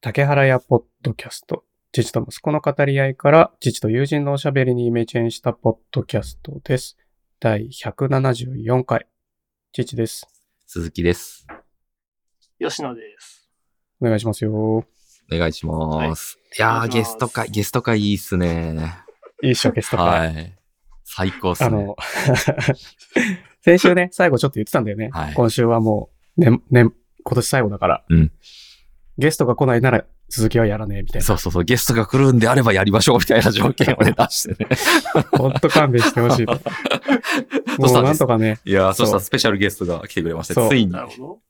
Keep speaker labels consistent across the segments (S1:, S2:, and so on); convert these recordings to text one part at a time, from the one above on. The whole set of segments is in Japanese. S1: 竹原屋ポッドキャスト。父と息子の語り合いから、父と友人のおしゃべりにイメージェンしたポッドキャストです。第174回。父です。
S2: 鈴木です。
S3: 吉野です。
S1: お願いしますよ。
S2: お願いします。い、や
S3: お
S2: ー、
S3: 願いしま
S2: ゲ
S3: す
S2: スト会、ゲスト会いいっすね。
S1: いいっしょ、ゲスト会。
S2: はい。最高っす
S1: あ
S2: ね。
S1: の、 先週ね、最後ちょっと言ってたんだよね。
S2: はい
S1: 今週はもう、ね、ね、今年最後だから。
S2: うん
S1: ゲストが来ないなら、続きはやらねえ、みたいな。
S2: そうそうそう、ゲストが来るんであればやりましょうみたいな条件 をね、出してね。
S1: ほんと勘弁してほ しい。も
S2: そし
S1: う
S2: たら
S1: なんとかね、
S2: いやー、
S1: そ
S2: そうしたらスペシャルゲストが来てくれました。
S1: そう
S2: ついに。
S3: な
S2: は
S3: るほ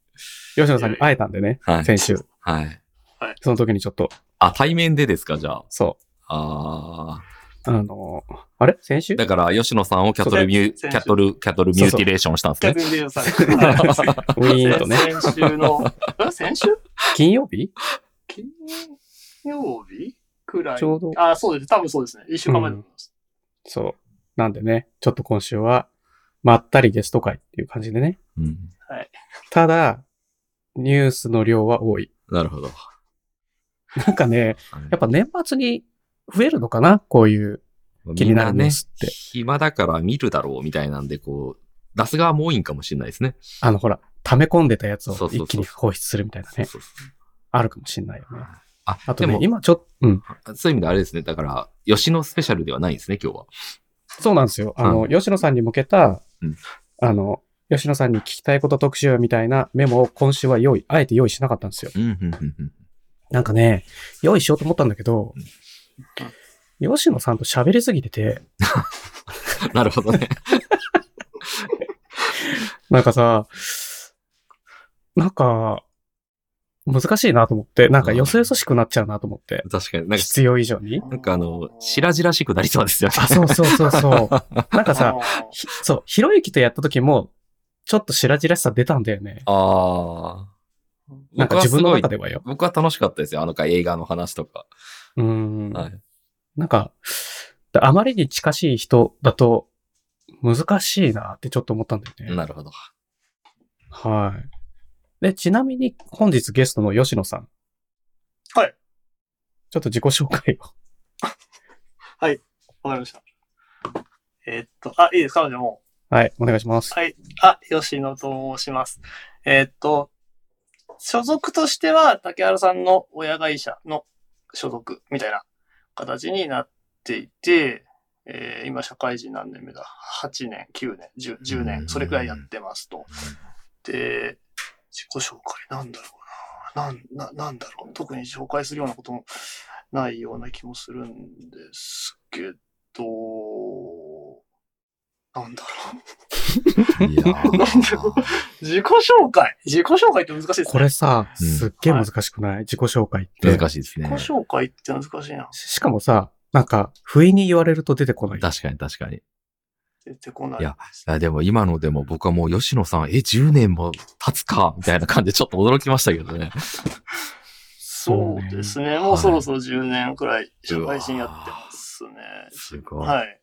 S1: 吉野さんに会えたんでね、
S2: い。
S1: 先週。
S2: はい。
S1: その時にちょっと、
S2: あ、対面でですか、じゃあ。
S1: そ
S2: あ
S1: う、あの、あれ先週
S2: ー。だから、吉野さんをキャトルミュー、キ
S3: そう
S2: ャトル、キャトルミューティレーションしたんで
S3: ど。
S2: すね。
S3: 逆にデューさん。は
S1: ウィ
S3: い
S1: ーンと ね。
S3: 先週の、え先週
S1: 金曜日
S3: 金曜日くらい。
S1: ちょうど
S3: あ、そうです。多分そうですね。一週間前だと思います。
S1: そう。なんでね、ちょっと今週は、まったりゲスト会っていう感じでね。
S2: うん。
S1: ただ、ニュースの量は多い。
S2: なるほど。
S1: なんかね、やっ
S2: ぱ
S1: ぱ年末に増えるのかなこういう気になるニュースって。
S2: 暇だから見るだろうみたいなんで、こう、出す側も多いんかもしれないですね。
S1: あの、ほら、溜め込んでたやつを
S2: そうそうそう
S1: 一気に放出するみたいな
S2: そう
S1: ね。
S2: そうそう
S1: あるかもしんないよね。
S2: あ、
S1: あと
S2: で
S1: ね
S2: も、、
S1: 今ちょっと、うん。
S2: そういう意味であれですね。だから、吉野スペシャルではないんですね、今日は。
S1: そうなんですよ。あの、吉野さんに向けた
S2: うん、
S1: あの、吉野さんに聞きたいこと特集みたいなメモを今週は用意、あえて用意しなかったんですよ。
S2: うん、うん、うんうん。
S1: なんかね、用意しようと思ったんだけど、吉野さんと喋りすぎてて、
S2: なるほどね。
S1: なんかさ、なんか、難しいなと思って、なんかよそよそしくなっちゃうなと思って、
S2: 確かに。なんか、
S1: 必要以上に。
S2: なんかあの、白々しくなりそうですよね。
S1: あ、そうそうそうそう。なんかさ、
S3: あの
S1: ひそう、ひろゆきとやった時も、ちょっと白々しさ出たんだよね。
S2: あー
S1: なんか
S2: 僕は
S1: 自
S2: す
S1: 分の
S2: ごい
S1: 中ではよ。
S2: 僕は楽しかったですよ。あの回、映画の話とか。
S1: うーん。
S2: はい。
S1: なんか、あまりに近しい人だと、難しいなってちょっと思ったんだよね。
S2: なるほど。
S1: はい。で、ちなみに本日ゲストの吉野さん。
S3: はい。
S1: ちょっと自己紹介を。
S3: わかりました。えっと、あ、いいですかじゃあもう。
S1: はい、お願いします。
S3: はい。あ、吉野と申します。えーっと、所属としては、竹原さんの親会社の所属みたいな形になっていて、えー今、社会人何年目だ ?8 年、9年、10, 10年、それくらいやってますと。で、自己紹介なんだろうな。なん、な、なんだろう。特に紹介するようなこともないような気もするんですけど、なんだろう。
S2: いやー
S3: 自己紹介自己紹介って難しいですね。
S1: これさ、
S2: うん
S1: すっげえ難しくない、自己紹介って。
S2: 難しいですね。
S3: 自己
S2: 確
S3: 紹介って難しいな。
S1: しかもさ、なんか、不意に言われると出てこない。
S2: かに確かに。い
S3: 出てこない。
S2: ややでも今のでも僕はもう吉野さん、え、10年も経つかみたいな感じでちょっと驚きましたけどね。
S3: そうですね。もうそろそろ10年くらい社会人やってますね。
S2: すごい。
S3: はい。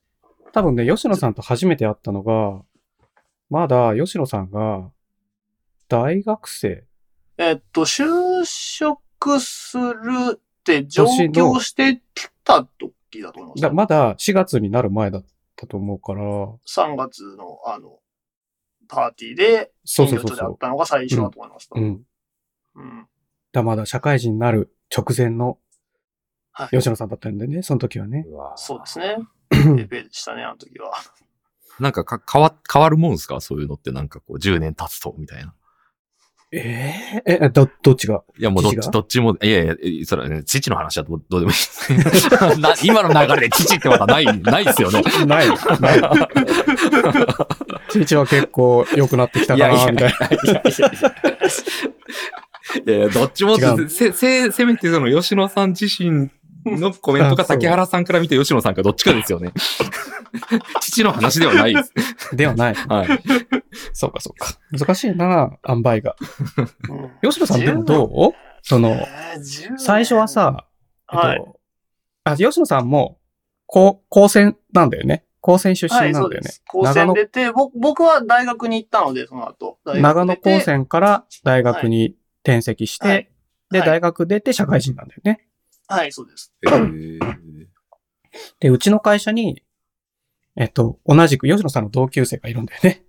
S1: 多分ね、吉野さんと初めて会ったのが、まだ吉野さんが、大学生。
S3: えっと、就職するって上京してきた時だと思い
S1: だ
S3: ま
S1: まだ4月になる前だったと思うから、
S3: す。3月のあの、パーティーで、
S1: そう
S3: 近
S1: そうそう
S3: 所であっ
S1: そ
S3: たのが最初だと思います。
S1: う。うん。
S3: うん
S1: だまだ社会人になる直前の
S3: はい。
S1: 吉野さんだったんでね、その時はね。
S2: うわー
S3: そうですね。ペーペーでしたね、あの時は。
S2: なんかか変わ、変わるもんですかそういうのってなんかこう10年経つと、みたいな。
S1: えーえ、ど、どっちが
S2: いやもうどっ
S1: 父
S2: ち、
S1: が
S2: どっちも、いやいやえ、それはね、父の話はどうどうでもいい です。な今の流れで父ってまだない、ないですよね。
S1: ない。 ない。父は結構良くなってきたか
S2: いやい
S1: な、
S2: や
S1: みたい
S2: いやいや、どっちも
S1: 違う
S2: せ、せ、せめてその吉野さん自身のコメント
S1: あ
S2: か
S1: そう
S2: 竹原さんから見て吉野さんかどっちかですよ ね。父の話ではないです。
S1: な。ではない。
S2: はい。
S1: そうか、そうか。難しいな、塩梅が。
S3: うん
S1: 吉野さん、でもどうその、
S3: えー10年
S1: 最初はさ、えっと
S3: はい。
S1: あ、吉野さんも、高、高専なんだよね。高専出
S3: は
S1: 身
S3: い、
S1: な
S3: そ
S1: ん
S3: う
S1: だよ
S3: で
S1: ね
S3: す。。高
S1: 長
S3: 専
S1: 野、
S3: 出て、ぼ僕は大学に行ったので、その後。大学
S1: 長野
S3: 出て
S1: 高専から大学に転籍して、
S3: はい
S1: で、
S3: はい
S1: 大学出て社会人なんだよね。
S3: はい、そうです。
S2: えー、
S1: で、うちの会社に、えっと、同じく吉野さんの同級生がいるんだよね。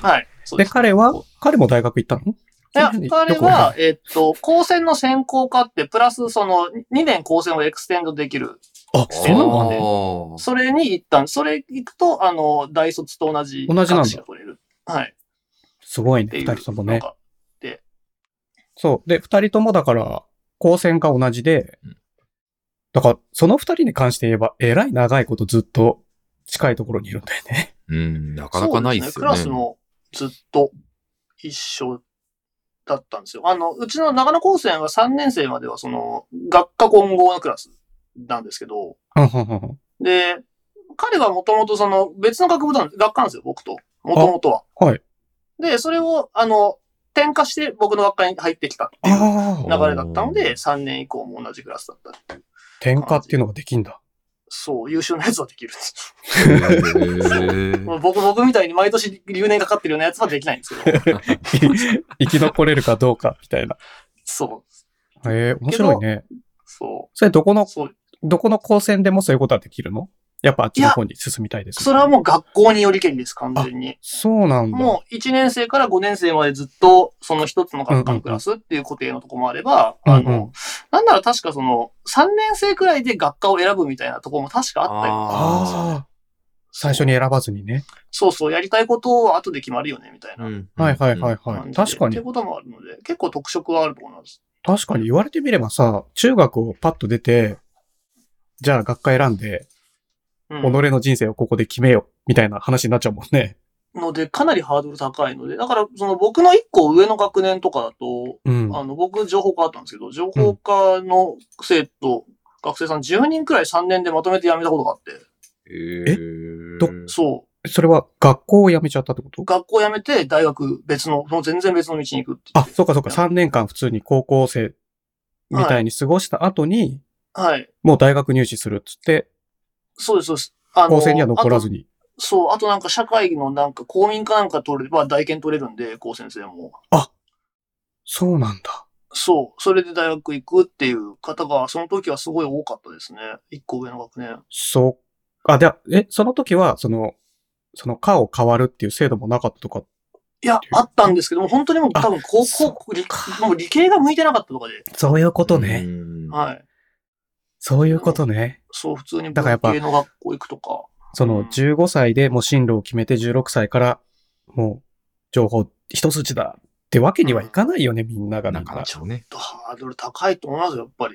S3: はい、そう
S1: で、
S3: です。
S1: 彼は、彼も大学行ったの
S3: いや、彼
S1: どこが
S3: は、えっと、高専の専攻科って、プラスその2年高専をエクステンドできる。
S1: あ、そうなんだ。
S2: あー
S3: それに行ったんそれ行くと、あの、大卒と同じ。
S1: 同じなんだ
S3: 取れる。はい。
S1: すごいね
S3: っ、ていう。
S1: 二人とも
S3: な
S1: ね
S3: ん。か
S1: そう。で、二人ともだから、高専が同じで
S2: うん、
S1: だから、その二人に関して言えば、えらい長いことずっと近いところにいるんだよね。
S2: うん、なかなかないですよね。
S3: そうですねクラスもずっと一緒だったんですよ。あの、うちの長野高専は3年生まではその、学科混合のクラスなんですけど、
S1: うんうんうんうん
S3: で、彼はもともとその別の学部なん学科なんですよ、僕と。もともとは。
S1: はい。
S3: で、それを、あの、転科して僕の学科に入ってきたっていう
S1: ああ、
S3: 流れだったの
S2: おー
S3: で、3年以降も同じクラスだった。
S1: 転科っていうのができ んだ。
S3: そう、優秀なやつはできるんです。
S2: へー
S3: もう 僕、僕みたいに毎年留年かかってるようなやつはできないんですけど。
S1: 生き残れるかどうか、みたいな。
S3: そう、
S1: ええ面白いね。
S3: そ
S1: それ、どこ
S3: う。
S1: の、
S3: そう
S1: どこの高専でもそういうことはできるのやっぱあっちの方に進みたいですか。
S3: それはもう学校によりけりです、完全に。
S1: そうなんだ。
S3: もう1年生から5年生までずっと、その一つの学科のクラスっていう固定のとこもあれば、
S1: うんうん
S3: あの、なんなら確かその、3年生くらいで学科を選ぶみたいなとこも確かあったよ。
S2: あ
S1: ああ、最初に選ばずにね。
S3: そうそう、やりたいことは後で決まるよね、みたい
S2: ー。
S3: な
S2: うん
S1: はいはいはい
S3: 感
S1: は
S3: じ
S1: い。
S3: で。
S1: 確か
S3: って
S1: に、
S3: こともあるので、結構特色はあると思います。
S1: 確かに言われてみればさ、中学をパッと出て、じゃあ学科選んで、
S3: うん
S1: 己の人生をここで決めよう、みたいな話になっちゃうもんね。
S3: ので、かなりハードル高いので、だから、その僕の1個上の学年とかだと、
S1: うん。
S3: あの、僕、情報科だったんですけど、情報科の生徒、学生さん10人くらい3年でまとめて辞めたことがあって、
S2: え
S1: ど
S3: そう。
S1: それは学校を辞めちゃったってこと
S3: 学校辞めて、大学別の、もう全然別の道に行くって言
S1: あ、
S3: って。
S1: そうかそうか、3年間普通に高校生みたいに過ごした後に、
S3: はい。
S1: もう大学入試するっつって、
S3: そうです、そうです。あ
S1: 高専には残らず
S3: あ
S1: に。
S3: とそう、あとなんか社会のなんか公民かなんか取れば大研取れるんで、高先生も。
S1: そうなんだ。
S3: そう、それで大学行くっていう方が、その時はすごい多かったですね。一個上の学年。
S1: そっか。で、え、その時は、その、その科を変わるっていう制度もなかったとか。
S3: いや、あったんですけども、本当にもう多分高
S1: そ
S3: 校、理もう理系が向いてなかったとかで。
S1: そういうこ。。
S3: はい。
S1: そういうことね。
S3: そう、普通に
S1: だからや
S3: 文
S1: っぱ
S3: 系の学校行くとか。
S1: そうの
S3: ん
S1: 15歳でもう進路を決めて16歳からもう情報一筋だってわけにはいかないよね、みんなが。な
S2: なんかな
S1: か、
S2: かね。
S3: ハードル高いと思いますよ、やっぱり。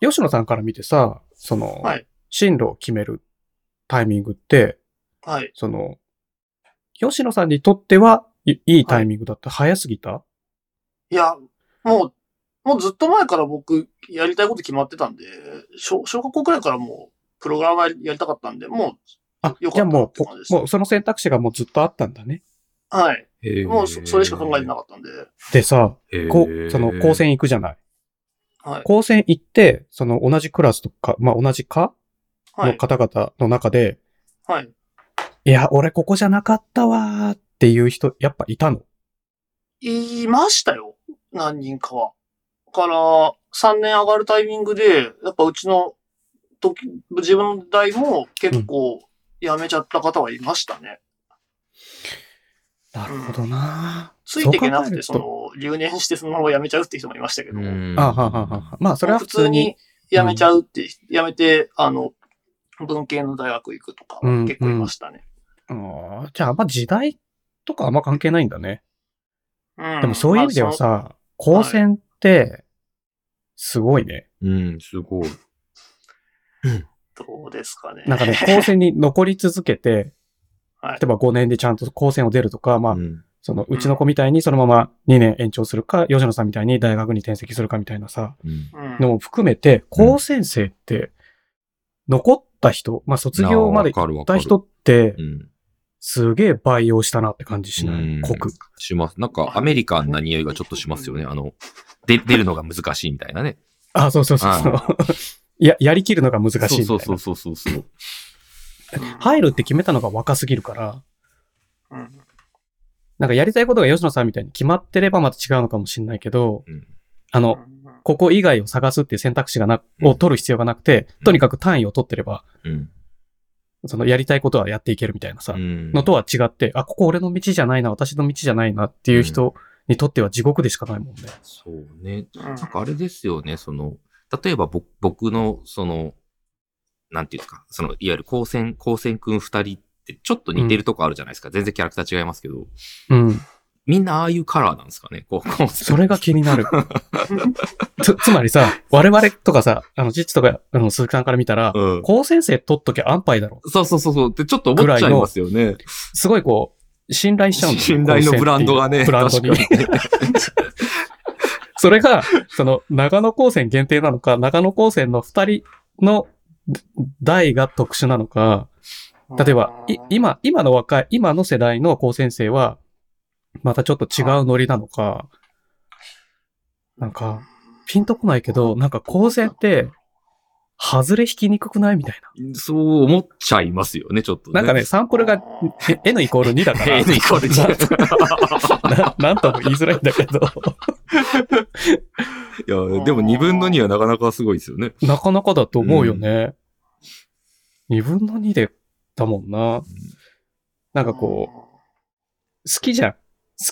S1: 吉野さんから見てさ、その
S3: はい、
S1: 進路を決めるタイミングって、
S3: はい。
S1: その、吉野さんにとってはいいいタイミングだった。早すぎた
S3: いや、もう、もうずっと前から僕、やりたいこと決まってたんで、小小学校くらいからもう、プログラマーやりたかったんで、も
S1: あ、
S3: よかった
S1: じゃあもう
S3: って感じで、す
S1: もうその選択肢がもうずっとあったんだね。
S3: う、はい。
S2: へー
S3: もうそ、それしか考えてなかったんで、
S1: でさ、
S2: へー
S1: こその高専行くじゃない。
S3: はい。
S1: 高専行って、その同じクラスとか、まあ同じ科
S3: は
S1: の
S3: い。
S1: 方々の中で、
S3: はい。
S1: いや、俺ここじゃなかったわーっていう人、やっぱいたの。
S3: いましたよ。何人かは。だから、3年上がるタイミングで、やっぱうちの時、自分の代も結構辞めちゃった方はいましたね。
S1: なるほどな
S3: ついていけなくて、
S1: そ
S3: そう
S1: 考
S3: の、留年してそのまま辞めちゃうって人もいましたけど、
S2: うん
S1: ーあはははは。まあ、それは普通に。
S3: やめちゃうって、やめて、あの、文系の大学行くとか、
S1: うん
S3: 結構いましたね。
S1: あーじゃあ、あんま時代とかあんま関係ないんだね。
S3: うん
S1: でもそういう意味では、
S3: まあ
S1: さ、高専って、すごいね。
S2: うん、すごい。
S3: そのどうですかね。
S1: なんかね、高専に残り続けて、
S3: はい
S1: 例えば5年でちゃんと高専を出るとか、まあ
S2: う、ん
S1: そのうちの子みたいにそのまま2年延長するか、吉野さんみたいに大学に転籍するかみたいなさ、
S2: うん
S3: うん
S1: のも含めて、高専生って、残った人、まあ卒業まで行
S2: わかるわ
S1: っ
S2: か
S1: た
S2: る
S1: 人って
S2: う、ん
S1: すげえ培養したなって感じしな
S2: う
S1: い。
S2: ん
S1: 濃く。
S2: します。なんか、アメリカンな匂いがちょっとしますよね。あの、で出るのが難しいみたいなね。
S1: あ、そうそうそうそう
S2: は。
S1: いや、やりきるのが難しいみたいな。
S2: そうそうそうそうそう。
S1: 入るって決めたのが若すぎるから、
S3: うん
S1: なんかやりたいことが吉野さんみたいに決まってればまた違うのかもしれないけど、
S2: うん
S1: あの、
S3: うん
S1: ここ以外を探すっていう選択肢がな、
S2: うん
S1: を取る必要がなくて、とにかく単位を取ってれば、
S2: うん。
S1: そのやりたいことはやっていけるみたいなさ、のとは違って、あ、ここ俺の道じゃないな、私の道じゃないなっていう人にとっては地獄でしかないもんね。
S2: そうね。
S3: うん
S2: なんかあれですよね、その、例えば僕僕の、その、なんていうんですか、その、いわゆる光線、光線くん二人ってちょっと似てるとこあるじゃないですか。全然キャラクター違いますけど、
S1: うん。
S2: みんなああいうカラーなんですかね、こう、光線
S1: それが気になる。つ、つまりさ、我々とかさ、あの、父とか、あの、鈴木さんから見たら、
S2: うん。
S1: 高先生取っときゃ安牌だろ。
S2: そうそうそうそう。ってちょっと思っちゃいますよね。
S1: すごいこう、信頼しちゃうんだよ
S2: 信頼のブランドがね。
S1: ブランドに。
S2: 確かにね
S1: それが、その、長野高専限定なのか、長野高専の二人の代が特殊なのか、例えば、い今、今の若い、今の世代の高専生は、またちょっと違うノリなのか、なんか、ピンとこないけど、なんか高専って、外れ引きにくくないみたい
S2: そう思っちゃいますよね、ちょっとね。
S1: な。なんかね、、サンプルが N イコール2だか
S2: え
S1: ら
S2: え、、イコール
S1: な なんとも言いづらいんだけど、
S2: 違ういや、でも二分の二はなかなかすごいですよね。
S1: なかなかだと思うよね。2分の2で、だもんな。なんかこう、好きじゃん。好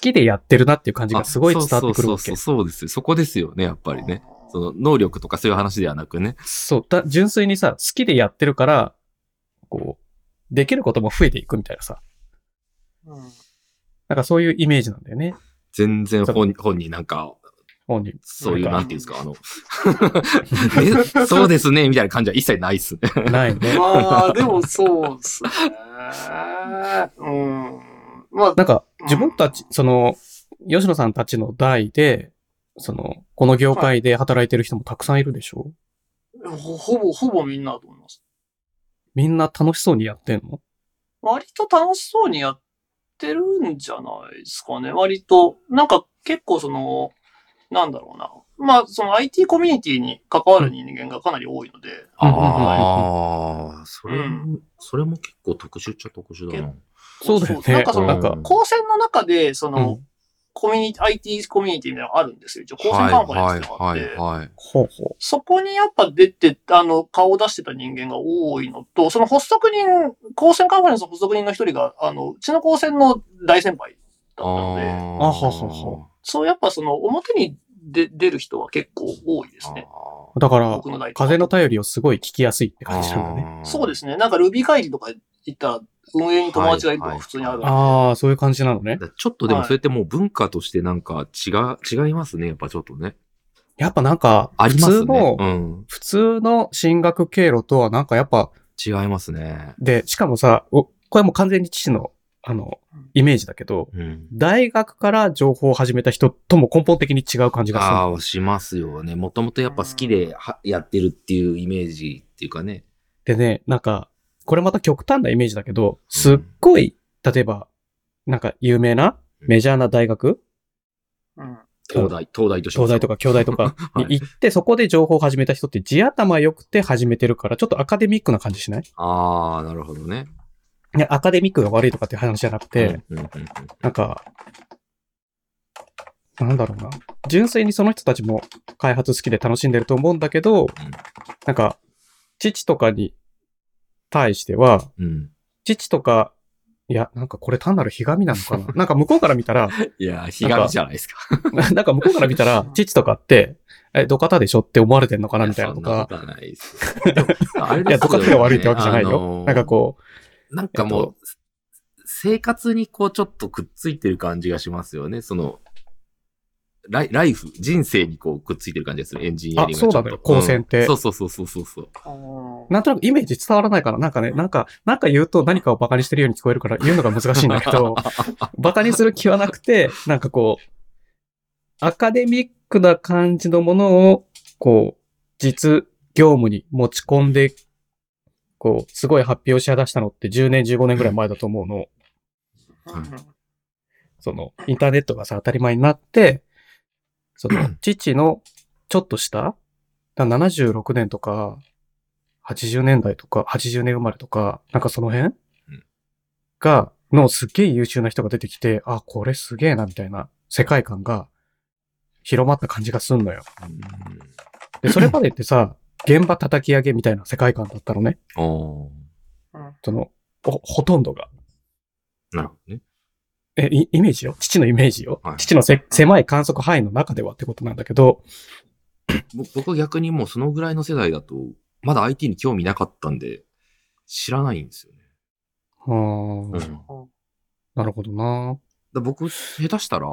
S1: きでやってるなっていう感じがすごい伝わってくるわけ
S2: あそうそうそう。そうですよそこですよね、やっぱりね。。その能力とかそういう話ではなくね。
S1: そう、だ純粋にさ、好きでやってるから、こう、できることも増えていくみたいなさ。
S3: うん
S1: なんかそういうイメージなんだよね。
S2: 全然本本人なんか、
S1: 本人。
S2: そういう、
S1: なん
S2: な
S1: か
S2: んていうんですか、あの、 えそうですね、みたいな感じは一切ないっすね。
S1: ないね。
S3: まあ、でもそうですね。うん。まあ、
S1: なんか、自分たち、その、吉野さんたちの代で、その、この業界で働いてる人もたくさんいるでしょ
S3: ほほぼ、ほぼみんなだと思います。
S1: みんな楽しそうにやってんの
S3: 割と楽しそうにやってるんじゃないですかね。割と、なんか結構その、なんだろうな。まあ、その IT コミュニティに関わる人間がかなり多いので、
S1: うんうんうん
S2: ああ、それ
S3: う
S2: も、それも結構特殊っちゃ特殊だな。
S1: そうだよね。
S3: なんかその
S1: なんか、
S3: 高専の中で、そうの、
S1: ん。
S3: コミュニティ、IT コミュニティみたいなのがあるんですよ。一応、高専
S2: はい
S3: カンファ
S2: は
S3: レ
S2: い
S3: ンスとかあっ
S2: は
S3: て、
S2: いはい。
S1: ほうほ
S3: そこにやっぱ出て、あの、顔を出してた人間が多いのと、その発足人、高専カンファレンスの発足人の一人が、あの、うちの高専の大先輩だったので、
S2: ー
S1: あそうそうそ
S3: そうやっぱその、表に出出る人は結構多いですね。
S2: あ
S1: う。だから
S3: 僕、の代
S1: 風の便りをすごい聞きやすいって感じなんだね。
S2: ー
S3: そうですね。なんか Ruby 会議とか行ったら、運営に友達がいるとか普通にあるんで。
S1: ああ、そういう感じなのね。
S2: だからちょっとでも
S3: はい
S2: それってもう文化としてなんか違う、違いますね、やっぱちょっとね。
S1: やっぱなんか、
S2: あ
S1: 普
S2: ります
S1: 通
S2: ね
S1: の。、
S2: うん。
S1: 普通の進学経路とはなんかやっぱ、
S2: 違いますね。
S1: で、しかもさ、おこれもう完全に父の、あの、イメージだけど、
S2: うん。
S1: 大学から情報を始めた人とも根本的に違う感じがする。
S2: ああ、しますよね。もともとやっぱ好きではやってるっていうイメージっていうかね。
S1: でね、なんか、これまた極端なイメージだけど、すっごい、例えば、なんか有名なメジャーな大学、
S3: うん。
S2: 東大、東大としま
S1: 東
S2: すよ
S1: 大とか京大とか
S2: は
S1: に
S2: い
S1: 行って、そこで情報を始めた人って地頭良くて始めてるから、ちょっとアカデミックな感じしない
S2: ああ、なるほどね。
S1: いやアカデミックが悪いとかっていう話じゃなくて、
S2: うんうんうん
S1: なんか、なんだろうな。純粋にその人たちも開発好きで楽しんでると思うんだけど、なんか、父とかに対しては、
S2: うんうん。
S1: 父とか、いや、なんかこれ単なるひがみなのか な。なんか向こうから見たら、
S2: いやー、ひがみじゃないですか。
S1: なんか向こうから見たら、父とかって、え、どかたでしょって思われてんのかなみたいなと
S2: や
S1: か、
S2: そんなことはないですよ。でもあれ
S1: い
S2: ですよね
S1: や、どかたが悪いってわけじゃない
S2: あ
S1: よ
S2: の。ー
S1: なんかこ
S2: なんかも
S1: えっ
S2: う、生活にこうちょっとくっついてる感じがしますよね。その、ライライフ、人生にこうくっついてる感じがする。エンジニアリングがち
S1: あそ
S2: ょっ
S1: うなの
S2: と
S1: よ光線って
S2: うんそうそうそうそうそうそう。
S1: う、なんとなくイメージ伝わらないから、なんかね、なんか、なんか言うと何かをバカにしてるように聞こえるから言うのが難しいんだけ ど、バカにする気はなくて、なんかこう、アカデミックな感じのものを、こう、実業務に持ち込んで、こう、すごい発表し出したのって10年、15年ぐらい前だと思うの。その、インターネットがさ、当たり前になって、そ の、父のちょっと下、だから76年とか、80年代とか、80年生まれとか、なんかその辺
S2: ん
S1: が、のすっげえ優秀な人が出てきて、あ、これすげえな、みたいな世界観が、広まった感じがすんのよ。
S2: うん
S1: で、それまでって さ、現場叩き上げみたいな世界観だったのね。
S2: おー
S1: その、ほ、ほとんどが。
S2: なるほどね。
S1: え、イイメージよ。父のイメージよ。
S2: はい
S1: 父のせ狭い観測範囲の中ではってことなんだけど、
S2: ぼ僕は逆にもうそのぐらいの世代だと、まだ IT に興味なかったんで、知らないんですよね。
S1: うーん、
S2: だか
S1: なるほどな。
S2: ら僕、下手したら、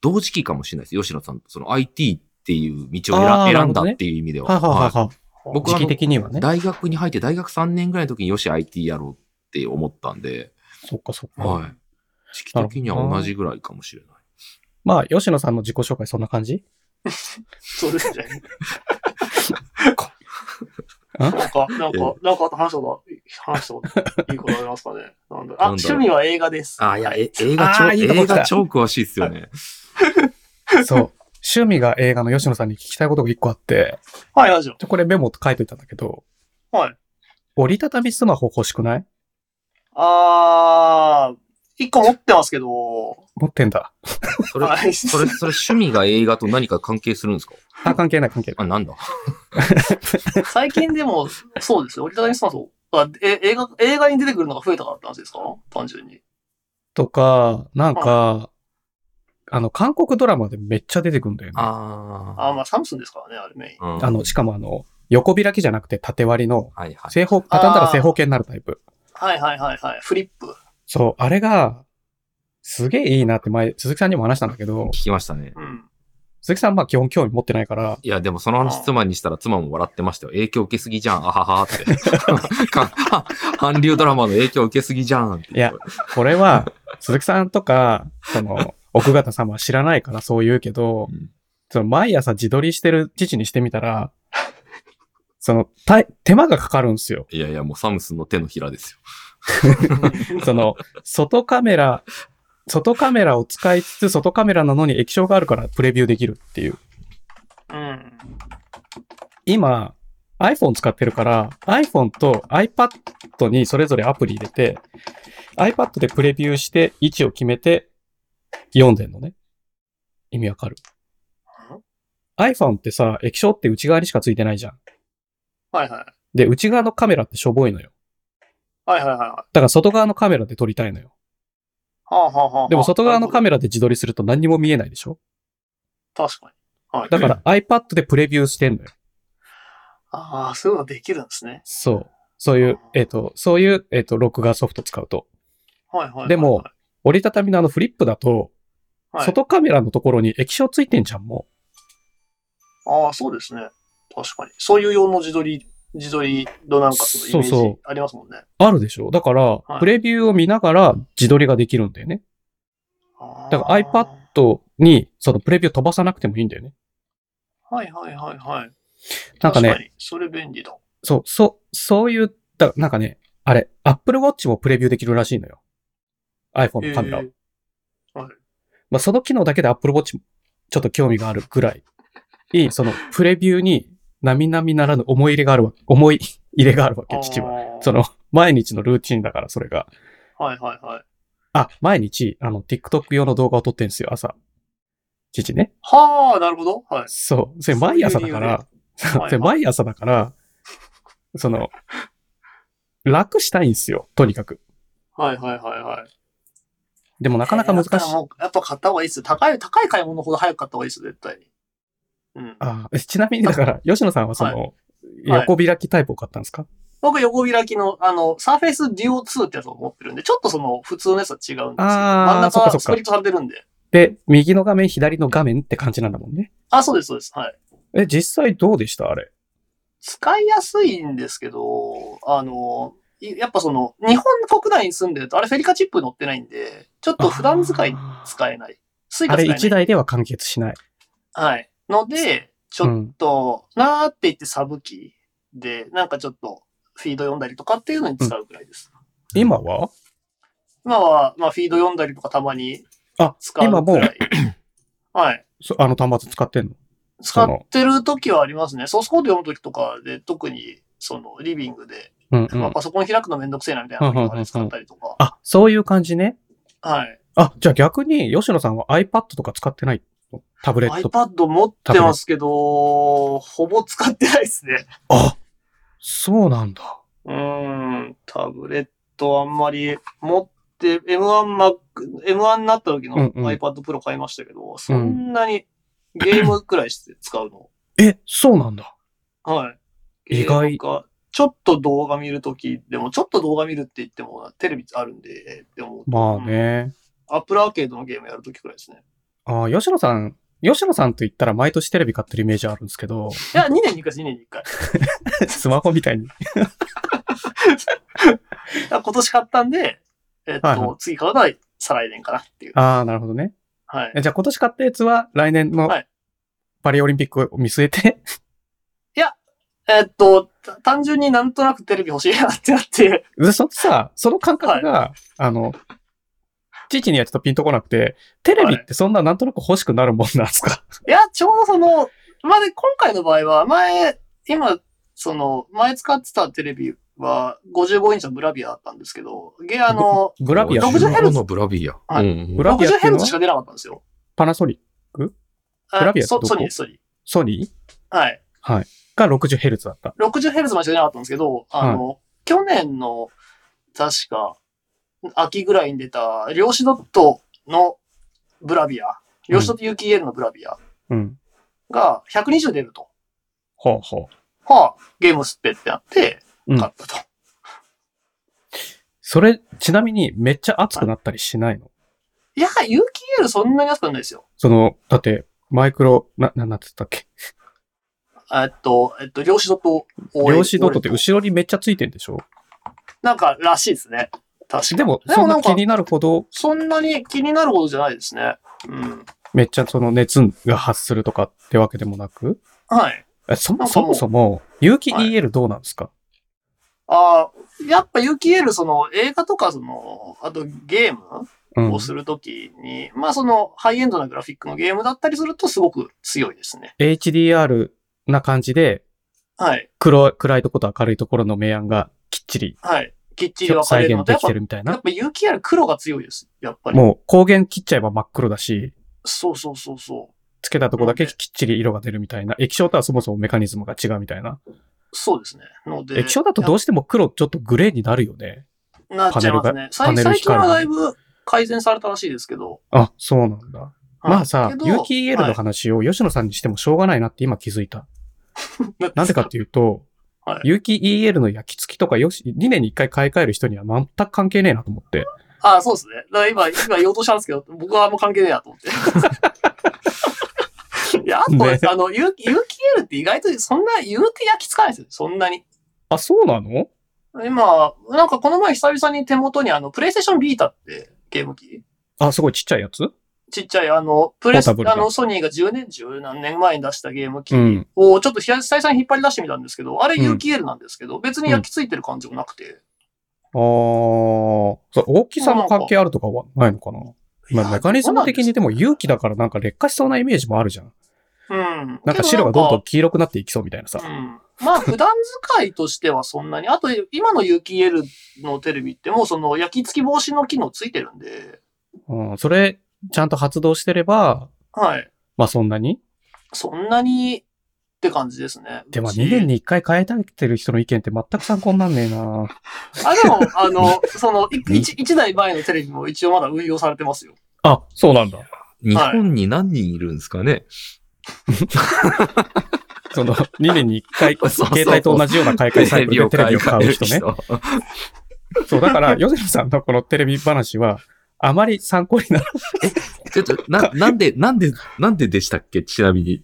S2: 同時期かもしれないです。吉野さんと、その IT っていう道を選
S1: あー
S2: 選んだ
S1: なるほどね
S2: っていう意味では。
S1: はあ、はあはあはあ
S2: 僕は
S1: 時
S2: あ
S1: 期
S2: の
S1: 的にはね。
S2: 大学に入って大学3年ぐらいの時によし IT やろうって思ったんで、
S1: そっかそっか。
S2: はい。時期的には同じぐらいかもしれない。
S1: まあ、吉野さんの自己紹介そんな感 じ
S3: そうですね。
S1: あ
S3: なんか、なんか、なんかあと話したこと、話したこと、いいことありますかね。な
S2: な
S3: んだろうあ、
S2: んだ
S3: 趣
S2: ろう
S3: 味は映画です。
S2: あ、いや、
S3: はい
S2: え映画
S1: あ
S2: 超、
S1: ーいいとこ
S2: 映
S1: 来た
S2: 画超詳しいですよね。
S1: そう。趣味が映画の吉野さんに聞きたいことが一個あって、
S3: はい、ラジオ。
S1: ちょこれメモって書いといたんだけど、
S3: はい。
S1: 折りたたみスマホ欲しくない
S3: あー、一個持ってますけど、
S1: 持ってんだ。
S2: それ、
S3: はい
S2: それ、それ趣味が映画と何か関係するんですか
S1: あ、関係ない関係ない。
S2: あ、なんだ
S3: 最近でも、そうですよ。折りたたみスマホが、え、映画、映画に出てくるのが増えたからって話ですか単純に。
S1: とか、なんか、あの、韓国ドラマでめっちゃ出てくるんだよね。
S2: あ
S3: あー、まあ、サムスンですからね、あれメイン。
S2: あ、うん
S1: あの、しかもあの、横開きじゃなくて縦割りの、
S2: はいはい。
S1: 正方、畳んだら正方形になるタイプ。
S3: はいはいはいはい。フリップ。
S1: そう、あれが、すげえいいなって前、鈴木さんにも話したんだけど
S2: 聞、きましたね。
S3: うん。
S1: 鈴木さんまあ基本興味持ってない から、
S2: いや、でもその話妻にしたら妻も笑ってましたよ。影響受けすぎじゃん、あははって。 か韓流ドラマの影響受けすぎじゃんって。
S1: いやこれは、鈴木さんとか、その、奥方様は知らないからそう言うけど
S2: うん、
S1: その毎朝自撮りしてる父にしてみたら、その、た手間がかかるんですよ。
S2: いやいや、もうサムスンの手のひらですよ。
S1: その、外カメラ、外カメラを使いつつ、外カメラなのに液晶があるからプレビューできるっていう。
S3: うん。
S1: 今、iPhone 使ってるから、iPhone と iPad にそれぞれアプリ入れて、iPad でプレビューして、位置を決めて、読んでんのね。意味わかる ?iPhone ってさ、液晶って内側にしかついてないじゃん。
S3: はいはい。
S1: で、内側のカメラってしょぼいのよ。
S3: はいはいはいはい。
S1: だから外側のカメラで撮りたいのよ。
S3: はあ、はあはあはあ、
S1: でも外側のカ
S3: メ
S1: メラで自撮りすると何にも見えないでしょ
S3: ラ。確かに。はい。
S1: だから iPad でプレビューしてんのよ。
S3: ああ、そういうのできるんですね。
S1: そう。そういう、えっ、と、そういう、えっ、と、録画ソフト使うと。
S3: はいはいはいはい。
S1: でも折りたたみのあのフリップだと、
S3: はい、
S1: 外カメラのところに液晶ついてんじゃん、も
S3: ああ、そうですね。確かに。そういう用の自撮り、自撮りのなんかそのイメ
S1: そう
S3: ー
S1: そ
S3: ジありますもんね。
S1: う。あるでしょだから、
S3: い
S1: プレビューを見ながら自撮りができるんだよね。
S3: あー
S1: だから iPad とに、そのプレビュー飛ばさなくてもいいんだよね。
S3: はいはいはいはい。
S1: なんか
S3: 確
S1: ね
S3: かに。それ便利だ。
S1: そう、そう、そういう、だなんかね、あれ、Apple Watch もプレビューできるらしいのよ。iPhone のカメラを。
S3: えー
S1: まあ、その機能だけで Apple Watch もちょっと興味があるぐらいに、そのプレビューに、並々ならぬ思い入れがあるわけ、思い入れがあるわけ、父は。
S3: あー
S1: その、毎日のルーティンだから、それが。
S3: はいはいはい。
S1: あ、毎日、あの、TikTok 用の動画を撮ってんですよ、朝。父ね。
S3: はあ、なるほど。はい。
S1: そう。それ毎朝だから、
S3: 由で
S1: それ毎朝だから、その、楽したいんですよ、とにかく。
S3: はいはいはいはい。
S1: でもなかなか難しい
S3: だ。らもうやっぱ買った方がいいですよ。高い、高い買い物ほど早く買った方がいいですよ、絶対に。うん。
S1: あえちなみに、だから、吉野さんはその、
S3: いはい
S1: 横開きタイプを買ったんですか、
S3: 僕、横開きの、あの、サーフェイスデュオ2ってやつを持ってるんで、ちょっとその、普通のやつは違うんですけど、
S1: あー
S3: 真ん中
S1: そっかそっ
S3: は
S1: か
S3: スプリットされてるんで。
S1: で、右の画面、左の画面って感じなんだもんね。
S3: あ、そうです、そうです。はい。
S1: え、実際どうでしたあれ。
S3: 使いやすいんですけど、あの、いやっぱその、日本国内に住んでると、あれフェリカチップ乗ってないんで、ちょっと普段使いに
S1: あー
S3: 使えない。スイ
S1: あ
S3: カ使
S1: れ
S3: えない。
S1: 1台では完結しない。
S3: はい。ので、ちょっと、なーって言ってサブキーで、なんかちょっと、フィード読んだりとかっていうのに使うくらいです。
S1: 今は
S3: 今は、まあ、フィード読んだりとかたまに
S1: あ、
S3: 使うくら
S1: 今
S3: い。
S1: もう、
S3: はい。
S1: そあの端末使ってんの
S3: 使ってる時はありますね。ソースコード読む時とかで、特に、その、リビングで、
S1: うん、う
S3: まあ
S1: ん。
S3: パソコン開くのめんどくせえなみたいな時とかで使ったりとか。
S1: あ、そういう感じね。
S3: はい。
S1: あ、じゃあ逆に、吉野さんは iPad とか使ってないタブレット。
S3: iPad 持ってますけど、ほぼ使ってないですね。
S1: あそうなんだ。
S3: うーん、タブレットあんまり持って、M1Mac、M1 になった時の
S1: うんうん
S3: iPad Pro 買いましたけど、そんなにゲームくらいして使うの。
S1: え、そうなんだ。
S3: はい。
S1: 意外
S3: ゲームか。ちょっと動画見るとき、でもちょっと動画見るって言っても、テレビあるんで、でも、
S1: まあね。
S3: アップルアーケードのゲームやるときくらいですね。
S1: ああ、吉野さん、吉野さんと言ったら毎年テレビ買ってるイメージあるんですけ ど、
S3: いや、2年に1回です、2年に1回。
S1: スマホみたいに。
S3: 今年買ったんで、えっと、
S1: はいは
S3: 次買うのは再来年かなっていう。
S1: ああ、なるほどね。
S3: はい。
S1: えじゃあ今年買ったやつは来年の
S3: はい
S1: パリオリンピックを見据えて、
S3: えっと、た単純になんとなくテレビ欲しいなってなって、
S1: でそのさ、その感覚が、あの、父にはちょっとピンとこなくて、テレビってそんななんとなく欲しくなるもんなんですか、
S3: いや、ちょうどその、まあ、で、今回の場合は、前、今、その、前使ってたテレビは、55インチのブラビアだったんですけど、ゲアの、
S1: ブラビア。
S3: 60ヘルツ
S2: のブラビア。
S3: はい
S2: うんうん
S1: ブラビアっていうのは
S3: 60Hz しか出なかったんですよ。
S1: パナソニック、
S3: あ
S1: ブラビアって
S3: ソ
S1: どこ
S3: ソニーです、ソニー。
S1: ソニー
S3: はい。
S1: が 60Hz だった。
S3: 60Hz までしか出なかったんですけど、あの、去年の、確か、秋ぐらいに出た、量子ドットのブラビア、量子ドット UKL のブラビア
S1: うん。
S3: が120出ると。
S1: ほうほう。
S3: はあ、ゲームスペってなって、
S1: うん
S3: 買ったと。
S1: それ、ちなみにめっちゃ熱くなったりしないの、
S3: いや、UKL そんなに安くはないですよ。
S1: その、だって、マイクロ、な、な、なんて言ったっけ
S3: えっと、えっと、量子ドット OL
S1: 量子ドットって後ろにめっちゃついてんでしょ
S3: なんか、らしいですね。確か
S1: でも、
S3: で
S1: そ
S3: も
S1: ん
S3: な
S1: なん
S3: か
S1: 気、になるほど、
S3: そんなに気になることじゃないですね。うん。
S1: めっちゃその熱が発するとかってわけでもなく
S3: はい。
S1: えそ
S3: なん
S1: も
S3: か
S1: そ
S3: もう
S1: もそも、有機
S3: はい
S1: EL どうなんですか、
S3: ああ、やっぱ UKL その映画とかその、あとゲーム
S1: うん
S3: を。するときに、まあそのハイエンドなグラフィックのゲームだったりするとすごく強いですね。
S1: HDR な感じで、
S3: はい、
S1: 黒い、暗いとこと明るいところの明暗がきっちり
S3: はい。きっちり分か
S1: 再
S3: れるの
S1: 現で
S3: と、やっ
S1: き
S3: ぱ、
S1: て
S3: や
S1: るみたい
S3: っ
S1: な。
S3: ぱ UKL 黒が強いです。やっぱり。
S1: もう光源切っちゃえば真っ黒だし、
S3: そうそうそうそ
S1: つけたとこだけきっちり色が出るみたいな。液晶とはそもそもメカニズムが違うみたいな。
S3: う。そうですね。ので。
S1: 液晶だとどうしても黒ちょっとグレーになるよね。
S3: なっちゃいますね。
S1: パ
S3: 最
S1: ネルが
S3: 最近は
S1: パ
S3: だ
S1: ネ
S3: い
S1: ル
S3: ぶ改善されたらしいですけど。
S1: あ、そうなんだ。
S3: はい
S1: まあさ
S3: け、ど
S1: 有機 EL
S3: は
S1: の
S3: い
S1: 話を吉野さんにしてもしょうがないなって今気づいた。なぜかっていうと
S3: はい、
S1: 有機 EL の焼き付きとかよし、2年に1回買い替える人には全く関係ねえなと思って。
S3: ああ、そうですね。だから今、今言おうとしたんですけど、僕はあんま関係ねえなと思って。 いや、あと、
S1: ね
S3: あの、有機 UKL って意外とそんな言うて焼きつかないですよ。そんなに。
S1: あ、そうなの
S3: 今、なんかこの前久々に手元にあの、プレイステーションビータってゲーム機
S1: あ、すごいちっちゃいやつ
S3: ちっちゃいあの、プレス、
S1: ポータブルな
S3: あの、ソニーが10年、10何年前に出したゲーム機
S1: うん。
S3: をちょっと久々に引っ張り出してみたんですけど、あれ
S1: うん
S3: UKL なんですけど、別に焼きついてる感じもなくて。
S1: ああ、そう大きさの関係あるとかはないのかな。まあ、メカニズム的にでも勇気だからなんか劣化しそうなイメージもあるじゃん。
S3: うん。
S1: なんか白がどんどん黄色くなっていきそうみたいなさ
S3: う。んまあ、普段使いとしてはそんなに。あと、今の UKL のテレビってもうその焼き付き防止の機能ついてるんで、
S1: うん、それ、ちゃんと発動してれば、
S3: はい。
S1: まあそんなに。
S3: そんなにって感じですね。
S1: でも
S3: うち
S1: 2年に1回変えたってる人の意見って全く参考になんねえな。
S3: あ、でも、あ の、その、1台前のテレビも一応まだ運用されてますよ。
S1: あ、そうなんだ。
S2: 日本に何人いるんですかね、
S1: その、2年に1回、
S2: そうそうそう
S1: 携帯と同じような買い替えサイク ルでテレビを買う人 ね。そう、だから、ヨゼルさんのこのテレビ話は、あまり参考にならない。
S2: ちょっと、な、なんで、なんで、なんででしたっけちなみに。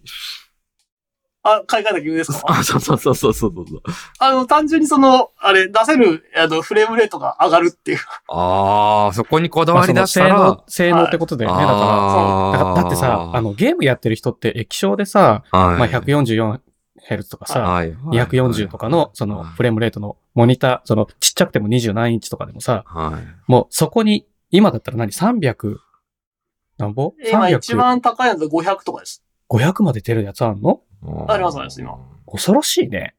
S3: あ、買い替えた理由ですか
S2: あ、そうそうそうそうそうそう。
S3: あの、単純にその、あれ、出せる、あの、フレームレートが上がるっていう。
S2: ああ、そこにこだ
S1: まあ
S2: わ
S1: そ
S2: り
S1: の
S2: 出した
S1: 性
S2: ら。
S1: 能、性能ってことだよね。だから、
S2: あ
S1: だ
S2: ー
S1: からだってさ、あ、の、ゲームやってる人って液晶でさ、
S2: はい
S1: まあ、144Hz とかさ、
S2: はい
S1: 240とかの、その、フレームレートのモニター、その、ちっちゃくても20何インチとかでもさ、
S2: はい。
S1: もうそこに、今だったら何 ?300、なんぼ
S3: 今一
S1: ?300、
S3: 番高いのだと500とかです。
S1: 500まで出るやつあんの
S3: ありますあります今。
S1: 恐ろしいね。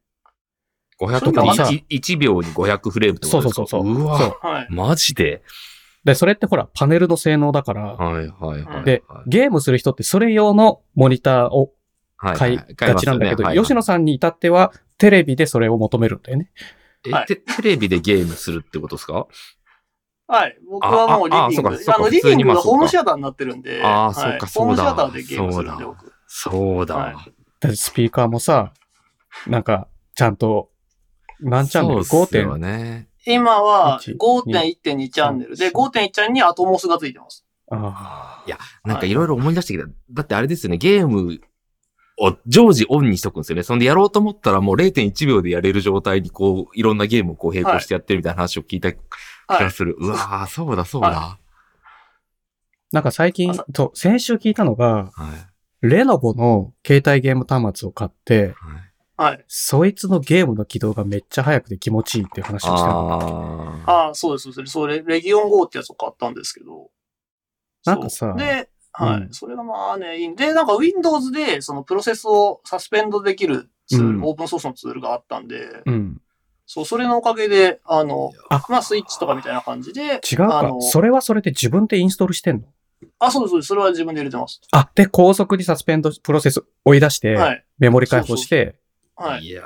S2: 500
S1: そういうのがさ
S2: って1秒に500フレームってこと
S1: そ
S2: ですか。
S1: うそうそうそう
S2: う
S1: そ
S2: わ
S1: う、
S3: はい。
S2: マジで
S1: で、それってほら、パネルの性能だから、
S2: はいはいはい。
S1: で
S2: はい、
S1: ゲームする人ってそれ用のモニターを
S2: はい
S1: 買いがちなんだけど、吉野
S2: さ
S1: さんに至っては、テレビでそれを求めるんだよね。
S2: ん、
S3: はい
S2: えテテレビでゲームするってことですか
S3: はい。僕はもうリ
S2: あああ
S3: ビン
S2: そうか
S3: グ。
S2: そうか
S3: あの、リ
S2: 普通
S3: ビ
S2: に
S3: ン
S2: ま
S3: グ
S2: あ
S3: が
S2: そうか
S3: ホームシアターになってるんで。
S2: ああそうか
S3: はい
S2: そうだ
S3: ホームシアターでゲームするんで、
S2: そう
S3: 僕。
S2: そうだ。
S3: はい
S1: だってスピーカーもさ、なんか、ちゃんと、何チャンネル
S2: そうっす
S1: ?5
S2: よ
S1: 点。
S2: ね。
S3: 今は
S1: 1
S3: 5.1.2チャンネルで、5.1チャンネルにアトモスがついてます。
S1: あ
S2: いや、なんかいろいろ思い出してきた。だってあれですよね、ゲームを常時オンにしとくんですよね。そんでやろうと思ったらもう0.1秒でやれる状態にこう、いろんなゲームをこう並行してやってるみたいな話を聞いた気
S3: はい
S2: がする。うわー、そうだそうだ。は
S1: なんか最近
S3: あさ、
S1: と、先週聞いたのが、
S2: い。はい
S1: レノボの携帯ゲーム端末を買って、
S3: はい。
S1: そいつのゲームの起動がめっちゃ早くて気持ちいいっていう話をしてたの。
S2: ああ。
S3: ああ、そうです、そうです。それ、レギオン GO ってやつを買ったんですけど。
S1: なんかさ
S3: そうで、はい、
S1: うん
S3: それがまあね、いいんで、なんか Windows で、そのプロセスをサスペンドできるツール、
S1: うん
S3: オープンソースのツールがあったんで、
S1: うん。
S3: そう、それのおかげで、あの、
S1: あ
S3: まあ、スイッチとかみたいな感じで、
S1: 違う
S3: あ
S1: か
S3: の。
S1: それはそれで自分でインストールしてんの
S3: あ、そうです、そうです。それは自分で入れてます。
S1: あ、で、高速にサスペンドプロセス追い出して、
S3: はい。
S1: メモリ解放して、
S3: はい。
S2: いや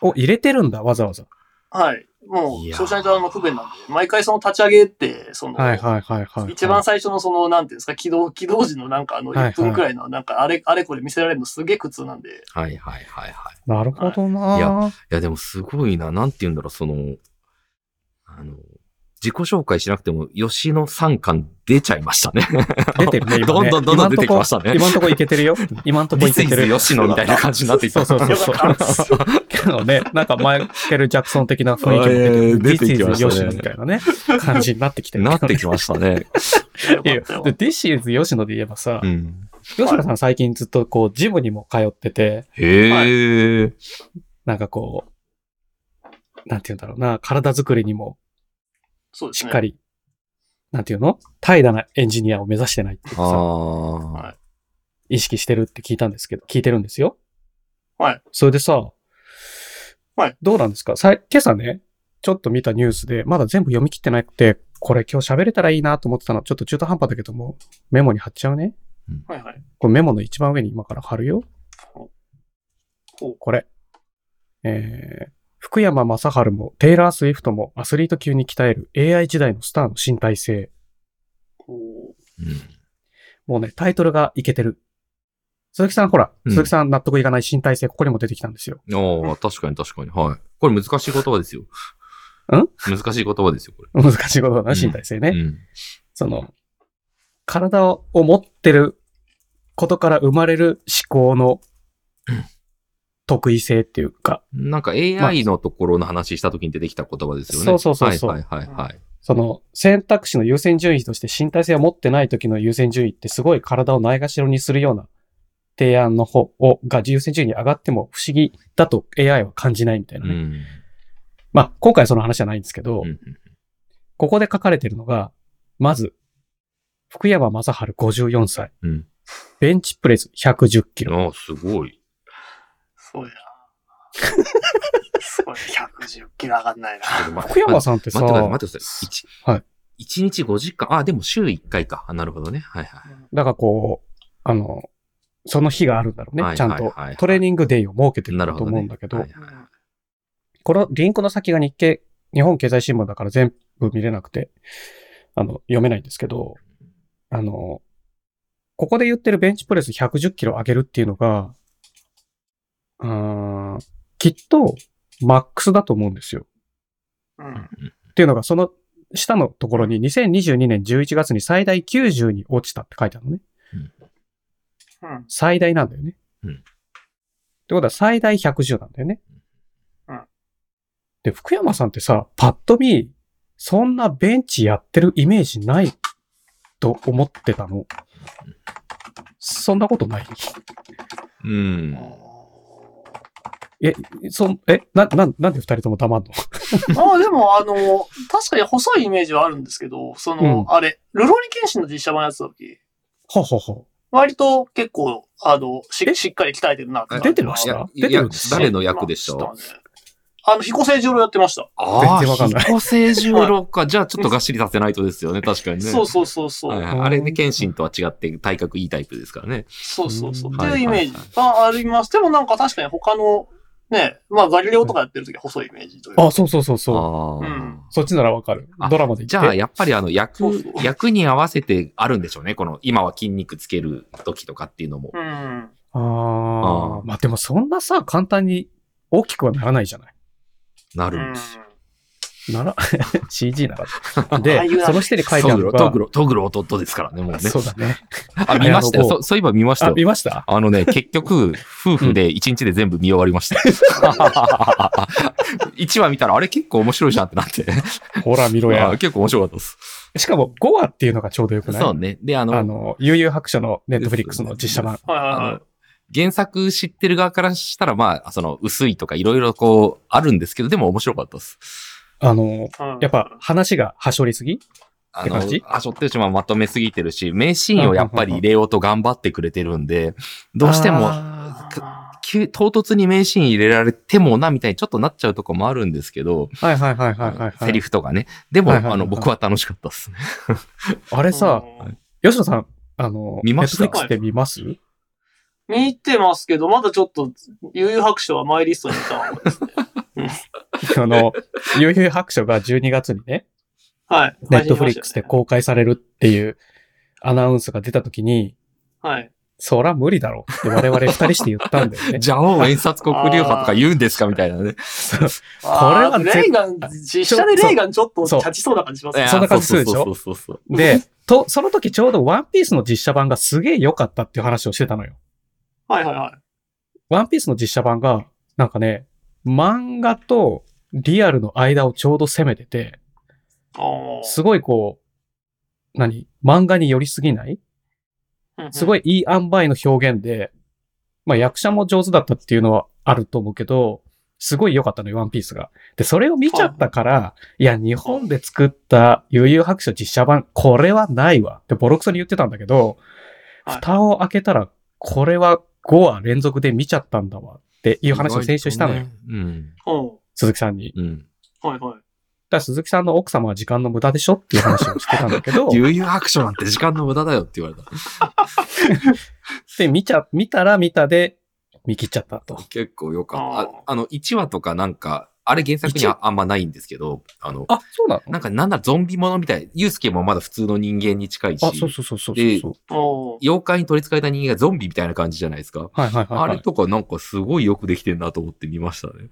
S1: を入れてるんだ、わざわざ。
S3: はい。も、
S2: いうやー
S3: そうしないとあの不便なんで、毎回その立ち上げって、その、
S1: はいはいはいはい。
S3: 一番最初のその、なんていうんですか、起動、起動時のなんかあの、
S1: はいはい
S3: 1分くらいの、なんかあれ、あれこれ見せられるのすげえ苦痛なんで、
S2: ー。はいはいはいはい。
S1: なるほどなぁ
S2: いいや、でもすごいな。なんて言うんだろう、その、あの、自己紹介しなくても、吉野三巻出ちゃいましたね。
S1: 出てる ね、今ね。
S2: どんどんどんどん出てきましたね
S1: 今んとこ今んとこいけてるよ。今んとこ
S2: ディ
S1: い
S2: ス
S1: け
S2: イ
S1: てる。
S2: ズ吉野みたいな感じになっていった。
S1: そうそうそうそう
S3: よかったで
S1: け どね、なんかマイケル・ジャクソン的な雰囲気も
S2: 出
S1: 出
S2: て
S1: て
S2: き
S1: き
S2: ま
S1: ま
S2: したね
S1: したみたいなね、感じになってきてるけど
S2: な
S1: ね。
S2: ってきましたね。
S3: よ
S1: い
S3: か
S1: や
S3: った よ。
S1: で、ディシーズ吉野で言えばさ、
S2: うん。
S1: 吉野さん最近ずっとこう、ジムにも通ってて、
S2: へえ。
S1: なんかこう、なんて言うんだろうな、体作りにも
S3: そうです
S1: し
S3: ね。
S1: っかり、なんて言うの怠惰なエンジニアを目指してないっていう
S2: あ
S1: かさ、
S2: あ。
S1: 意識してるって聞いたんですけど、聞いてるんですよ。
S3: はい。
S1: それでさ、
S3: はい。
S1: どうなんですかさい今朝ね、ちょっと見たニュースで、まだ全部読み切ってなくて、これ今日喋れたらいいなと思ってたの、ちょっと中途半端だけども、メモに貼っちゃうね。
S3: はいはい。
S1: これメモの一番上に今から貼るよ。
S3: ほう
S1: これ。えー、福山雅治もテイラー・スウィフトもアスリート級に鍛える AI 時代のスターの身体性。
S3: ほ
S2: うん
S1: もうね、タイトルがいけてる。鈴木さん、ほら、
S2: うん
S1: 鈴木さん納得いかない身体性、ここにも出てきたんですよ。
S2: ああ、確かに確かに。はい。これ難しい言葉ですよ。
S1: ん
S2: 難しい言葉ですよ、これ。
S1: 難しいことだな、
S2: うん
S1: 身体性ね。
S2: うん。
S1: その、体を持ってることから生まれる思考の得意性っていうか、
S2: なんか AI のところの話した時に出てきた言葉ですよね。
S1: そうそうそうそう
S2: はいはいはいはい。
S1: その選択肢の優先順位として身体性を持ってない時の優先順位ってすごい体をないがしろにするような提案の方をが優先順位に上がっても不思議だと AI は感じないみたいうなね。
S2: ん。
S1: まあ今回その話じゃないんですけど、
S2: うん
S1: ここで書かれてるのが、まず、福山雅治54歳、
S2: うん
S1: ベンチプレス110キロ。
S2: ああ、すごい。
S3: そうや。 すごい。110キロ上がんないな。
S1: 福山さんってさ、
S2: 待ってください、待ってください。一
S1: はい
S2: 一日5時間。あ、でも週1回か。あなるほどね。はいはい。
S1: だからこう、あの、その日があるんだろう
S2: は
S1: ね。
S2: い
S1: ちゃん
S2: はい
S1: と
S2: はいはい
S1: トレーニングデイを設けてる
S2: なるほ
S1: と
S2: ど、ね。
S1: 思うんだけど
S2: はい、はいはい
S1: このリンクの先が日経、日本経済新聞だから全部見れなくて、あの、読めないんですけど、あの、ここで言ってるベンチプレス110キロ上げるっていうのが、うーん、きっとマックスだと思うんですよ。
S3: うん。
S1: っていうのが、その下のところに2022年11月に最大90に落ちたって書いてあるのね。
S3: うん。
S1: 最大なんだよね。
S2: うん
S1: ってことは最大110なんだよね。
S3: うん
S1: で、福山さんってさ、パッと見、そんなベンチやってるイメージないと思ってたの。そんなことない
S2: うん。
S1: え、そん、え、な、な、なんで二人とも黙んの
S3: まあでも、あの、確かに細いイメージはあるんですけど、その、
S1: うん
S3: あれ、ルローニケンシンの実写版やってた時、
S1: ほうほうほ
S3: 割と結構、あの、し
S1: え
S3: しっかり鍛えてるなって
S2: あ
S1: 出てまし
S2: い
S1: た
S2: や
S1: 出てるんです
S2: いや誰の役でしょ
S3: うあの、彦星十郎やってました。
S2: あ
S1: 全
S2: あ、
S1: 然わかんない
S2: 彦星十郎か。じゃあちょっとがっしりさせないとですよね。確かにね。
S3: そうそうそうそう。
S2: はいはいあれね、謙信とは違って体格いいタイプですからね。
S3: そうそうそう。
S1: うん
S3: っていうイメージがあります。でもなんか確かに他の、ね、まあガリレオとかやってる時は細いイメージというか。
S1: あ、そうそうそうそう。
S2: ああ、
S3: うん
S1: そっちならわかる
S2: あ。
S1: ドラマで
S2: じ
S1: 言
S2: ゃ
S1: っ
S2: あ、
S1: て。
S2: やっぱりあの、
S3: そう
S2: 役
S3: そう、
S2: 役に合わせてあるんでしょうね。この、今は筋肉つける時とかっていうのも。
S3: うん。
S1: ああ
S2: あ
S1: ー。まあでもそんなさ、簡単に大きくはならないじゃない。
S2: な
S3: う
S2: るん
S3: ん
S2: ですよ。
S1: なら、CG な ら。で
S3: 俳優、だ
S1: その下に書いてあ
S2: ト
S1: る
S2: グ
S1: の
S2: ロ、
S1: が。
S2: トグロ、トグロ弟ですからね、もうね。
S1: そうだね。
S2: あ、見ました
S1: あ
S2: よ。
S1: の
S2: そうそういえば見ました
S1: あ、
S2: よ。
S1: 見ました
S2: あのね、結局、夫婦で1日で全部見終わりました。1話見たら、あれ結構面白いじゃんってなって。
S1: ほら見ろ
S2: あ
S1: や。
S2: 結構面白かったです。
S1: しかも5話っていうのがちょうどよくない
S2: そうね。で、あの、
S1: あの、悠々白書のネットフリックスの実写版。
S3: はいはい
S2: あ
S3: は
S2: の、原作知ってる側からしたら、まあ、その、薄いとかいろいろこう、あるんですけど、でも面白かったです。
S1: あの、
S3: いうん。
S1: やっぱ話が端折りすぎっ
S2: あ
S1: て
S2: の
S1: 感じ、
S2: あしょってるし、まあまとめすぎてるし、名シーンをやっぱり入れようと頑張ってくれてるんで、どうしても、
S1: あ
S3: あ
S2: 急唐突に名シーン入れられてもな、みたいにちょっとなっちゃうとこもあるんですけど、
S1: ーはいはいはいはいはい、は
S2: セ
S1: い。
S2: リフとかね。でも、
S1: はいはいはい
S2: あの、僕は楽しかったですね。
S1: あれ
S3: ー
S1: さ、
S3: うん
S1: 吉野さん、あの、
S2: 見ました
S1: ネットフリックスで見ます
S3: 見てますけど、まだちょっと、悠々白書はマイリストにいたわ。
S1: あの、悠々白書が12月に ね、
S3: はい。
S1: ネットフリックスで公開されるっていうアナウンスが出た時に、
S3: はい。
S1: そら無理だろうって我々二人して言ったんだよね。
S2: ジャオ演殺国流派とか言うんですかみたいなね。
S3: こ
S1: は絶
S3: レイガン、実写でレイガンちょっと立ちそうな感じしますね。
S1: そんな感じするでしょ
S2: そうそうそうそう
S1: で、 と、その時ちょうどワンピースの実写版がすげえ良かったっていう話をしてたのよ。
S3: はいはいはい。
S1: ワンピースの実写版が、なんかね、漫画とリアルの間をちょうど攻めてて、
S3: あー
S1: すごいこう、何漫画に寄りすぎない
S3: うんうん
S1: すごいいい塩梅の表現で、まあ役者も上手だったっていうのはあると思うけど、すごい良かったのよ、ワンピースが。で、それを見ちゃったから、いや、日本で作った悠々白書実写版、これはないわってボロクソに言ってたんだけど、
S3: はい
S1: 蓋を開けたら、これは5話連続で見ちゃったんだわっていう話を先週したのよ、
S2: 意外とね
S3: うん
S1: 鈴木さんに。
S2: うん。うん。
S3: はい
S1: だ
S3: はい。
S1: から鈴木さんの奥様は時間の無駄でしょっていう話をしてたんだけ ど、
S2: 悠々白書なんて時間の無駄だよって言われた。
S1: で、見ちゃ、見たら見たで、見切っちゃったと。
S2: 結構よかっ
S3: あー
S2: た。ああの、1話とかなんか、あれ原作にはあんまないんですけど、あの、
S1: あ、そうなの
S2: なんかなんだゾンビものみたい。ユうスケもまだ普通の人間に近いし、
S1: あ、そうそうそうそうそうそう。
S3: おー
S2: 妖怪に取り憑かれた人間がゾンビみたいな感じじゃないですか。
S1: はいはいはい、
S2: あ
S1: は
S2: れ
S1: い。
S2: とかなんかすごいよくできてんなと思って見ましたね。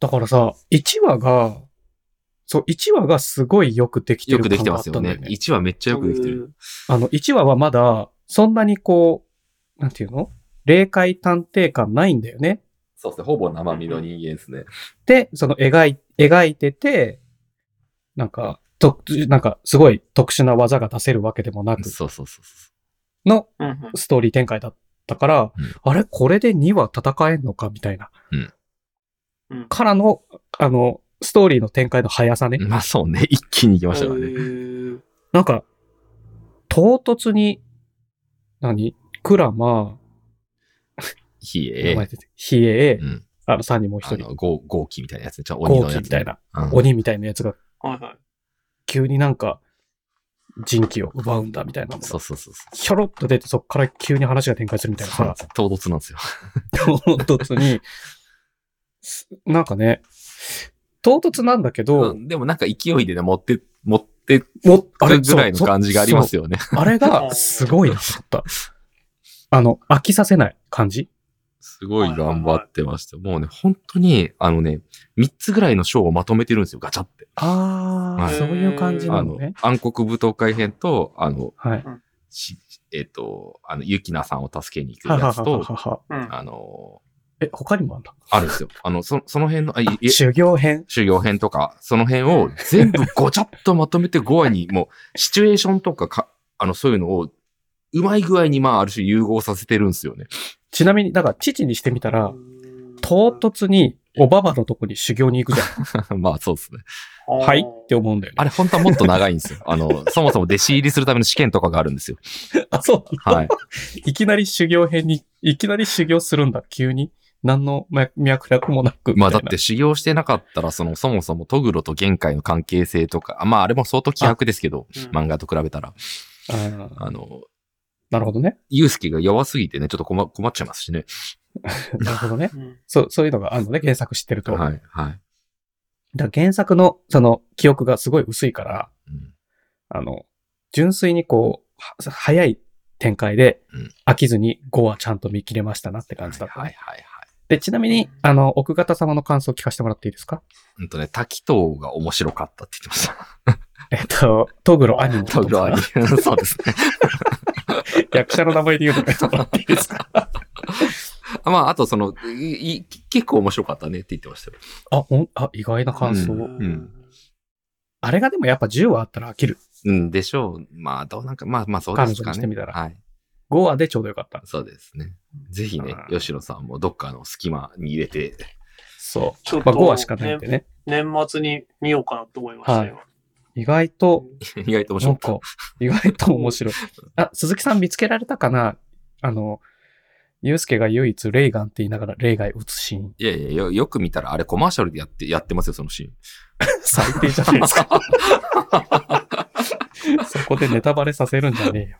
S1: だからさ、1話が、そう、1話がすごいよくできて
S2: よ
S1: る
S2: く
S1: 感
S2: できて
S1: があ
S2: ま
S1: っ
S2: す
S1: た
S2: よ
S1: んだ
S2: ね。
S1: よね。
S2: 1話めっちゃよくできてる。
S1: あの、1話はまだ、そんなにこう、なんていうの霊界探偵感ないんだよね。
S2: そうですね。ほぼ生身の人間ですね。
S1: で、その描い、描いてて、なんか、と、なんか、すごい特殊な技が出せるわけでもなく、
S2: そうそうそうそ
S1: の
S3: うんうん
S1: ストーリー展開だったから、
S2: うん
S1: あれこれで2話戦えんのかみたいな。
S3: うん
S1: からの、あの、ストーリーの展開の速さね。
S2: う。まあそうね。 一気に行きましたから
S3: へ
S2: ね。
S3: ー
S1: なんか、唐突に、何クラマ、
S2: ひ
S1: 名
S2: え
S1: 前。出てヒエ
S2: う、ん。
S1: あの、3人もう
S2: あ
S1: 1人、
S2: の、ゴー、ゴーキみたいなやつね。ちょっと鬼
S1: ゴ
S2: の
S1: ーキ
S2: や
S1: み
S2: つ
S1: た
S2: ね、
S1: いな、
S2: うん
S1: 鬼みたいなやつが、
S3: はいはい。
S1: 急になんか、人気を奪うんだみたいなの
S2: そ
S1: が。
S2: うそうそうそう。
S1: ひょろっと出て、そこから急に話が展 開するみたいな
S2: そうなん
S1: さ
S2: で、す唐突なんですよ。
S1: 唐突に、すなんかね、唐突なんだけど、
S2: うんでもなんか勢いでね、持って、持ってく
S1: お
S2: ぐらいの感じがありますよね。
S1: あれが、すごいなと思った。あの、飽きさせない感じ
S2: すごい頑張ってました。もうね、本当に、あのね、3つぐらいの章をまとめてるんですよ、ガチャって。
S1: ああ、
S2: はい
S1: そういう感じな
S2: あ
S1: の
S2: の
S1: ね。、
S2: 暗黒舞踏会編と、あの、
S1: はい。
S2: しえっ、と、あの、ゆきなさんを助けに行く
S1: は
S2: や
S1: は
S2: つ
S1: はは
S2: と、
S1: は。
S3: うん
S2: あの、
S1: え、他にもあんだ。
S2: あるんで すよ。あの、そその辺の、あいい
S1: 修行編。
S2: 修行編とか、その辺を全部ごちゃっとまとめて5話に、もう、シチュエーションとかか、あの、そういうのを、うまい具合に、まあ、ある種融合させてるんですよね。
S1: ちなみに、だから、父にしてみたら、唐突に、おばばのとこに修行に行くじゃ
S2: まあ、そうですね。
S1: ん。はいって思うんだよね。
S2: あれ、本当はもっと長いんですよ。あの、そもそも弟子入りするための試験とかがあるんですよ。
S1: あ、そう。
S2: はい。
S1: いきなり修行編に、いきなり修行するんだ、急に。何の脈脈絡もなくみたいな。
S2: まあだって修行してなかったら、そのそもそもトグロと玄界の関係性とか、まああれも相当希薄ですけど、
S3: うん
S2: 漫画と比べたら。
S1: あー。
S2: あの、
S1: なるほど ね。
S2: ユうスケが弱すぎてね、ちょっと困困っちゃいますしね。
S1: なるほどね。
S3: うん
S1: そう、そういうのがあるのね、原作知ってると。
S2: はい、はい。
S1: だから原作の、その、記憶がすごい薄いから、
S2: うん
S1: あの、純粋にこう、は早い展開で
S2: うん、
S1: 飽きずに5はちゃんと見切れましたなって感じだったね、
S2: はい、はい、はい。
S1: で、ちなみに、あの、奥方様の感想を聞かせてもらっていいですか
S2: うんとね、滝藤が面白かったって言ってました。
S1: えっと、トグロ兄のこと
S2: ト
S1: です
S2: グロ
S1: か
S2: アニ。そうですね。
S1: 役者の名前で言うのやめても らっていいですか
S2: まあ、あとその、いい結構面白かったねって言ってましたよ。
S1: あ、ほん、あ、意外な感想。
S2: うん
S1: あれがでもやっぱ10話あったら飽きる。
S2: うん、でしょう。まあ、どうなんか、まあまあそうで
S1: 彼
S2: す
S1: 女
S2: か
S1: に
S2: ね。
S1: してみたら
S2: はい。
S1: 5話でちょうどよかった。
S2: そうですね。ぜひね
S1: あ、ー
S2: 吉野さんもどっかの隙間に入れて、
S1: そう。
S3: ちょっ
S1: ま
S3: と
S1: あ5話しかないんでね。
S3: 年末に見ようかなと思いました、
S1: はい
S3: 今
S1: 意外と、
S2: 意外と面
S1: な
S2: 白
S1: ん
S2: か
S1: か
S2: っ、
S1: 意外と面白い。あ、鈴木さん見つけられたかなあの、ゆうすけが唯一レイガンって言いながらレイガイ撃つシーン。
S2: た。いやいやよ、よく見たら、あれコマーシャルでやって、やってますよ、そのシーン。
S1: 最低じゃないですか。 そこでネタバレさせるんじゃね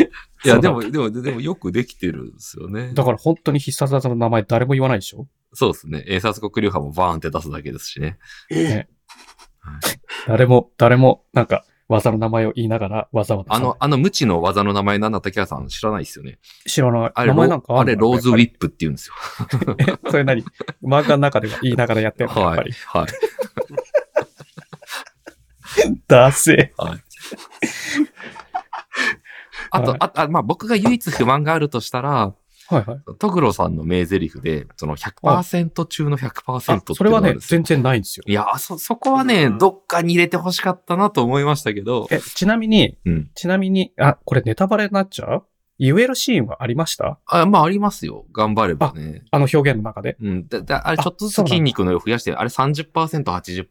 S1: えよ。
S2: いや、
S1: そう
S2: で
S1: だ
S2: も、でも、でもよくできてるんですよね。
S1: だから本当に必殺技の名前誰も言わないでしょ
S2: そうですね。英察国流派もバーンって出すだけですしね。
S3: え
S1: 誰も、誰も、なんか、技の名前を言いながら技を出
S2: あ
S1: さない
S2: の、あの無知の技の名前なんだったキャラさん知らないですよね。
S1: 知らない。
S2: あ
S1: 名
S2: れ、ロ
S1: 前なんか
S2: ーあれローズウ
S1: ッ
S2: ィップって言うんですよ。
S1: プ。それ何漫画の中では言いながらやってるのやっ
S2: は
S1: ぱ
S2: い
S1: り。。
S2: はい。
S1: ダセ
S2: あと
S1: はい、
S2: あと、あまあ僕が唯一不満があるとしたら、
S1: ー。はいはい。
S2: トグロさんの名台詞で、その100%中の100%
S1: あ
S2: って、
S1: それは
S2: いうのがある
S1: ね
S2: ん、ですよ
S1: 全然ないんですよ。
S2: いや、そ、そこはね、どっかに入れて欲しかったなと思いましたけど、
S1: え、ちなみに、
S2: うん。
S1: ちなみに、あ、これネタバレになっちゃう言えるシーンはありました
S2: あまあ、ありますよ。頑張ればね。
S1: あの表現の中で。
S2: うん。だ、だ、あれ、
S1: あ
S2: ちょっとずつ
S1: そうなんだ
S2: 筋肉の量増やしてる。あれ30%、80%、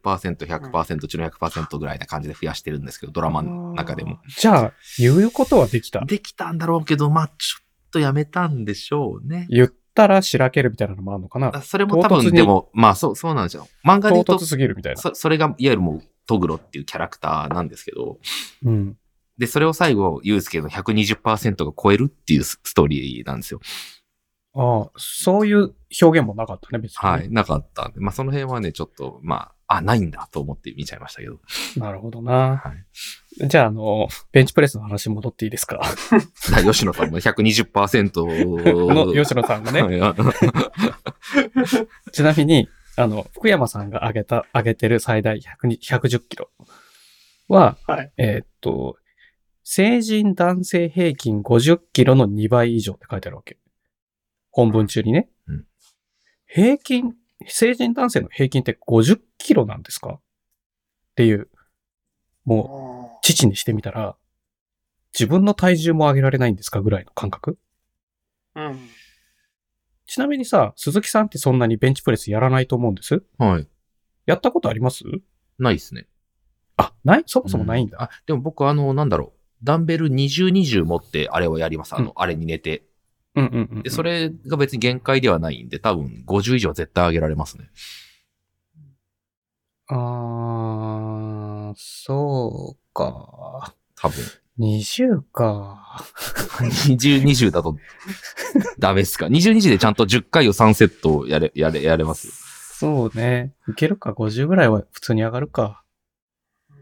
S2: 100%、中の100%ぐらいな感じで増やしてるんですけど、ドラマの中でも。
S1: じゃあ、言うことはできた。
S2: できたんだろうけど、まあ、ちょっとやめたんでしょうね。
S1: 言ったらしらけるみたいなのもあるのかな
S2: あそれも多
S1: 唐突
S2: 分、
S1: に
S2: でも、まあ、そう、そうなんですよ。漫画
S1: 唐
S2: で言うと
S1: 突、すぎるみたいな。
S2: そそれが、いわゆるもう、トグロっていうキャラクターなんですけど、
S1: うん。
S2: で、それを最後、ユうスケの120%が超えるっていうスストーリーなんですよ。
S1: ああ、そういう表現もなかったね、別に。
S2: はい。なかったんで、まあ、その辺はね、ちょっと、まあ、あ、ないんだと思って見ちゃいましたけど。
S1: なるほどな。
S2: はい。
S1: じゃあ、あの、ベンチプレスの話戻っていいですか
S2: だから吉野さんも120%
S1: の、
S2: を。
S1: 吉野さんがね。
S2: 野ね。
S1: ちなみに、あの、福山さんが上げた、上げてる最大100に110キロは、
S3: はい
S1: えーっと、成人男性平均50キロの2倍以上って書いてあるわけ。本文中にね。
S2: うん
S1: 平均、成人男性の平均って50キロなんですかっていう、もう、
S3: ー
S1: 父にしてみたら、自分の体重も上げられないんですかぐらいの感覚
S3: うん。
S1: ちなみにさ、鈴木さんってそんなにベンチプレスやらないと思うんです
S2: はい。
S1: やったことあります
S2: ないですね。
S1: あ、ないそもそもないん
S2: う
S1: だ。
S2: あ、でも僕、あの、なんだろう。ダンベル20、20持って、あれをやります。あの、あれに寝て。
S1: うんうんうんうん。
S2: で、それが別に限界ではないんで、多分50以上は絶対上げられますね。
S1: あー、そうか。
S2: 多分。
S1: 20か。
S2: 20、20だと、ダメっすか。20、20でちゃんと10回を3セットやれ、やれ、やれます。
S1: そうね。いけるか、50ぐらいは普通に上がるか。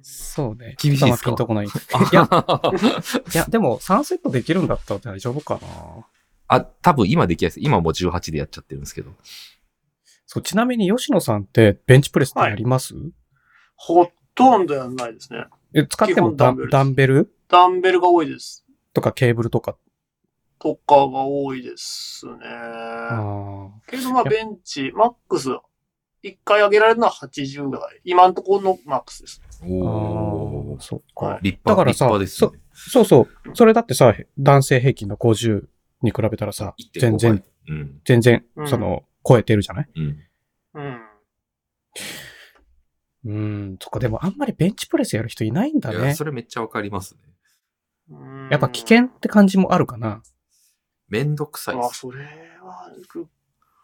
S1: そうね。
S2: 厳しいっすか
S1: 今はピンとこない。いや、いや、でも3セットできるんだったら大丈夫かな。
S2: あ、多分今できないです。今もう18でやっちゃってるんですけど。
S1: そう、ちなみに吉野さんってベンチプレスってやります、
S3: ほとんどやんないですね。
S1: え使ってもダ
S3: 基本ダンベル
S1: ン
S3: です
S1: ダンベル
S3: ダンベルが多いです。
S1: とかケーブルとか。
S3: とかが多いですね。
S1: あ
S3: けどまあベンチ、マックス、一回上げられるのは80ぐらい。今のところのマックスです。
S1: あ
S2: おー。
S1: そっ
S3: は
S1: か
S3: い。
S2: 立
S1: だか
S2: 派、
S1: ら
S2: 立
S1: さ
S2: 派ですね。
S1: そうそう。それだってさ、男性平均の50に比べたらさ、
S2: 1.5
S1: 全然、
S2: 倍。うん。
S1: 全然
S3: う、ん
S1: その、超えてるじゃない
S2: うん。
S3: うん。
S1: うん、そっか。でもあんまりベンチプレスやる人いないんだ
S2: いや、
S1: ね
S2: そ。れめっちゃわかりますね。
S3: うん
S1: やっぱ危険って感じもあるかな。
S2: めんどくさいっ
S3: あ、
S2: す。
S3: それは、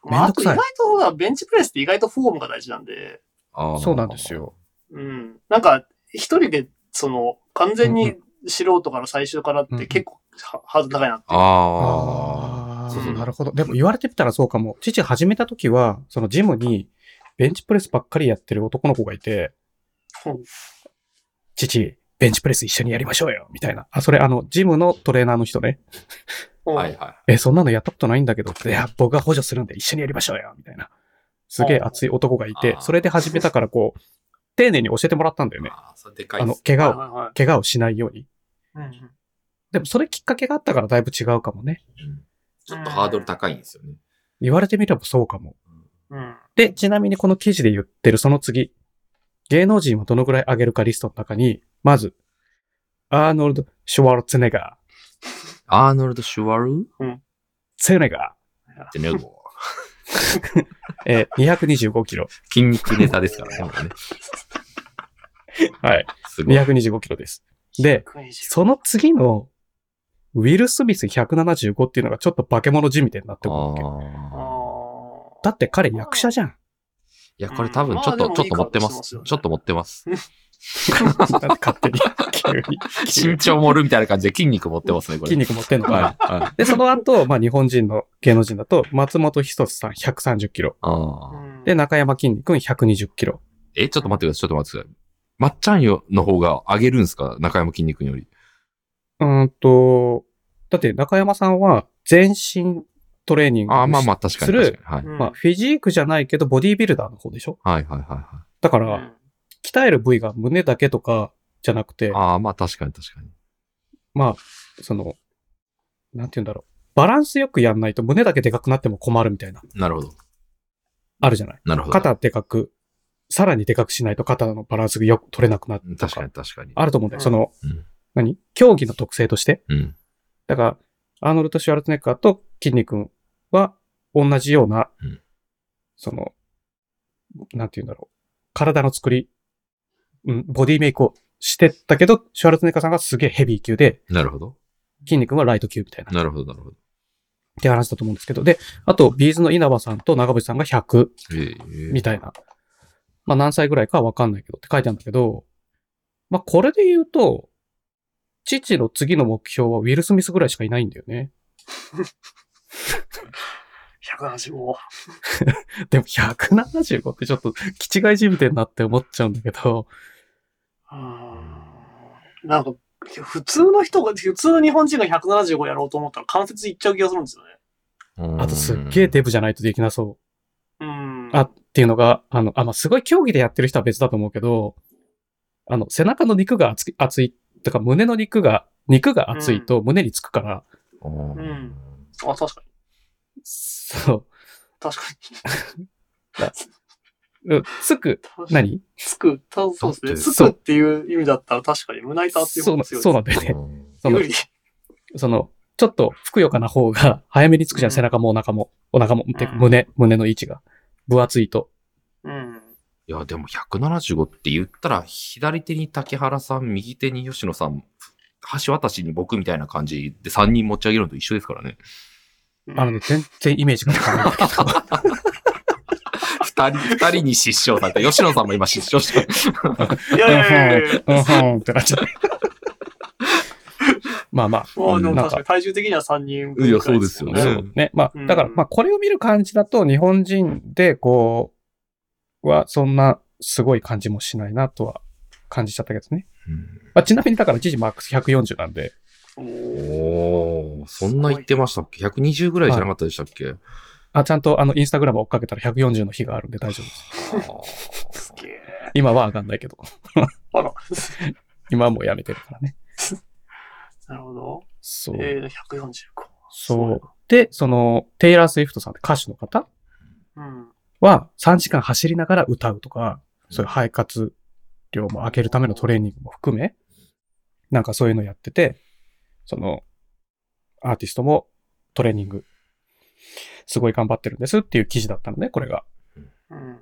S3: まあ、
S1: めん
S3: あ
S1: ど
S3: と
S1: く
S3: 意
S1: さい
S3: 外とほら、ベンチプレスって意外とフォームが大事なんで、
S2: あー
S1: そうなんです。よ。
S3: うん。なんか、一人で、その、完全に素人から最終からっ
S1: うんうん
S3: て結構はハードル高いなって。
S2: ああ。
S1: ー
S2: そうそう
S1: なるほど。でも言われてみたらそうかも。父始めた時は、そのジムにベンチプレスばっかりやってる男の子がいて、
S3: ほう
S1: 父、ベンチプレス一緒にやりましょうよみたいな。あ、それあの、ジムのトレーナーの人ね。
S3: ほう
S2: はいはい。
S1: え、そんなのやったことないんだけど、いや、僕が補助するんで一緒にやりましょうよみたいな。すげえ熱い男がいて
S2: あ、ー
S1: それで始めたからこう、丁寧に教えてもらったんだよね。
S2: ああ、それでかい
S1: あ
S2: っ
S1: の、
S2: す。
S1: 怪
S3: はい
S1: 我を、
S3: は
S1: 怪我をしないように。
S3: いはい。うん
S1: でもそれきっかけがあったからだいぶ違うかもね。
S2: うんちょっとハードル高いんですよね。
S1: 言われてみればそうかも。
S3: うん。
S1: で、ちなみにこの記事で言ってるその次。芸能人をどのぐらい上げるかリストの中に、まず、アーノルド・シュワルツェネガー、
S2: アーノルド・シュワル
S1: ツェネガ
S2: ってね、も
S1: ー、えー、225キロ。
S2: う筋肉ネタですからね、もうね。
S1: はい。
S2: すごい。
S1: 225キロです。で、その次の、ウィル・スミス175っていうのがちょっと化け物じみてんなって思うわけ
S3: あ
S2: ああ。
S3: ー
S1: だって彼役者じ ゃん。
S2: いや、これ多分ちょっと、
S3: うん
S2: ちょっと持ってま。
S3: まあでもいいかもしれますせんよね
S2: ちょっと持ってます。
S1: だって勝手に、急に。
S2: 身長盛るみたいな感じで 筋肉持ってますね、これ。
S1: 筋肉持ってんのかな。
S2: はい。はい。
S1: で、その後、まあ日本人の芸能人だと、松本人志さん130キロ。
S2: ああ。
S1: で、中山きんに君120キロ。
S2: え、ちょっと待ってください、ちょっと待ってください。まっちゃんよの方が上げるんすか中山筋肉より。
S1: うーんと、だって中山さんは全身トレーニング
S2: ああ、まあまあ、確かに
S1: する
S2: 確かに。はい。
S1: まあ、フィジークじゃないけど、ボディービルダーの方でしょ
S2: はいはいはいは
S1: だか
S3: あ
S1: ら、鍛える部位が胸だけとかじゃなくて、
S2: い。ああ、まあ確かに確かに。
S1: まあ、その、なんて言うんだろう。バランスよくやんないと胸だけでかくなっても困るみたいな、
S2: なるほど。
S1: あるじゃない
S2: なるほど。
S1: 肩でかく、さらにでかくしないと肩のバランスがよく取れなくなる
S2: うん
S1: と
S2: 確か
S1: か
S2: に、確かに。
S1: あると思うんだよ。その、
S2: うん
S1: 何競技の特性として。
S2: うん。
S1: だから、アーノルド・シュワルツェネッガーと筋肉は同じような、
S2: うん
S1: その、なんて言うんだろう。体の作り、うん、ボディメイクをしてったけど、シュワルツェネッガーさんがすげえヘビー級で、
S2: なるほど。
S1: 筋肉はライト級みたいな、っ
S2: なるほど、なるほど。
S1: て話だと思うんですけど、で、あと、ビーズの稲葉さんと長渕さんが100
S2: ええ
S1: みたいな。まあ何歳ぐらいかはわかんないけどって書いてあるんだけど、まあこれで言うと、父の次の目標はウィル・スミスぐらいしかいないんだよね。
S3: 175。
S1: でも175ってちょっと、気違いじみてんなって思っちゃうんだけど、
S3: うんなんか、普通の人が、普通の日本人が175やろうと思ったら関節いっちゃう気がするんですよね。
S1: あとすっげえデブじゃないとできなそ
S3: うん。
S1: う。あ、っていうのが、あの、あ、まあ、すごい競技でやってる人は別だと思うけど、あの、背中の肉が厚い、厚い、とか胸の肉が、肉が厚いと胸につくから、
S2: うん。
S3: うんあ、確かに。
S1: そ
S3: 確か
S1: う、うつく、
S3: に。
S1: 何
S3: つく、たそうです
S2: だ
S3: ね。
S2: って
S3: つくっていう意味だったら確かに胸板っていう
S1: そ
S3: 方
S1: うな、
S3: が強い
S1: そうなんだよね。その
S3: 有、利
S1: その、ちょっとふくよかな方が 早めにつくじゃん、背中もお腹も、お腹も、てか
S3: うん
S1: 胸、胸の位置が。分厚いと。
S3: うん。
S2: いや、でも175って言ったら、左手に竹原さん、右手に吉野さん、橋渡しに僕みたいな感じで3人持ち上げるのと一緒ですからね。
S1: あのね、全然イメージがつかないんだけど。
S2: 二人、二人に失笑された。吉野さんも今失笑してる。
S3: いやいやいやいや。
S1: うんふんってなっちゃう。 まあまあ、
S3: まあでも
S1: なん
S3: 確か
S1: か
S3: に、体重的には3人
S2: いやそうですよ
S1: そ
S2: ね
S1: うね。ま
S3: う
S1: あ、
S3: ん
S1: だから、まあ、これを見る感じだと、日本人で、こう、は、そんな、すごい感じもしないな、とは、感じちゃったけどね。まあ、ちなみに、だから、一時マックス140なんで、
S3: おー
S2: おー、そんな言ってましたっけ ?120 ぐらいじゃなかったでしたっけ、
S1: あ、ちゃんと、あの、インスタグラム追っかけたら140の日があるんで大丈夫です。
S3: すげえ。
S1: 今は上がんないけど、
S3: あら。
S1: 今はもうやめてるからね。
S3: なるほど。
S1: そう。
S3: えー、140か。
S1: そう。で、その、テイラー・スウィフトさんって歌手の方
S3: うん。
S1: は、3時間走りながら歌うとか、そういう肺活量も上げるためのトレーニングも含め、なんかそういうのやってて、その、アーティストもトレーニング、すごい頑張ってるんですっていう記事だったのね、これが。
S3: うん。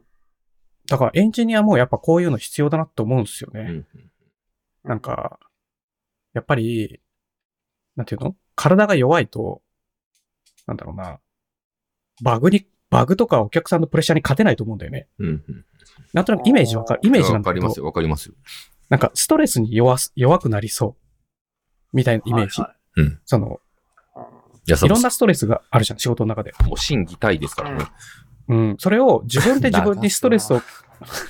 S1: だからエンジニアもやっぱこういうの必要だなって思うんですよ
S2: うん
S1: ね。なん。か、やっぱり、なんていうの体が弱いと、なんだろうな、バグにバグとかお客さんのプレッシャーに勝てないと思うんだよね。
S2: うんうん。
S1: なんとなくイメージわかる。イメージなん
S2: わ
S1: だ
S2: か
S1: け
S2: り
S1: ど
S2: ます、よ、わかりますよ。
S1: なんかストレスに弱す弱くなりそう。みたいなイメージ。
S3: はい
S1: その、
S3: はい
S2: いや、
S1: いろんなストレスがあるじゃん、仕事の中で。
S2: もう審議体ですからね。
S1: うん。それを自分で自分にストレスを、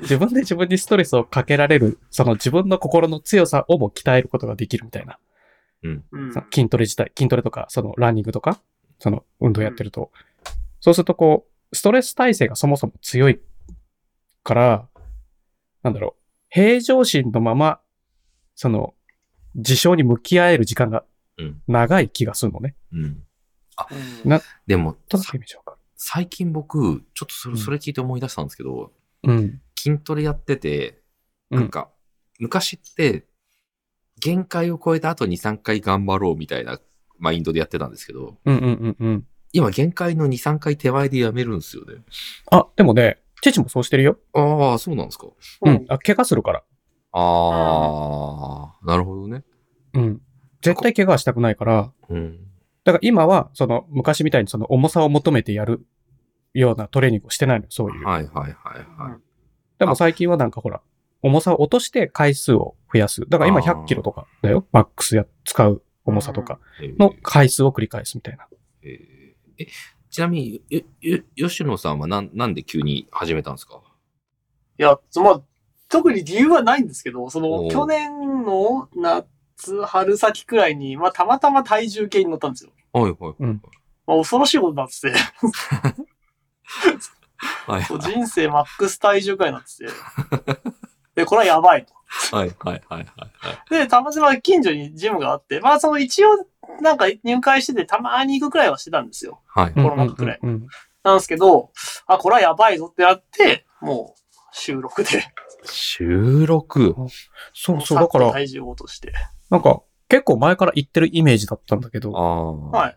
S1: 自分で自分にストレスをかけられる、その自分の心の強さをも鍛えることができるみたいな。
S3: うんうん
S1: その筋トレ自体、筋トレとか、そのランニングとか、その運動やってると。そうするとこう、ストレス耐性がそもそも強いから、なんだろう、平常心のまま、その、事象に向き合える時間が
S2: うん
S1: 長い気がするのね。
S2: うん。
S3: うん
S1: な
S2: でも、
S1: とだけ見ましょうか。
S2: 最近僕、ちょっとそれ
S1: うん
S2: それ聞いて思い出したんですけど、
S1: うん。
S2: 筋トレやってて、
S1: うん
S2: なんか、昔って、限界を超えた後2、3回頑張ろうみたいなマインドでやってたんですけど、
S1: うんうんうんうん。
S2: 今限界の2、3回手前でやめるんですよね。
S1: あ、でもね、父もそうしてるよ。
S2: ああ、そうなんですか。
S1: うん。あ、怪我するから。
S2: ああ、なるほどね。
S1: うん。絶対怪我はしたくないから、
S2: うん。
S1: だから今は、その、昔みたいにその重さを求めてやるようなトレーニングをしてないの、そういう。
S2: はいはいはいはい。
S1: でも最近はなんかほら、重さを落として回数を増やす。だから今
S2: あー
S1: 100キロとかだよ。マックスや、使う重さとか
S2: えー
S1: の回数を繰り返すみたいな。
S2: えーえちなみに、よ、よ、吉野さんはなん、なんで急に始めたんですか
S3: いや、そまあ、特に理由はないんですけど、そ
S2: お
S3: の、
S2: う
S3: 去年の夏、春先くらいに、まあ、たまたま体重計に乗ったんですよ。
S2: はいはいはい。
S1: うん
S3: まあ、恐ろしいことになっ てて、
S2: はい
S3: そう
S2: は
S3: 人生マックス体重くらいになってて、で、これはやばいと。
S2: いはいはいはい。
S3: で、たまたま近所にジムがあって、まあ、その一応、なんか入会してて、たまに行くくらいはしてたんですよ。
S2: はい。
S3: コロナ禍くらい
S1: うんうんうんうん
S3: なんですけど、あ、これはやばいぞってなって、もう、収録で、
S2: 収録。
S1: そうそう、
S3: も
S1: だ
S3: うさ
S1: か
S3: っと
S1: ら、
S3: 体重を落として。
S1: なんか、結構前から言ってるイメージだったんだけど。
S2: あ
S1: あ
S2: あ。。
S3: はいい。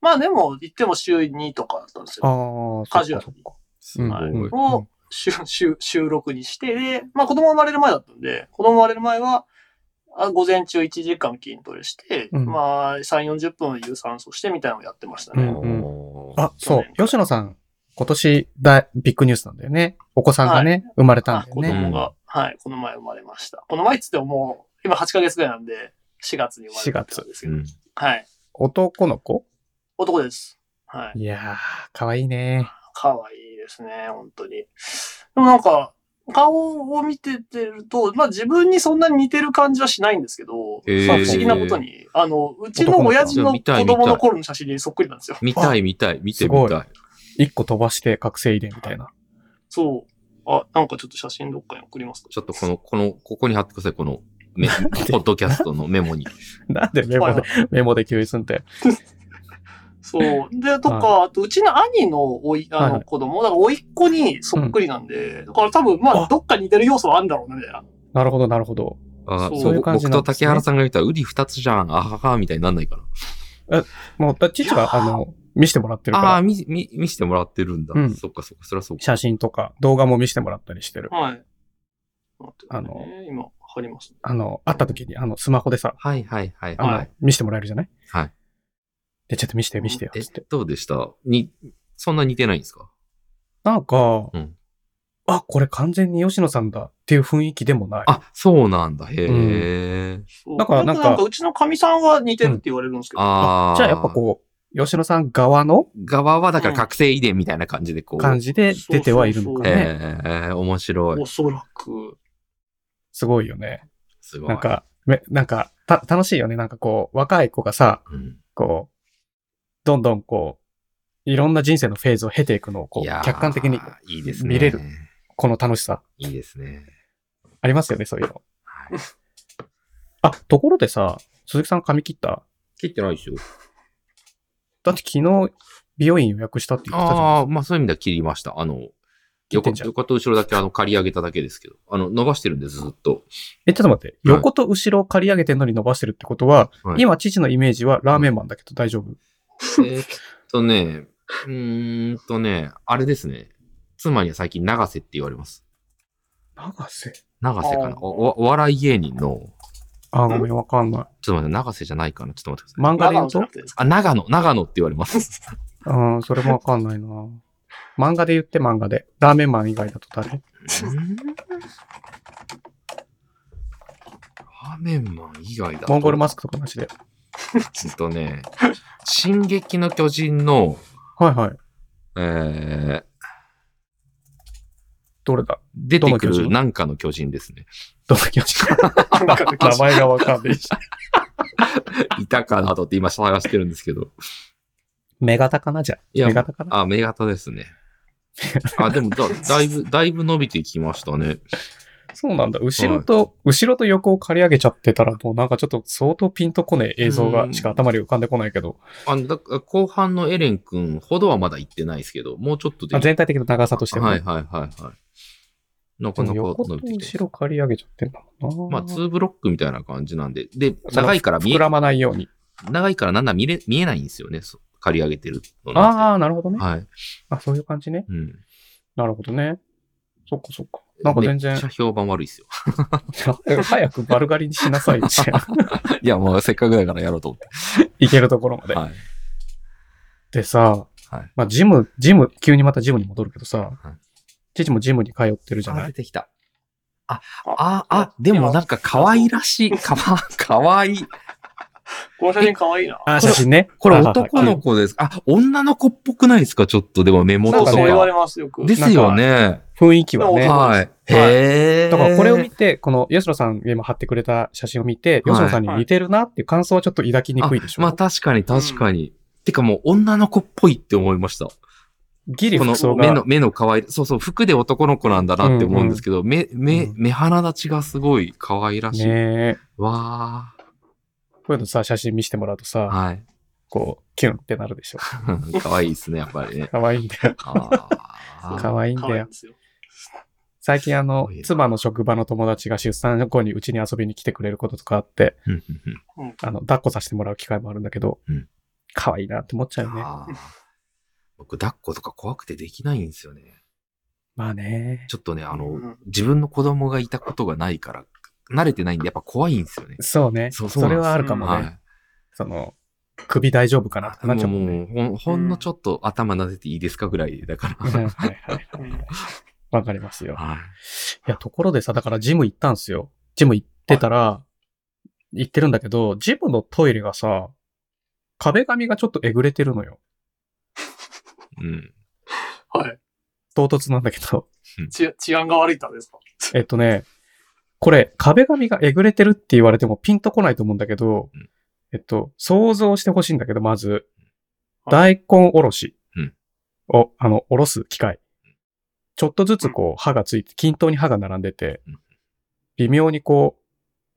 S3: まあでも、言っても週2とかだったんです
S1: あ
S3: よ。
S1: ー、
S3: カジュアル
S1: そっかそっか
S2: すごい。
S3: はい
S1: うん
S3: を週、 週、収録にして、で、まあ子供生まれる前だったんで、子供生まれる前は、あ午前中1時間筋トレして、
S1: うん
S3: まあ3、40分有酸素してみたいなのをやってましたね。
S1: うんうん
S2: あ
S1: あ、そう。吉野さん、今年大、ビッグニュースなんだよね。お子さんがね、生まれたん
S3: あ
S1: だよ
S3: 子
S1: ね。
S3: 供が、はい、この前生まれました。この前っつってももう、今8ヶ月ぐらいなんで、4月に生まれたんですけど、
S2: うん
S3: はい。
S1: 男の子
S3: 男です。はい。
S1: いやー、かわいいね。
S3: 可愛いですね、本当に。でもなんか、顔を見ててると、まあ自分にそんなに似てる感じはしないんですけど、
S2: へー
S3: まあ不思議なことに、あの、うちの親父の子
S2: 男の子
S3: 供の頃の写真にそっくりなんですよ。
S2: 見たい見たい、見てみたい。
S1: 一個飛ばして覚醒遺伝みたいな。
S3: そう。あ、なんかちょっと写真どっかに送りますか
S2: ちょっとこの、この、ここに貼ってください、この、ね、ポッドキャストのメモに。
S1: なんでメ
S3: は
S1: モ
S3: いは
S1: で
S3: い、
S1: メモで共有すんだよ。
S3: そう。で、とか、あと、うちの兄のおい、あ
S1: はいは
S3: の、
S1: い
S3: 子供、だから、甥っ子にそっくりなんで、だから多分、まあ、
S1: あ
S3: どっか似てる要素はあるんだろうね、みたいな。
S1: なるほど、なるほど。
S2: あ
S3: そう
S1: そういう感じ
S2: 僕
S1: なん
S2: と
S1: ですね
S2: 竹原さんが見たら、ウリ二つじゃん、あはは、みたいになんないから。
S1: もう、だ父が、あの、見せてもらってるか
S2: ああー、
S1: ら、
S2: 見、見、見してもらってるんだ。
S1: うん
S2: そっかそっか、そりゃそうか。
S1: 写真とか動画も見せてもらったりしてる。
S3: はい。
S1: あの
S3: 待ってくださいね今、貼ります。
S1: あの、会った時に、あの、スマホでさ、
S2: はいはいはい
S1: あの、
S2: はい。
S1: 見せてもらえるじゃない
S2: はい。
S1: で、ちょっと見せてよ、見せてよ、
S2: え
S1: つって。、
S2: どうでしたに、そんな似てないんですか
S1: なんか、
S2: うん
S1: あ、これ完全に吉野さんだっていう雰囲気でもない。
S2: あ、そうなんだ。へえ。
S3: そう
S1: だからなんか
S3: よくうちのかみさんは似てるって言われるんですけど、
S2: ああ。
S1: じゃあやっぱこう、吉野さん側の
S2: 側はだから覚醒遺伝みたいな感じでこう。
S1: 感じで出てはいるのか
S3: だ
S1: ね。
S2: ええ、面白い
S3: お。そらく。
S1: すごいよね。
S2: すごい。
S1: なんか、めなんか、た、楽しいよね。なんかこう、若い子がさ、
S2: うん、
S1: こう、どんどんこう、いろんな人生のフェーズを経ていくのを、こ
S2: いうや、ー
S1: 客観的に、
S2: いいですね
S1: 見れるこの楽しさ、
S2: いいですね。
S1: ありますよね、そういうの。
S2: はい
S1: あ、ところでさ、鈴木さん髪切った
S2: 切ってないですよ。
S1: だって昨日、美容院予約したって言ってたじゃん。
S2: ああ、まあそういう意味では切りました。あの、
S1: 切って
S2: 横
S1: んじゃん
S2: 横と後ろだけあの刈り上げただけですけど、あの、伸ばしてるんでずっ と。
S1: え、ちょっと待って。
S2: はい
S1: 横と後ろを刈り上げてんのに伸ばしてるってことは、
S2: はい
S1: 今、父のイメージはラーメンマンだけど大丈夫。
S2: えーっとね、うーんとね、あれですね。妻には最近長瀬って言われます。
S1: 長瀬
S2: 長瀬か
S3: あ
S2: な
S3: ー
S2: おおお笑い芸人の、
S1: あー、ごめん、わかんない。
S2: ちょっと待って、長瀬じゃないかなちょっと待ってください。
S1: 漫画で言
S3: 長野
S1: う
S3: じゃ
S1: と
S3: なくてですか
S2: あ、長野、長野って言われます。
S1: ああ、それもわかんないな。漫画で言って漫画で。ラーメンマン以外だと誰
S2: うんラーメンマン以外だと
S1: モンゴルマスクとかなしで。
S2: えっとね、進撃の巨人の、
S1: はいはい。
S2: えー、
S1: どれだ
S2: 出てく
S1: どの巨
S2: る
S1: 人
S2: なんかの巨人ですね。
S1: どの気持ちか。
S3: なんかね
S1: 名前がわかん ないし。
S2: いたかなとって今探してるんですけど。
S1: メガタかなじゃあ。
S2: いや
S1: メガタかな
S2: あ、目型ですね。あ、でも だ、だいぶ、だいぶ伸びてきましたね。
S1: そうなんだ。後ろと、後ろと横を刈り上げちゃってたら、もうなんかちょっと相当ピンとこねえ映像
S2: う
S1: が
S2: ん
S1: しか頭に浮かんでこないけど、
S2: あのだ後半のエレン君ほどはまだ行ってないですけど、もうちょっとで。
S1: あ全体的な長さとしても。
S2: はいはいはいはい。なか
S1: で
S2: なか
S1: も横
S2: 伸
S1: と
S2: びてき
S1: 後
S2: てま
S1: ろ刈り上げちゃってんだもん
S2: す。
S1: な。
S2: まあ、2ブロックみたいな感じなんで、で、
S1: その
S2: 長いから見え
S1: 膨、らまないように。
S2: 長いからなんだ見れ、見えないんですよね、そう刈り上げてるのなんて
S1: ああ、なるほどね、
S2: はい。
S1: あ、そういう感じね。
S2: うん。
S1: なるほどね。そっかそっか。なんか全
S2: めっ
S1: 然
S2: ちゃ、評判悪いですよ。
S1: 早く丸刈りにしなさいじゃん
S2: いや、もうせっかくだからやろうと思
S1: いけるところまで。
S2: はい。
S1: でさ、
S2: はい
S1: まあジム、ジム、急にまたジムに戻るけどさ、
S2: はい
S1: 父もジムに通ってるじゃ
S2: あ、
S1: な
S2: 出
S1: い
S2: てきた。あ、あ、あ、でもなんか可愛らしい。かわ、かわいい。
S3: この写真かわいいな。
S1: あ、写真ね。
S2: これ
S1: はいはいはい
S2: 男の子です。あ、女の子っぽくないですかちょっとでも目元
S3: なん
S2: と
S3: か
S2: か。
S3: そう言われますよく。
S2: ですよね。
S1: 雰囲気はね。
S3: なんか
S2: はい。
S3: そうです
S2: へえ。
S1: だからこれを見て、この吉野さんが今貼ってくれた写真を見て、吉野さんに似てるなっていう感想はちょっと抱きにくいでしょ。
S2: まあ確かに確かに。てかもう女の子っぽいって思いました。
S1: ギリ
S2: こ
S1: 服
S2: の
S1: 装
S2: 目
S1: が
S2: の、目の可愛い。そうそう、服で男の子なんだなって思うんですけど、目、目、
S1: うん
S2: 目鼻立ちがすごい可愛らしい。
S1: ねえ
S2: わ
S1: こういうのさ、写真見せてもらうと
S2: ー。
S1: さ、
S2: はい。
S1: こう、キュンってなるでしょ。
S2: 可愛いですね、やっぱりね。
S1: かわいいんだよ。
S2: あ
S3: そう
S1: か
S2: あ。
S1: わいいんだよ
S3: 可愛ですよ。
S1: 最近あの
S2: すごいな、
S1: 妻の職場の友達が出産後にうちに遊びに来てくれることとかあって、
S2: うんうんうん
S3: うん
S1: あの、抱っこさせてもらう機会もあるんだけど
S2: うん、
S1: かわいいなって思っちゃうよね。
S2: あー僕、抱っことか怖くてできないんですよね。
S1: まあね。
S2: ちょっとね、あ
S3: う
S2: の
S3: ん、
S2: 自分の子供がいたことがないから、慣れてないんで、やっぱ怖いんですよね。
S1: そうね。
S2: そ
S1: そう
S2: そうなん
S1: れ
S2: です
S1: はあるかも
S2: は
S1: ね。
S2: い。
S1: その、首大丈夫かなってなっちゃうもんね。
S2: もうほん、ほんのちょっと頭撫でていいですかぐらいだか
S1: うん
S2: ら。
S1: はいはいはい
S3: うん
S1: わかりますよ。
S2: はい。
S1: いや、ところでさ、だからジム行ったんすよ。ジム行ってたら、行ってるんだけど、ジムのトイレがさ、壁紙がちょっとえぐれてるのよ。
S2: うん。
S3: はい。
S1: 唐突なんだけど。
S3: 治治安が悪いったんですか
S1: えっとね、これ、壁紙がえぐれてるって言われてもピンとこないと思うんだけど
S2: うん、
S1: えっと、想像してほしいんだけど、まず、
S3: は
S1: 大根おろし
S2: うん
S1: を、あの、おろす機械。ちょっとずつこう、刃がついて、均等に刃が並んでて
S2: うん、
S1: 微妙にこ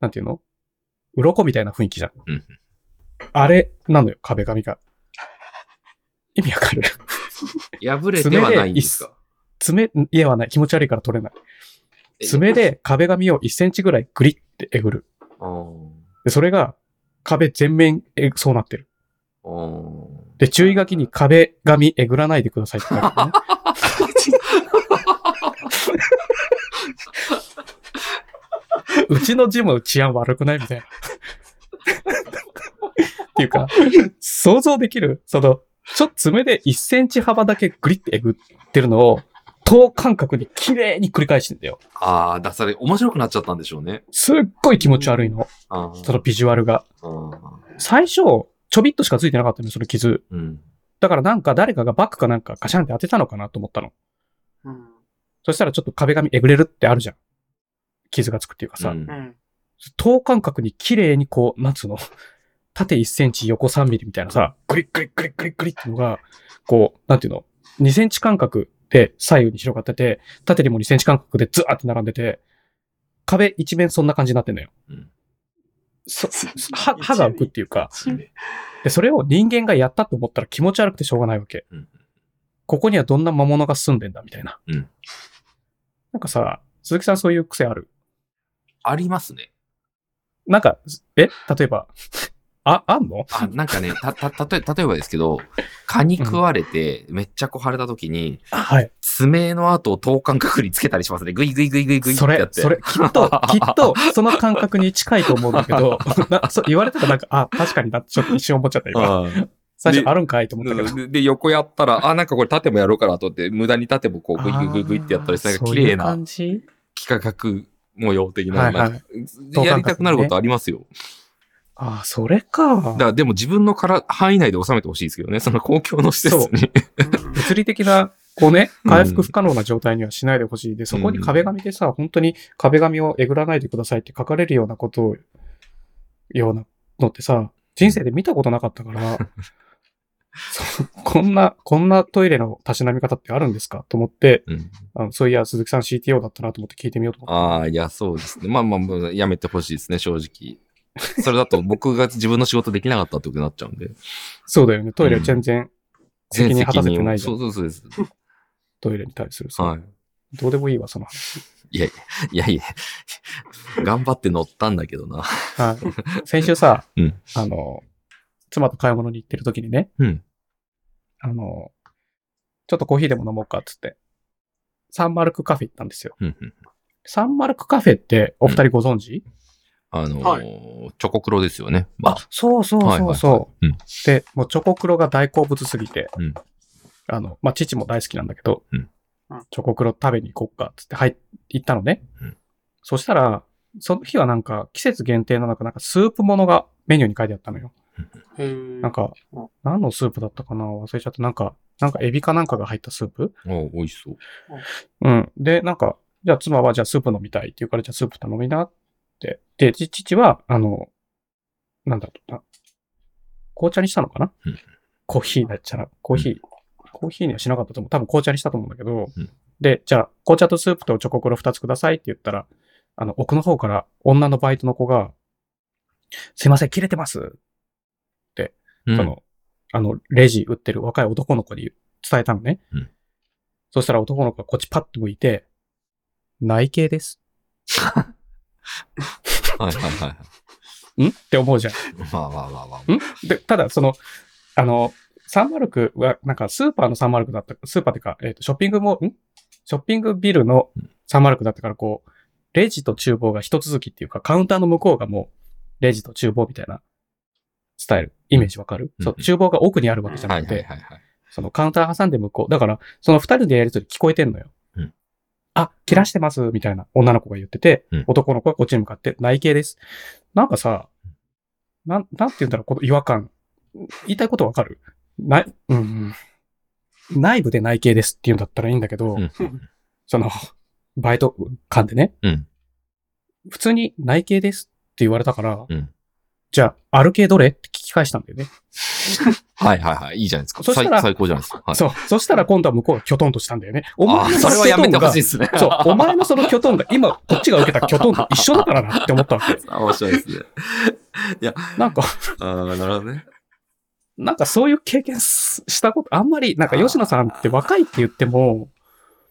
S1: う、なんていうの鱗みたいな雰囲気じゃん
S2: うん。
S1: あれ、なのよ、壁紙が。意味わかる
S2: 破れてはないんですか
S1: 爪、家はない。気持ち悪いから取れない。爪で壁紙を1センチぐらいグリってえぐる。
S2: あー
S1: で、それが壁全面え、そうなってる。
S2: あー
S1: で、注意書きに壁紙えぐらないでくださいって書いてあるね。 うちのジム治安悪くないみたいな。っていうか、想像できるその、ちょっと爪で1センチ幅だけグリってえぐってるのを、等間隔に綺麗に繰り返してんだよ。
S2: あー、だ、それ面白くなっちゃったんでしょうね。
S1: すっごい気持ち悪いの。
S2: あー
S1: そのビジュアルが。
S2: あ
S1: 最初、ちょびっとしかついてなかったのよ、その傷。
S2: ー。うん。
S1: だからなんか誰かがバッグかなんかガシャンって当てたのかなと思ったの。
S3: うん。
S1: そしたらちょっと壁紙えぐれるってあるじゃん。傷がつくっていうかさ。
S2: うん
S3: うん。
S1: 等間隔に綺麗にこう、なんつうの、縦1センチ、横3ミリみたいなさ、グリッグリッグリッグリッグリってのが、こう、なんていうの、2センチ間隔で左右に広がってて、縦にも2センチ間隔でずーって並んでて、壁一面そんな感じになってんのよ。
S2: うん
S1: そ歯歯が浮くっていうか、
S3: 爪
S1: で、それを人間がやったと思ったら気持ち悪くてしょうがないわけ。
S2: うん
S1: ここにはどんな魔物が住んでんだみたいな。
S2: うん
S1: なんかさ、鈴木さんそういう癖ある
S2: ありますね。
S1: なんか、え例えば、 あ、あんの
S2: あ、なんかね、た、た、たとえ、例えばですけど、蚊に食われて、めっちゃこ腫れた時に、
S1: はい。
S2: 爪の跡を等間隔につけたりしますね。グイグイグイグイグイって
S1: そ
S2: や
S1: れ
S2: っ、て。
S1: それ、きっ と、きっと、その感覚に近いと思うんだけど、なそう言われたらなんか、あ、確かになってちょっと一瞬思っちゃった、今。
S2: あー
S1: 最初あるんかいと思ったけど。
S2: でで横やったら、あ、なんかこれ縦もやろうかなと思って、無駄に縦もこう、グイグイグイグイってやったりして、なんか綺麗
S1: あー
S2: な
S1: そういう感じ
S2: 幾何学模様的
S1: は
S2: な、
S1: いは
S2: ないんかやりたくなることありますよ。
S1: あー、それか
S2: だか。らでも自分のから範囲内で収めてほしいですけどね、その公共の施設に。
S1: 物理的な、こうね、回復不可能な状態にはしないでほしい。で、そこに壁紙でさ、本当に壁紙をえぐらないでくださいって書かれるようなことを、ようなのってさ、人生で見たことなかったから、そうこんな、こんなトイレのたしなみ方ってあるんですかと思って、
S2: うん
S1: あのそういや、鈴木さん CTO だったなと思って聞いてみようと思っ
S2: ああ、いや、そうですね。まあまあまあ、やめてほしいですね、正直。それだと僕が自分の仕事できなかったってことになっちゃうんで。
S1: て。そうだよね。トイレ全然 責任果たせてないじゃ
S2: そ
S1: ん。
S2: うそうそうです。
S1: トイレに対するさ、
S2: はい。
S1: どうでもいいわ、その話。
S2: いやいや、 頑張って乗ったんだけどな。
S1: はい。先週さ、
S2: うん
S1: あの、妻と買い物に行ってる時にね、
S2: うん
S1: あの、ちょっとコーヒーでも飲もうかっつって、サンマルクカフェ行ったんですよ。
S2: うんうん
S1: サンマルクカフェってお二人ご存知、
S2: あのー
S3: は
S2: チョコクロですよね。まあ、
S1: そうそう
S2: はいはいはいうん
S1: で、もうチョコクロが大好物すぎて、
S2: うん
S1: あの、まあ、父も大好きなんだけど、
S2: うん
S1: チョコクロ食べに行こっかっつって入っ行ったのね。
S2: うん
S1: そしたら、その日はなんか季節限定なのか、なんかスープものがメニューに書いてあったのよ。
S3: へー
S1: なんか
S3: うん、
S1: 何のスープだったかな忘れちゃった。なんか、なんかエビかなんかが入ったスープ
S2: お美味しそう。
S1: うん。で、なんか、じゃあ妻はじゃあスープ飲みたいって言うから、じゃあスープ頼みなって。で、ち父は、あの、なんだろうな。紅茶にしたのかな、
S2: うん
S1: コーヒーだったら、コーヒー、コーヒーにはしなかったと思う。多分紅茶にしたと思うんだけど、
S2: うん
S1: で、じゃあ紅茶とスープとチョコクロ2つくださいって言ったら、あの、奥の方から女のバイトの子が、すいません、切れてます
S2: うん
S1: その、あの、レジ売ってる若い男の子に伝えたのね。
S2: うん
S1: そしたら男の子がこっちパッと向いて、内径です。
S2: はいはいはいはい。
S1: んって思うじゃ
S2: まあまあまあまあ。
S1: ん。んで、ただ、その、あの、サンマルクは、なんかスーパーのサンマルクだった、スーパーってか、えっ、と、ショッピングも、んショッピングビルのサンマルクだったから、こう、レジと厨房が一続きっていうか、カウンターの向こうがもう、レジと厨房みたいな、スタイル、イメージわかる、
S2: うん
S1: そう、厨房が奥にあるわけじゃ
S2: は
S1: ないく
S2: はい
S1: て、
S2: はいはい。
S1: そのカウンター挟んで向こう。だから、その二人でやりとり聞こえてんのよ。
S2: うん
S1: あ、切らしてます、みたいな女の子が言ってて、
S2: うん
S1: 男の子がこっちに向かって、内径です。なんかさ、なん、なんて言うんだろう、この違和感。言いたいことわかるない、うん、うん。内部で内径ですって言うんだったらいいんだけど、
S2: うん
S1: その、バイト間でね、
S2: うん
S1: 普通に内径ですって言われたから、
S2: うん
S1: じゃあ、ある系どれって聞き返したんだよね。
S2: はいはいはい。いいじゃないですか。
S1: そしたら
S2: 最最高じゃないですか。はい、
S1: そう。そしたら今度は向こうがキョトンとしたんだよね。お
S2: あ
S1: 前
S2: ー
S1: の
S2: それは
S1: キ
S2: や
S1: ョト
S2: め
S1: ン
S2: てほ
S1: が
S2: しいですね。
S1: そう、お前のそのキョトンが、今、こっちが受けたキョトンと一緒だからなって思ったわけ。
S2: あ 面白いですね。
S1: なんか、
S2: ああ、なるほどね。
S1: なんかそういう経験すしたこと、あんまり、なんか吉野さんって若いって言っても、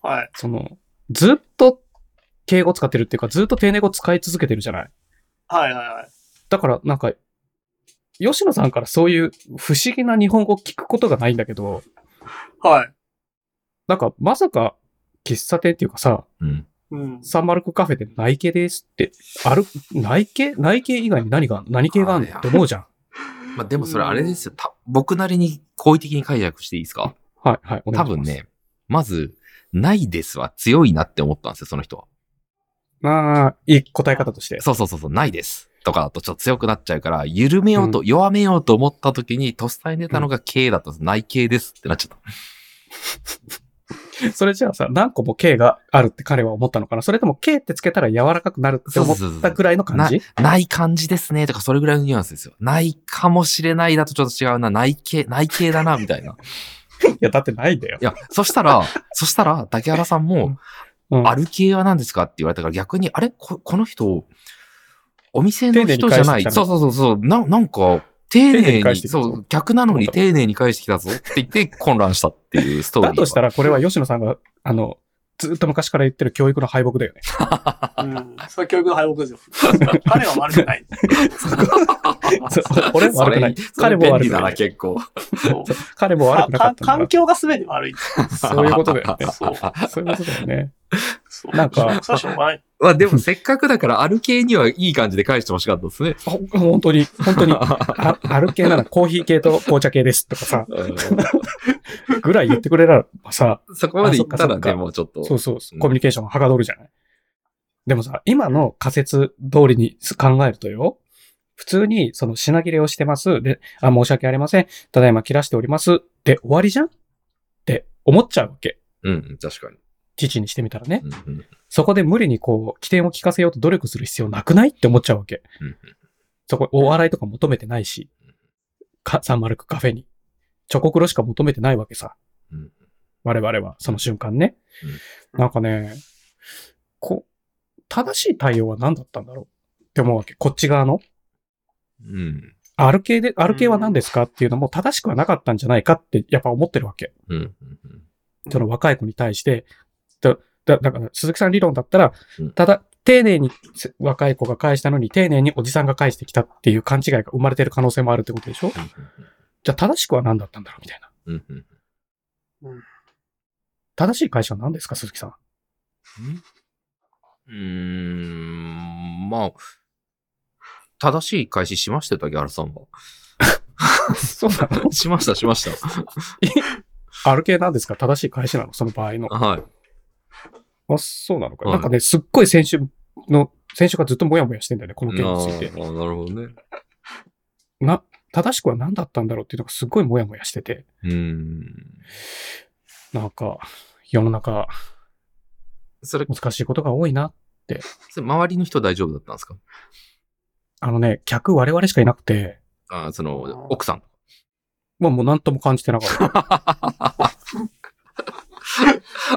S3: はい。
S1: その、ずっと敬語使ってるっていうか、ずっと丁寧語使い続けてるじゃない。
S3: はいはいはい。
S1: だから、なんか、吉野さんからそういう不思議な日本語を聞くことがないんだけど、
S3: はい。
S1: なんか、まさか、喫茶店っていうかさ、
S2: うん。
S3: うん。
S1: サンマルクカフェで内径ですって、ある、内径内径以外に何が、何系があるのって思うじゃん。
S2: まあでもそれあれですよ。た僕なりに好意的に解釈していいですか
S1: はい、はい、お
S2: 多
S1: 願いし
S2: 分
S1: ます。
S2: ね、まず、ないですは強いなって思ったんですよ、その人は。
S1: まあ、いい答え方として。
S2: そうそうそうそう、ないです。とかだとちょっと強くなっちゃうから、緩めようと、弱めようと思った時に、とっさに出たのが K だったんです。ない K ですってなっちゃった。
S1: それじゃあさ、何個も K があるって彼は思ったのかなそれとも K ってつけたら柔らかくなるって思ったぐらいの感じ
S2: ない感じですねとか、それぐらいのニュアンスですよ。ないかもしれないだとちょっと違うな。ない系、ない系だな、みたいな。い
S1: いや、だってないんだよ。
S2: や、そしたら、そしたら、竹原さんも、
S1: うん
S2: ある系は何ですかって言われたから逆に、あれここの人、お店の人じ
S1: 丁寧に
S2: ゃな
S1: 返して
S2: い。
S1: きたね
S2: そうそうそうそう。ななんか、丁
S1: 寧
S2: 寧
S1: に
S2: に、
S1: 返してきた
S2: そ
S1: ぞ
S2: う、逆なのに丁寧に返してきたぞって言って混乱したっていうストーリー
S1: だ
S2: は。
S1: としたら、これは吉野さんが、あの、ずっと昔から言ってる教育の敗北だよね。
S3: うん。それ教育の敗北ですよ。彼は悪くない。
S1: そう俺も悪くない。
S2: それ
S1: 彼も悪く
S2: それ便利だ
S1: な。
S2: ない結 構。
S3: そう
S1: 彼も悪くなか
S3: か
S1: ったん
S3: 環
S1: だ
S3: 境が全て悪い。
S1: な。そういうことだよね。
S3: そう。
S1: そういうことだよね。
S3: そう。
S1: なんか
S3: そうしょうがない。
S2: まあでもせっかくだから、ある系にはいい感じで返してほしかったですね。
S1: ほ本当に、本当に、 あある系ならコーヒー系と紅茶系ですとかさ、ぐらい言ってくれればさ、
S2: そこまで言った
S1: あそっ
S2: ら
S1: かそっ
S2: ね、
S1: か
S2: もうちょっと。
S1: そうそう、コミュニケーションはかどるじゃない。でもさ、今の仮説通りに考えるとよ、普通にその品切れをしてます。で、あ、申し訳ありません。ただいま切らしております。で、終わりじゃんって思っちゃうわけ。
S2: うん、確かに。
S1: 父にしてみたらね。
S2: うんうん
S1: そこで無理にこう、起点を聞かせようと努力する必要なくないって思っちゃうわけ。
S2: うんうん
S1: そこ、お笑いとか求めてないし、か、サンマルクカフェに。チョコクロしか求めてないわけさ。
S2: うん
S1: 我々は、その瞬間ね。
S3: うん
S1: なんかね、こう、正しい対応は何だったんだろうって思うわけ。こっち側の。
S2: うん。
S1: ある系で、ある系は何ですかっていうのも正しくはなかったんじゃないかって、やっぱ思ってるわけ。
S2: うんうんうん。
S1: その若い子に対して、だ、だだから鈴木さん理論だったら
S2: うん、
S1: ただ、丁寧にせ若い子が返したのに、丁寧におじさんが返してきたっていう勘違いが生まれてる可能性もあるってことでしょじゃあ正しくは何だったんだろうみたいな。
S2: うんうんうん
S1: 正しい会社は何ですか、鈴木さん。
S2: うーん、まあ、正しい開始しましたよ、竹原さん は。
S1: そうなの
S2: しました、しました。
S1: ある系なんですか正しい会社なのその場合の。
S2: はい。
S1: あ、そうなのか。
S2: はい
S1: なんかね、すっごい先週の、先週からずっとモヤモヤしてんだよね、この件について。
S2: あーなるほどね。
S1: な、正しくは何だったんだろうっていうのがすっごいモヤモヤしてて、
S2: うーん。
S1: なんか、世の中
S2: それ、
S1: 難しいことが多いな。
S2: それ周りの人大丈夫だったんですか
S1: あのね、客我々しかいなくて、
S2: あーその、奥さん。
S1: まあもう何とも感じてなかった。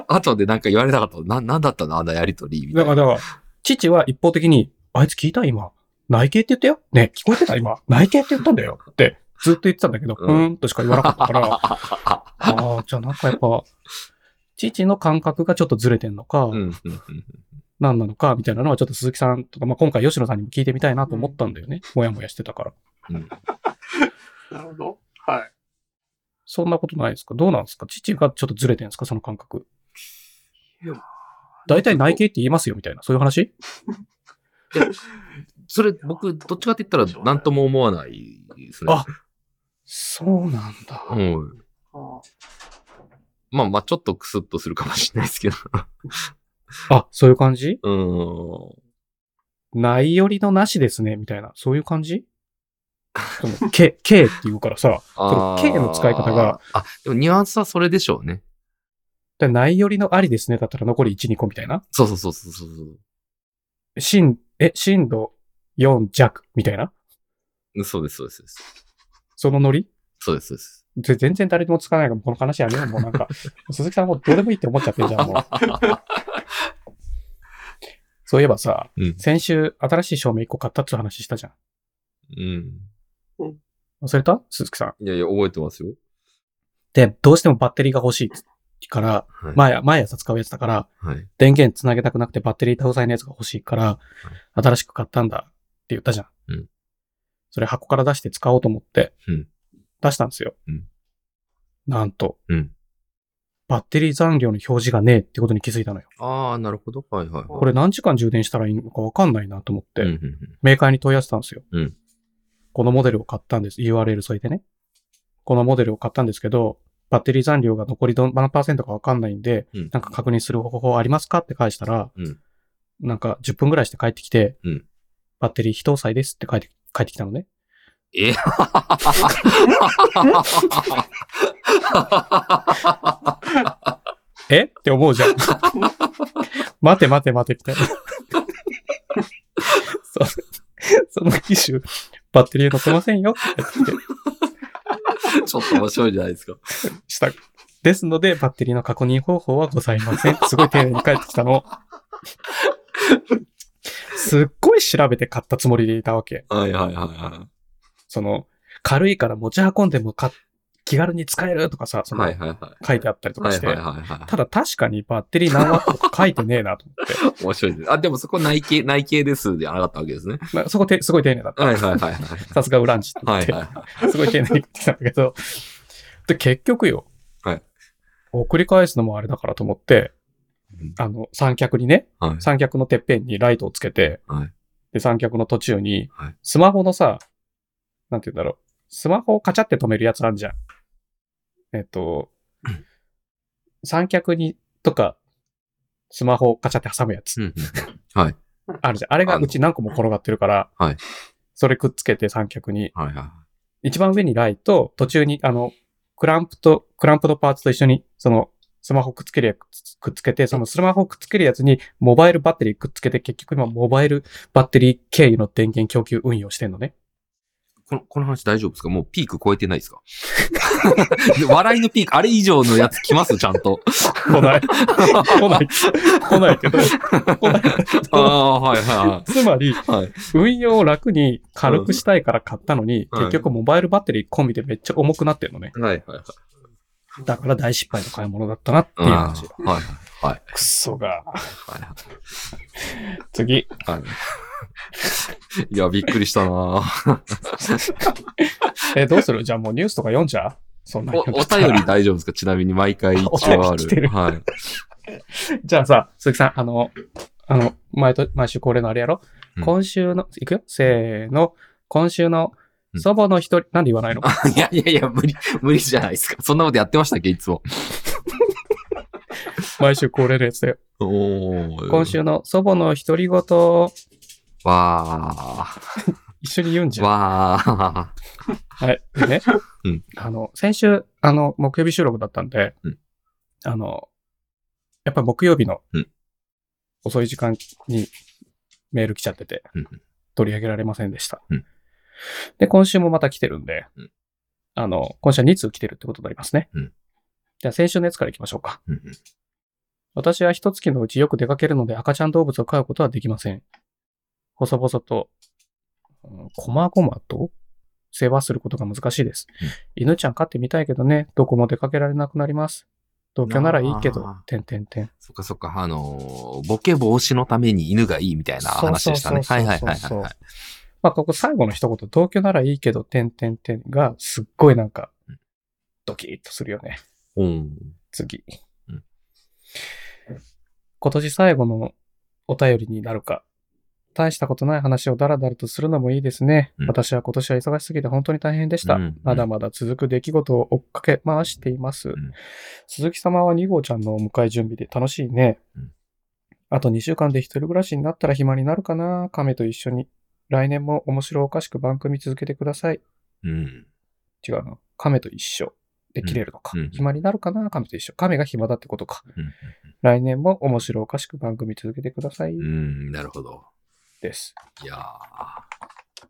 S2: 後でなんか言われなかった。な、なんだったのあんなやりとり。みた
S1: だ
S2: い
S1: か
S2: な
S1: ら、だから父は一方的に、あいつ聞いた今。内径って言ったよね、聞こえてた今。内径って言ったんだよ。って、ずっと言ってたんだけど、う
S2: うん
S1: ーんとしか言わなかったから、 ああ、じゃあなんかやっぱ、父の感覚がちょっとずれてんのか、
S2: うんうんうん
S1: 何なのか、みたいなのはちょっと鈴木さんとか、まあ今回吉野さんにも聞いてみたいなと思ったんだよね。もやもやしてたから。
S2: うん
S3: なるほど。はい。
S1: そんなことないですかどうなんですか父がちょっとずれてんですかその感覚
S2: いや。
S1: 大体内径って言いますよ、みたいな。そういう話
S2: それ、僕、どっちかって言ったら、なんとも思わないですね。
S1: あそうなんだ。
S2: うん。
S3: あ
S2: まあまあ、ちょっとクスッとするかもしれないです けど。
S1: あ、そういう感じ
S2: うーん。
S1: ないよりのなしですね、みたいな。そういう感じそ の、け、けって言うからさ、その
S2: あー
S1: K の使い方が。
S2: あ、でもニュアンスはそれでしょうね。
S1: でないよりのありですね、だったら残り1、2個みたいな。
S2: そうそうそうそうそう。
S1: 震、え、震度4弱みたいな。
S2: そうです、そうです。
S1: そのノリ
S2: そうです、そうです。
S1: ぜ全然誰にもつかないから、この話やめよう、もう なんか。鈴木さんもうどうでもいいって思っちゃってるじゃん、もう。そういえばさ、
S2: うん。
S1: 先週新しい照明1個買ったって話したじゃん。
S2: うん。
S1: 忘れた鈴木さん。
S2: いやいや、覚えてますよ。
S1: で、どうしてもバッテリーが欲しいから、
S2: はい。
S1: 毎毎朝使うやつだから、
S2: はい。
S1: 電源つなげたくなくてバッテリー搭載のやつが欲しいから、新しく買ったんだって言ったじゃん。
S2: うん
S1: それ箱から出して使おうと思って
S2: うん、
S1: 出したんですよ。
S2: うん
S1: なんと、
S2: うん
S1: バッテリー残量の表示がねえってことに気づいたのよ。
S2: ああ、なるほど。はいはいはい。
S1: これ何時間充電したらいいのかわかんないなと思って、
S2: うんうんうん
S1: メーカーに問い合わせたんですよ。
S2: うん
S1: このモデルを買ったんです。URL 添えてね。このモデルを買ったんですけど、バッテリー残量が残りどん何パーセントかわかんないんで、
S2: うん
S1: なんか確認する方法ありますかって返したら、
S2: うん
S1: なんか10分ぐらいして帰ってきて、
S2: うん
S1: バッテリー非搭載ですって返って帰ってきたのね。
S2: え
S1: えって思うじゃん。 待て待て待て みたいな。そその機種、バッテリー乗せませんよって言って
S2: ちょっと面白いじゃないですか。
S1: した。ですので、バッテリーの確認方法はございません。すごい丁寧に返ってきたの。すっごい調べて買ったつもりでいたわけ。
S2: はいはいはいは
S1: その、軽いから持ち運んでもか気軽に使えるとかさ、
S2: い。
S1: その、
S2: はいはいはい。
S1: 書いてあったりとか
S2: はい
S1: して、
S2: はいはいは
S1: ただ確かにバッテリー何ワットとか書いてねえなと思っ
S2: い。面白いです。あ、でもそこ内径、内径ですじゃなかったわけですね。
S1: て、まあ、そこてすごい丁寧だった。
S2: はいはいはいはい。
S1: さすがウランチって言
S2: は
S1: っ
S2: い
S1: て、
S2: はいはい。
S1: すごい丁寧に言ってきたんだけど、で、結局よ、
S2: はい
S1: 送り返すのもあれだからと思って、あの、三脚にね、
S2: はい。
S1: 三脚のてっぺんにライトをつけて、
S2: はい
S1: で、三脚の途中に
S2: はい、
S1: スマホのさ、なんて言うんだろう、スマホをカチャって止めるやつあんじゃん。えっと
S2: うん、
S1: 三脚に、とか、スマホをカチャって挟むやつ
S2: うんうん。はい。
S1: あるじゃん。あれが
S2: あの
S1: うち何個も転がってるから、
S2: はい
S1: それくっつけて三脚に、
S2: はいは
S1: 一番上にライト、途中に、あの、クランプと、クランプのパーツと一緒に、その、スマホくっつけるやつ、くっつけて、そのスマホくっつけるやつに、モバイルバッテリーくっつけて、結局今、モバイルバッテリー経由の電源供給運用してんのね。
S2: い。この、この話大丈夫ですかもうピーク超えてないですか で笑いのピーク、あれ以上のやつ来ますちゃんと。
S1: 来ない。来ない。来ないけど、来ない。
S2: ああ、はいは
S1: つまり、
S2: いはい。はい。
S1: 運用を楽に軽くしたいから買ったのに、
S2: うんはい
S1: 結局モバイルバッテリー込みでめっちゃ重くなってるのね。
S2: はいはいはい。
S1: だから大失敗の買い物だったなっていう
S2: あ
S1: 話。
S2: あはいはい
S1: クソが。
S2: はいはい。
S1: 次。
S2: はい。いや、びっくりしたなぁ
S1: え、どうするじゃあもうニュースとか読んじゃうそんな に
S2: お、お便り大丈夫ですかちなみに毎回一応あ
S1: お便り来てる
S2: る。はい。
S1: じゃあさ、鈴木さん、あの、あの、毎と毎週恒例のあれやろ、
S2: うん
S1: 今週の、いくよせーの、今週の
S2: うん
S1: 祖母の一人、なんで言わ ないの
S2: いやいやいや、無理、無理じゃないですか。そんなことやってましたっけいつも。
S1: 毎週恒例のやつだよ。
S2: お
S1: 今。週の祖母の独り言を
S2: わ
S1: 一緒に言うんじ
S2: ー。
S1: ゃん。
S2: わー。
S1: はい。でね、
S2: うん
S1: あの、先週、あの、木曜日収録だったんで、
S2: うん
S1: あの、やっぱ木曜日の
S2: うん
S1: 遅い時間にメール来ちゃってて、
S2: うん
S1: 取り上げられませんでした。
S2: うん
S1: で、今週もまた来てるんで、
S2: うん
S1: あの、今週は2通来てるってことになりますね。
S2: うん
S1: じゃあ先週のやつから行きましょうか。
S2: うんうん
S1: 私は一月のうちよく出かけるので赤ちゃん動物を飼うことはできません。細々と、うん細々と世話することが難しいです。
S2: うん
S1: 犬ちゃん飼ってみたいけどね、どこも出かけられなくなります。同居ならいいけど
S2: あ、
S1: てんてんてん。
S2: そっかそっか、あのーボケ防止のために犬がいいみたいな話でしたね。
S1: そ
S2: は
S1: う
S2: い
S1: そ
S2: は
S1: う
S2: い
S1: そうそう
S2: はい
S1: そう
S2: はいはい。
S1: まあ、ここ最後の一言、同居ならいいけど、てんてんてんが、すっごいなんか
S2: うん、
S1: ドキッとするよね。
S2: うん。
S1: 次
S2: うん。
S1: 今年最後のお便りになるか。大したことない話をダラダラとするのもいいですね。
S2: うん
S1: 私は今年は忙しすぎて本当に大変でした。
S2: うんうん
S1: まだまだ続く出来事を追っかけ回しています。
S2: ん
S1: 鈴木様は2号ちゃんのお迎え準備で楽しいね。
S2: うん
S1: あと2週間で一人暮らしになったら暇になるかな。亀と一緒に。来年も面白おかしく番組続けてください。
S2: うん。
S1: 違うな。亀と一緒で切れるのか。
S2: うんうん
S1: 暇になるかな亀と一緒。亀が暇だってことか。
S2: うん
S1: 来年も面白おかしく番組続けてください。
S2: うん、なるほど。
S1: です。
S2: いやー。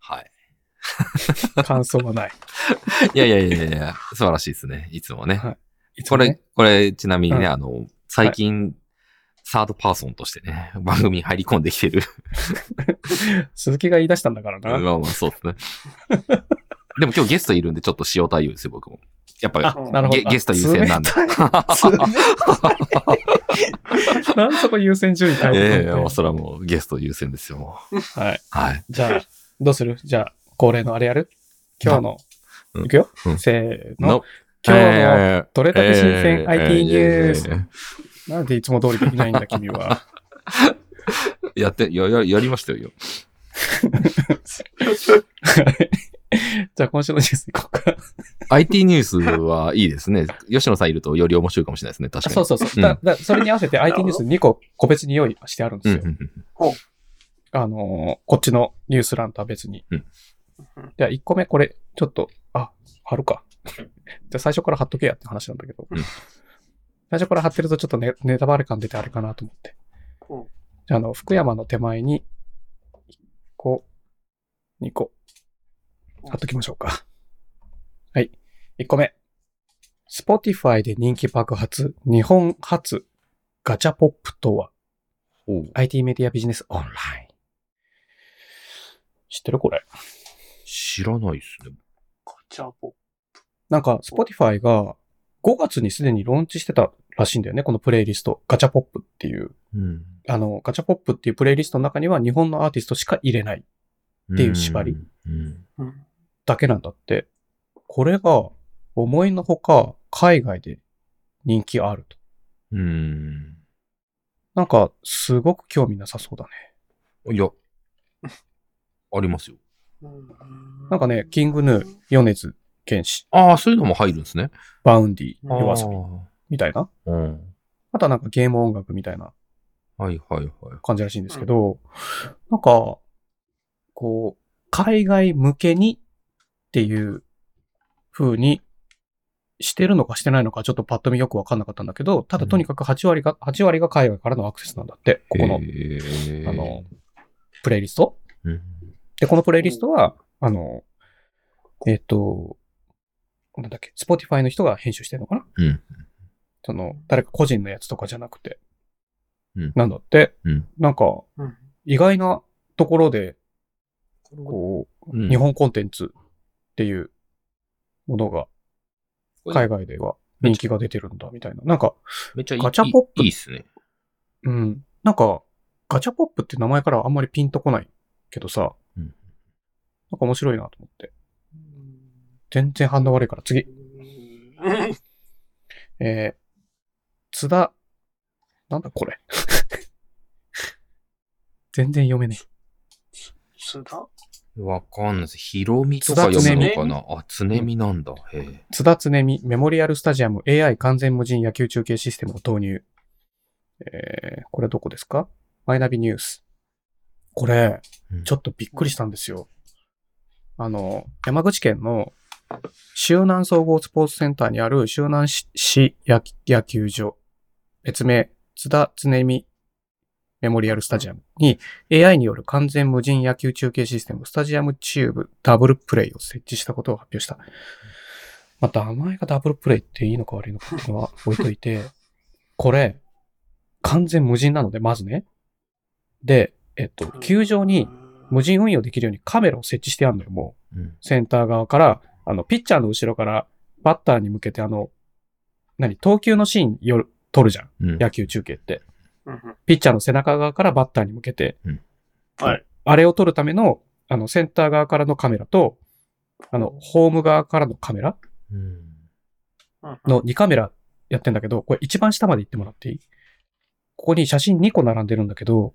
S2: はい。
S1: 感想は ない。
S2: いやいやいやいや、素晴らしいですね。いつもね。
S1: はいいつ
S2: こ
S1: も
S2: れ、
S1: ね
S2: これ、ちなみにね、
S1: うん
S2: あの、最近、サードパーソンとしてね、番組に入り込んでき てる。
S1: 鈴木が言い出したんだから
S2: まあ
S1: な。
S2: まあ、そうですね。でも今日ゲストいるんで、ちょっと塩対応ですよ、僕も。やっぱ
S1: あ、なるほど。
S2: ゲゲスト優先なんで
S1: 冷たい なんでそこ優先順位変
S2: り、
S1: え
S2: え
S1: る
S2: え
S1: の
S2: それはもうゲスト優先ですよ、もう。
S1: はい。
S2: はい。
S1: じゃあ、どうするじゃあ、恒例のあれやる今日の。
S2: うん
S1: いくよ、
S2: うん
S1: せーの。
S2: の、
S1: 今日の
S2: え
S1: 取れたて新鮮
S2: え
S1: IT ニュース
S2: ええ
S1: なんでいつも通りできないんだ、君 は。
S2: やって、や、や、やりましたよ。今
S1: じゃあ、今週のニュースいこうか。
S2: IT ニュースはいいですね。吉野さんいるとより面白いかもしれないですね、確かに。
S1: そうそうそう。だだそれに合わせて IT
S3: な
S1: ニュー
S3: るほ
S1: ス
S3: ど
S1: 2個個別に用意してあるんです
S2: うん
S1: よ
S2: うん。うん。
S1: あのーこっちのニュース欄とは別に。
S2: うん
S1: じゃあ1個目これ、ちょっと、あ、貼るか。 じゃあ最初から貼っとけやって話なんだけど。
S2: うん
S1: 最初から貼ってるとちょっとネネタバレ感出てあれかなと思って。
S3: うん
S1: じゃあ、あの、福山の手前に、1個、2個、貼っときましょうか。 はい。1個目。Spotify で人気爆発、日本初、ガチャポップとは
S2: おう
S1: IT メディアビジネスオンライン。知ってるこれ。
S2: 知らないですね。
S3: ガチャポ。
S1: なんか、Spotify が5月にすでにローンチしてたらしいんだよね。このプレイリスト。ガチャポップっていう。
S2: うん。
S1: あの、ガチャポップっていうプレイリストの中には日本のアーティストしか入れないっていう縛り
S2: うん。
S3: うん。
S1: だけなんだって。これが思いのほか海外で人気あると。
S2: うん。
S1: なんか、すごく興味なさそうだね。
S2: いや、ありますよ。
S1: なんかね、キングヌー、米津玄師、
S2: ああ、そういうのも入るんですね。
S1: バウンディ、
S3: あー
S1: 夜遊びみたいな。
S2: び。うん。
S1: あとはなんかゲーム音楽みたいな
S2: はいはいはい。
S1: 感じらしいんですけど、なんか、こう、海外向けにっていう風にしてるのかしてないのかちょっとパッと見よくわかんなかったんだけど、ただとにかく8割が、8割が海外からのアクセスなんだって、ここの
S2: えー
S1: あの、プレイリスト。
S2: うん
S1: で、このプレイリストは、あの、えっ、と、なんだっけ、Spotify の人が編集してるのかな
S2: うん
S1: その、誰か個人のやつとかじゃなくて。
S2: うん
S1: なんだって、
S2: うん
S1: なんか、意外なところで、こう、
S2: うん
S1: 日本コンテンツっていうものが、
S2: これ
S1: 海外では人気が出てるんだ、みたいな。なんか、
S2: めっちゃいい。
S1: ガチャポップ
S2: いいいいっすね。
S1: うん。なんか、ガチャポップって名前からあんまりピンとこないけどさ、
S2: うん
S1: なんか面白いなと思って。全然反応悪いから次。えー、津田、なんだこれ。 全然読めね
S3: すだ
S2: わかんないです。ひろみとか読むのかなあ、つねみなんだ。へえ。
S1: え。津田つねみ、メモリアルスタジアム AI 完全無人野球中継システムを導入。えー、これどこですかマイナビニュース。これ
S2: うん、
S1: ちょっとびっくりしたんですよ。あの、山口県の周南総合スポーツセンターにある周南市市野野球場、別名、津田つねみメモリアルスタジアムに AI による完全無人野球中継システム、スタジアムチューブダブルプレイを設置したことを発表した。また、名前がダブルプレイっていいのか悪いのかっていうのは置いとい て、これ、完全無人なので、まずね。で、えっと、球場に無人運用できるようにカメラを設置してあるのよ、も
S2: うん
S1: う。センター側から、あの、ピッチャーの後ろから、バッターに向けて、あの、何、投球のシーンよる、撮るじゃん。
S2: うん。
S1: 野球中継って。
S3: うんうん
S1: ピッチャーの背中側からバッターに向けて、
S3: はい。
S1: あれを撮るための、あの、センター側からのカメラと、あの、ホーム側からのカメラ
S2: うん
S1: の2カメラやってんだけど、これ一番下まで行ってもらっていいここに写真2個並んでるんだけど、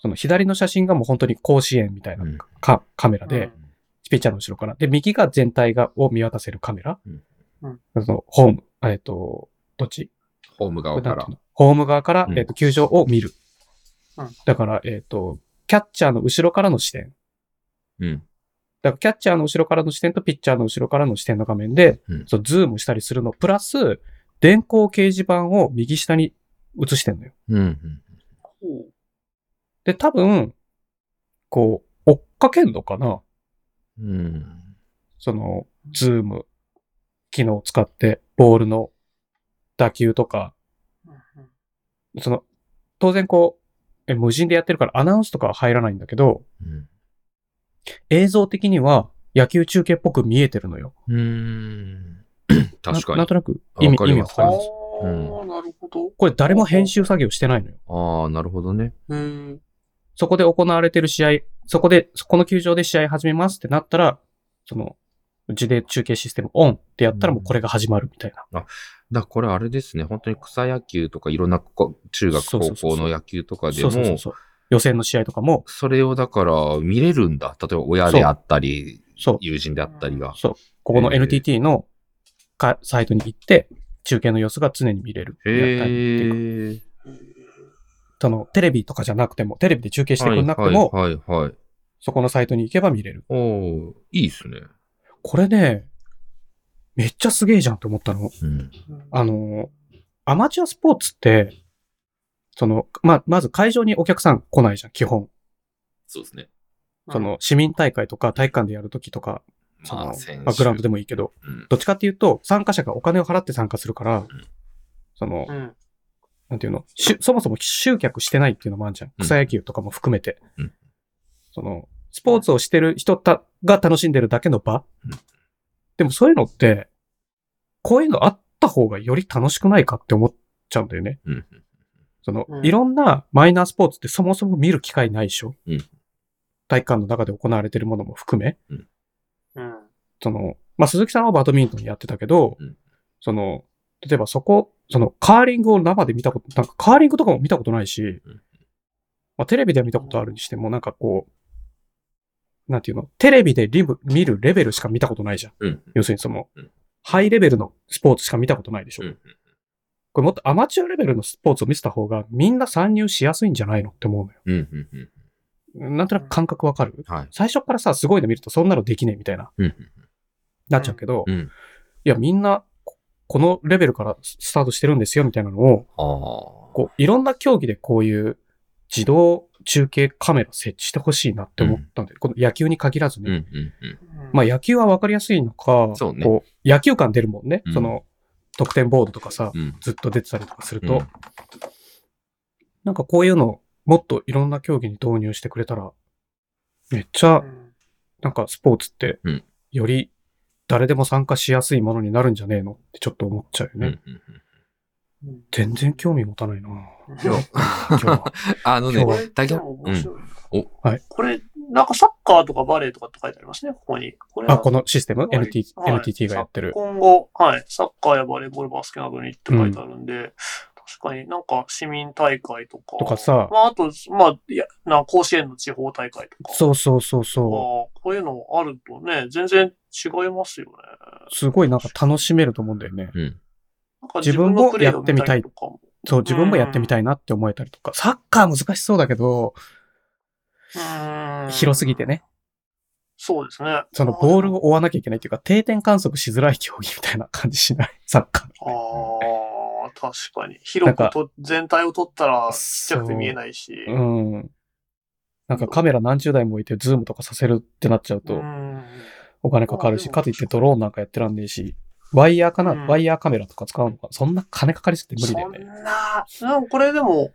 S1: その左の写真がもう本当に甲子園みたいな
S2: うん
S1: カカメラ
S3: う
S1: で
S3: ん、
S1: ピッチャーの後ろから。で、右が全体がを見渡せるカメラ
S2: うん。
S1: そのホーム、えっと、どっち
S2: ホーム側
S1: これな
S2: か
S1: んてい
S2: ら
S1: う。のホーム側から、
S2: うん
S1: えっと球場を見る
S3: うん。
S1: だから、えっと、キャッチャーの後ろからの視点。
S2: うん。
S1: だからキャッチャーの後ろからの視点とピッチャーの後ろからの視点の画面で、
S2: うん
S1: そうズームしたりするの、プラス、電光掲示板を右下に映してんのよ。
S2: うんうん。
S3: ほ
S1: で、多分、こう、追っかけんのかな
S2: うん。
S1: その、ズーム、機能を使って、ボールの打球とか、
S3: ううん
S1: その、当然こう、え無人でやってるからアナウンスとかは入らないんだけど、
S2: うん
S1: 映像的には野球中継っぽく見えてるのよ。
S2: うん。
S1: な
S2: 確か
S1: なん
S2: に。
S1: となく意味、
S2: わか
S1: 意味
S2: りま
S1: わ
S2: す
S1: かります。
S3: あーなるほど。
S1: これ誰も編集作業してないのよ。
S2: ああ、なるほどね。
S3: うん。
S1: そこで行われてる試合、そこで、そこの球場で試合始めますってなったら、その、自で中継システムオンってやったらもうこれが始まるみたいな。
S2: だからこれあれですね。本当に草野球とかいろんなこ中学、
S1: そうそ
S2: 高
S1: うそうそう
S2: 校の野球とかで
S1: そうそうそう
S2: も、
S1: そう。予選の試合とかも、
S2: それをだから見れるんだ。例えば親であったり、
S1: そう、
S2: 友人であったりが。
S1: ここの
S2: へー
S1: NTT のかサイトに行って、中継の様子が常に見れる。やったりっていうか
S2: へえ。
S1: その、テレビとかじゃなくても、テレビで中継してくれなくても、
S2: はいはいはいはい。
S1: そこのサイトに行けば見れる。
S2: おおいいですね。
S1: これね、めっちゃすげえじゃんって思ったの。
S2: うん。
S1: あの、アマチュアスポーツって、その、ま、まず会場にお客さん来ないじゃん、基本。
S2: そうですね。
S1: その、市民大会とか体育館でやるときとか、その、まあグラウンドでもいいけど、
S2: うん。
S1: どっちかっていうと、参加者がお金を払って参加するから、その
S3: う、ん、
S1: なんていうの、しゅそもそも集客してないっていうのもあるじゃん。
S2: うん
S1: 草野球とかも含めて。
S2: うん
S1: その、スポーツをしてる人たが楽しんでるだけの場。
S2: うん
S1: でもそういうのって、こういうのあった方がより楽しくないかって思っちゃうんだよね。
S2: うん
S1: その、
S3: うん
S1: いろんなマイナースポーツってそもそも見る機会ないでしょ。
S2: うん
S1: 体育館の中で行われてるものも含め。
S3: うん。
S1: その、まあ、鈴木さんはバドミントンやってたけど、
S2: うん
S1: その、例えばそこその、カーリングを生で見たこと、なんかカーリングとかも見たことないし
S2: うん、
S1: まあ、テレビでは見たことあるにしても、なんかこう、なんていうの、テレビでリブ見るレベルしか見たことないじゃん。
S2: うん。
S1: 要するにその
S2: うん、
S1: ハイレベルのスポーツしか見たことないでしょ。
S2: うん。
S1: これもっとアマチュアレベルのスポーツを見せた方が、みんな参入しやすいんじゃないのって思うのよ。
S2: うん。うん。うん。
S1: なんとなく感覚わかる
S2: はい。
S1: 最初からさ、すごいの見るとそんなのできねえみたいな、
S2: うん。
S1: なっちゃうけど、
S2: う
S1: い
S2: ん。
S1: や、みんな、ここのレベルからスタートしてるんですよ、みたいなのを、
S2: ああ。
S1: こう、いろんな競技でこういう自動中継カメラ設置してほしいなって思ったんで、この野球に限らず
S2: う
S1: ね。
S2: ん。うん。うん。
S1: まあ野球はわかりやすいのか、
S2: そうね
S1: こう野球感出るもんね。
S2: うん
S1: その、得点ボードとかさ、
S2: うん。
S1: ずっと出てたりとかする
S2: う
S1: と、
S2: ん
S1: なんかこういうの、もっといろんな競技に導入してくれたら、めっちゃ、なんかスポーツって
S2: うん、
S1: より誰でも参加しやすいものになるんじゃねえのってちょっと思っちゃうよ
S2: うん
S1: ね。
S2: うん
S1: 全然興味持た ないな
S3: 今日
S1: 今日は。
S2: あのね
S1: 今日、
S2: だけ
S3: でも面白い
S2: うん
S1: おはい
S3: これ、なんかサッカーとかバレーとかって書いてありますね、ここに。これは
S1: あ、このシステム
S3: はい
S1: ?NT、
S3: はい
S1: NTT がやってる。
S3: 今後、はい、サッカーやバレーボール、バスケなどにって書いてあるんで、確かになんか市民大会とか。
S1: とかさ
S3: まあ、あと、まあ、いや、な甲子園の地方大会とか。
S1: そうそうそう
S3: まあ
S1: そ
S3: こういうのあるとね、全然違いますよね。
S1: う。すごいなんか楽しめると思うんだよね。
S2: うん。
S3: なんか
S1: 自分も
S3: プレーを見りとかも。
S1: そう、自分もやってみたいなって思えたりとか。サッカー難しそうだけど、
S3: うん
S1: 広すぎて。ね。
S3: そうですね。
S1: そのボールを追わなきゃいけないっていうか、定点観測しづらい競技みたいな感じしない。 サッカ
S3: ああ、確かに。広くと全体を取ったら、
S1: ー。
S3: ちっちゃくて見えないし。
S1: そううん。なんかカメラ何十台も置いて、ズームとかさせるってなっちゃう
S3: う
S1: と、
S3: ん
S1: お金かかる
S3: あで
S1: し、
S3: も
S1: かといってドローンなんかやってらんねえし、ワイヤーかな、
S3: うん
S1: ワイヤーカメラとか使うのかそんな金かかりすぎて無理だ
S3: そ
S1: よ
S3: ん
S1: ね。
S3: な、なんこれでも、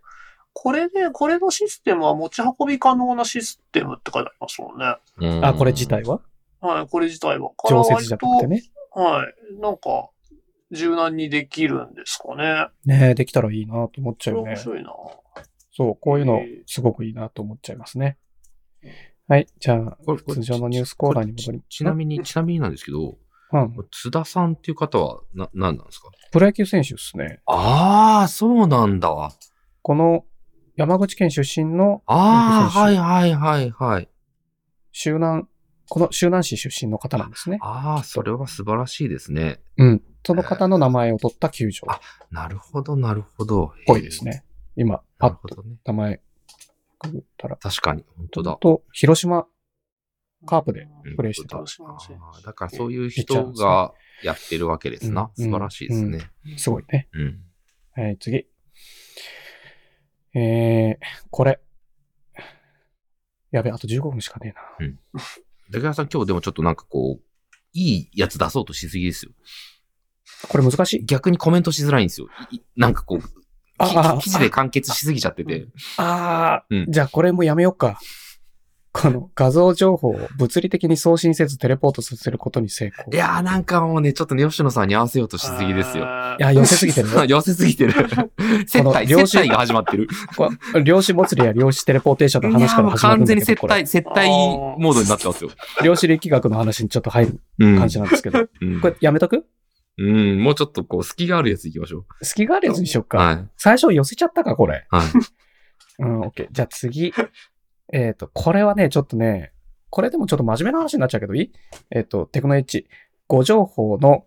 S3: これで、これのシステムは持ち運び可能なシステムって書いてありますもんね。
S2: うん
S1: あ、これ自体は
S3: はい、これ自体は。
S1: 常設じゃなくてね。
S3: から割と。はい、なんか、柔軟にできるんですかね。
S1: ねえ、できたらいいなと思っち
S3: こ
S1: ゃう
S3: れ
S1: よね
S3: 面。白いな。
S1: そう、こういうの
S3: えー、
S1: すごくいいなと思っちゃいますね。はい、じゃあ、
S2: これこれ
S1: 通常のニュースコーナーに戻り
S2: これちちなみに、ちなみになんですけど、
S1: うん、
S2: 津田さんっていう方は、な、何なんですか
S1: プロ野球選手ですね。
S2: ああ、そうなんだ。あ
S1: この、山口県出身の
S2: あー、
S1: うん
S2: はいはいはいはい。
S1: 周南、この周南市出身の方なんですね。
S2: ああ、それは素晴らしいですね。
S1: うん。その方の名前を取った球場っ
S2: あなるほど、なるほど。
S1: ぽいですね。今、
S2: へー。
S1: パ
S2: な
S1: ッ
S2: るほ
S1: と
S2: どね。
S1: 名前、くぐったら。
S2: 確かに、本当だ。
S1: と、広島カープでプレイしてた
S2: うん
S3: 楽しみ
S2: あーだからそういう
S1: ピッチャー
S2: 人
S1: ですね
S2: がやってるわけですな。
S1: うん
S2: 素晴らしいですね。
S1: すごいね。
S2: うん。
S1: はい、次。えー、これ。やべ、あと15分しかねえな。
S2: 竹原さん、今日でもちょっとなんかこう、いいやつ出そうとしすぎですよ。
S1: これ難しい。
S2: 逆にコメントしづらいんですよ。いいなんかこう、き
S1: ああ
S2: 記事で完結しすぎちゃってて。
S1: ああ、
S2: うん
S1: じゃあこれもやめようか。この画像情報を物理的に送信せずテレポートさせることに成功。
S2: いやーなんかもうね、ちょっとね、吉野さんに合わせようとしすぎですよ。
S3: あー
S1: いや寄せすぎてるよ
S2: 寄せすぎ てる。接
S1: この
S2: 待、
S1: 両親
S2: 接待が始まってる。
S1: これ量子もつれや量子テレポーテーションの
S2: い
S1: 話
S2: や
S1: か
S2: ーも
S1: ら
S2: う
S1: 始まるん
S2: 完
S1: だけど
S2: 全に接
S1: これ
S2: 待、接待モードになってますよ。
S1: 量子力学の話にちょっと入る
S2: うん。
S1: 感じなんですけど、
S2: うん
S1: これやめとく
S2: うん、もうちょっとこう、隙があるやついきましょ
S1: 隙があるやつにしよっ
S2: う。
S1: か。
S2: はい。
S1: 最初寄せちゃったか、これ。
S2: はい。
S1: うん、オッケー。じゃあ次。 えっと、これはね、ちょっとね、これでもちょっと真面目な話になっちゃうけどいいえっ、と、テクノエッジ。誤情報の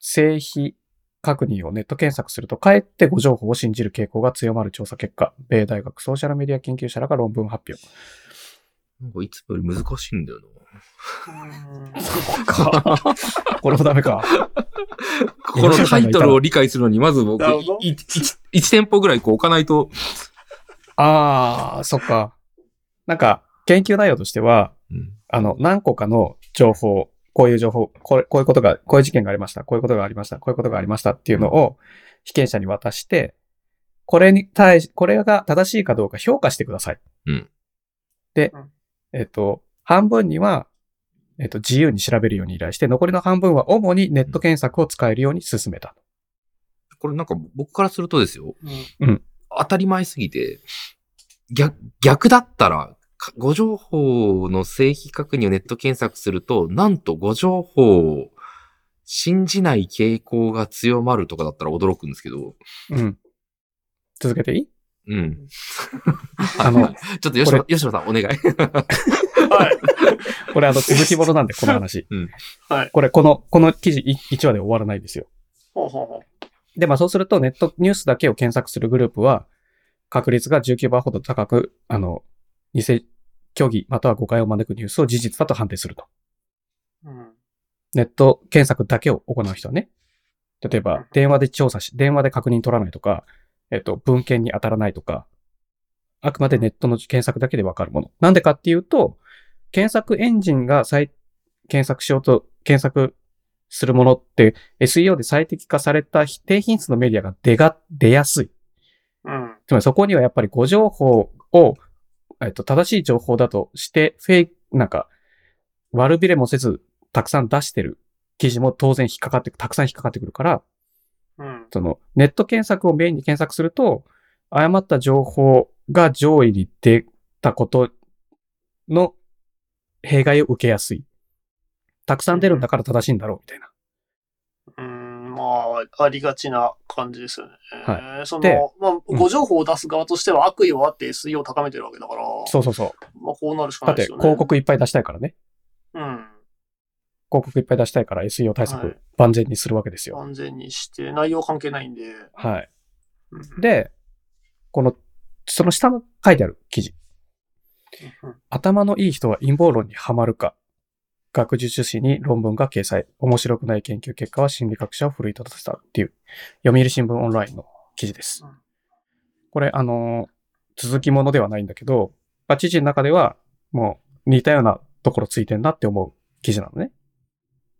S1: 性非確認をネット検索すると、かえって誤情報を信じる傾向が強まる調査結果、米大学ソーシャルメディア研究者らが論文発表。
S2: なんかいつもより難しいんだよ
S3: うん
S2: な。
S1: これもダメか。
S2: このタイトルを理解するのに、まず僕、
S3: なるほど
S2: 1店舗ぐらいこう置かないと。
S1: あー、そっか。なんか、研究内容としては、
S2: うん。
S1: あの、何個かの情報、こういう情報、これ、こういうことが、こういう事件がありました、こういうことがありました、こういうことがありましたっていうのを被験者に渡して、これに対し、これが正しいかどうか評価してください。
S2: うん
S1: で
S3: うん、
S1: えっと、半分には、えっと、自由に調べるように依頼して、残りの半分は主にネット検索を使えるように進めた。
S2: これなんか僕からするとですよ。
S3: うん
S2: 当たり前すぎて、逆、逆だったら、かご情報の正規確認をネット検索すると、なんとご情報信じない傾向が強まるとかだったら驚くんですけど、
S1: うん。続けていい
S2: うん。
S1: あの、
S2: ちょっと吉野吉野さん、お願い。
S3: はい。
S1: これあの続きものなんで、この話。
S2: うん
S3: はい
S1: これ、この、この記事1話で終わらないですよ。
S3: ほうほうほ
S1: で、まあそうするとネットニュースだけを検索するグループは、確率が19倍ほど高く、あの、偽虚偽または誤解を招くニュースを事実だと判定すると。
S3: う。うん。
S1: ネット検索だけを行う人はね。例えば、電話で調査し、電話で確認取らないとか、えっと、文献に当たらないとか、あくまでネットの検索だけでわかるもの。なんでかっていうと、検索エンジンが再検索しようと、検索するものって、SEO で最適化された低品質のメディアが出が、出やすい。
S3: うん。
S1: つまりそこにはやっぱり誤情報を、えっと、正しい情報だとして、フェイク、なんか、悪びれもせず、たくさん出してる記事も当然引っかかってく、たくさん引っかかってくるから、
S3: うん。
S1: その、ネット検索をメインに検索すると、誤った情報が上位に出たことの弊害を受けやすい。たくさん出るんだから正しいんだろう、みたいな。
S3: うん。まあ、ありがちな感じですよね。はい。そ
S1: で
S3: の、まあ、
S1: うん
S3: ご情報を出す側としては悪意をあって SE を高めてるわけだから、
S1: そうそうそう。
S3: まあ、こうなるしか
S1: だ
S3: な
S1: っ
S3: いで
S1: て
S3: すよね。
S1: 広。告いっぱい出したいからね。
S3: うん。
S1: 広告いっぱい出したいから SEO 対
S3: はい
S1: 策万全にするわけですよ。
S3: 完全にして、内容関係ないんで。
S1: はい。
S3: うん、
S1: で、この、その下の書いてある記事。
S3: うん
S1: 頭のいい人は陰謀論にはまるか。学術誌に論文が掲載。面白くない研究結果は心理学者を奮い立たせたっていう、読売新聞オンラインの記事です
S3: うん。
S1: これ、あのー続きものではないんだけど、まあ、記事の中では、もう似たようなところついてんなって思う記事なのね。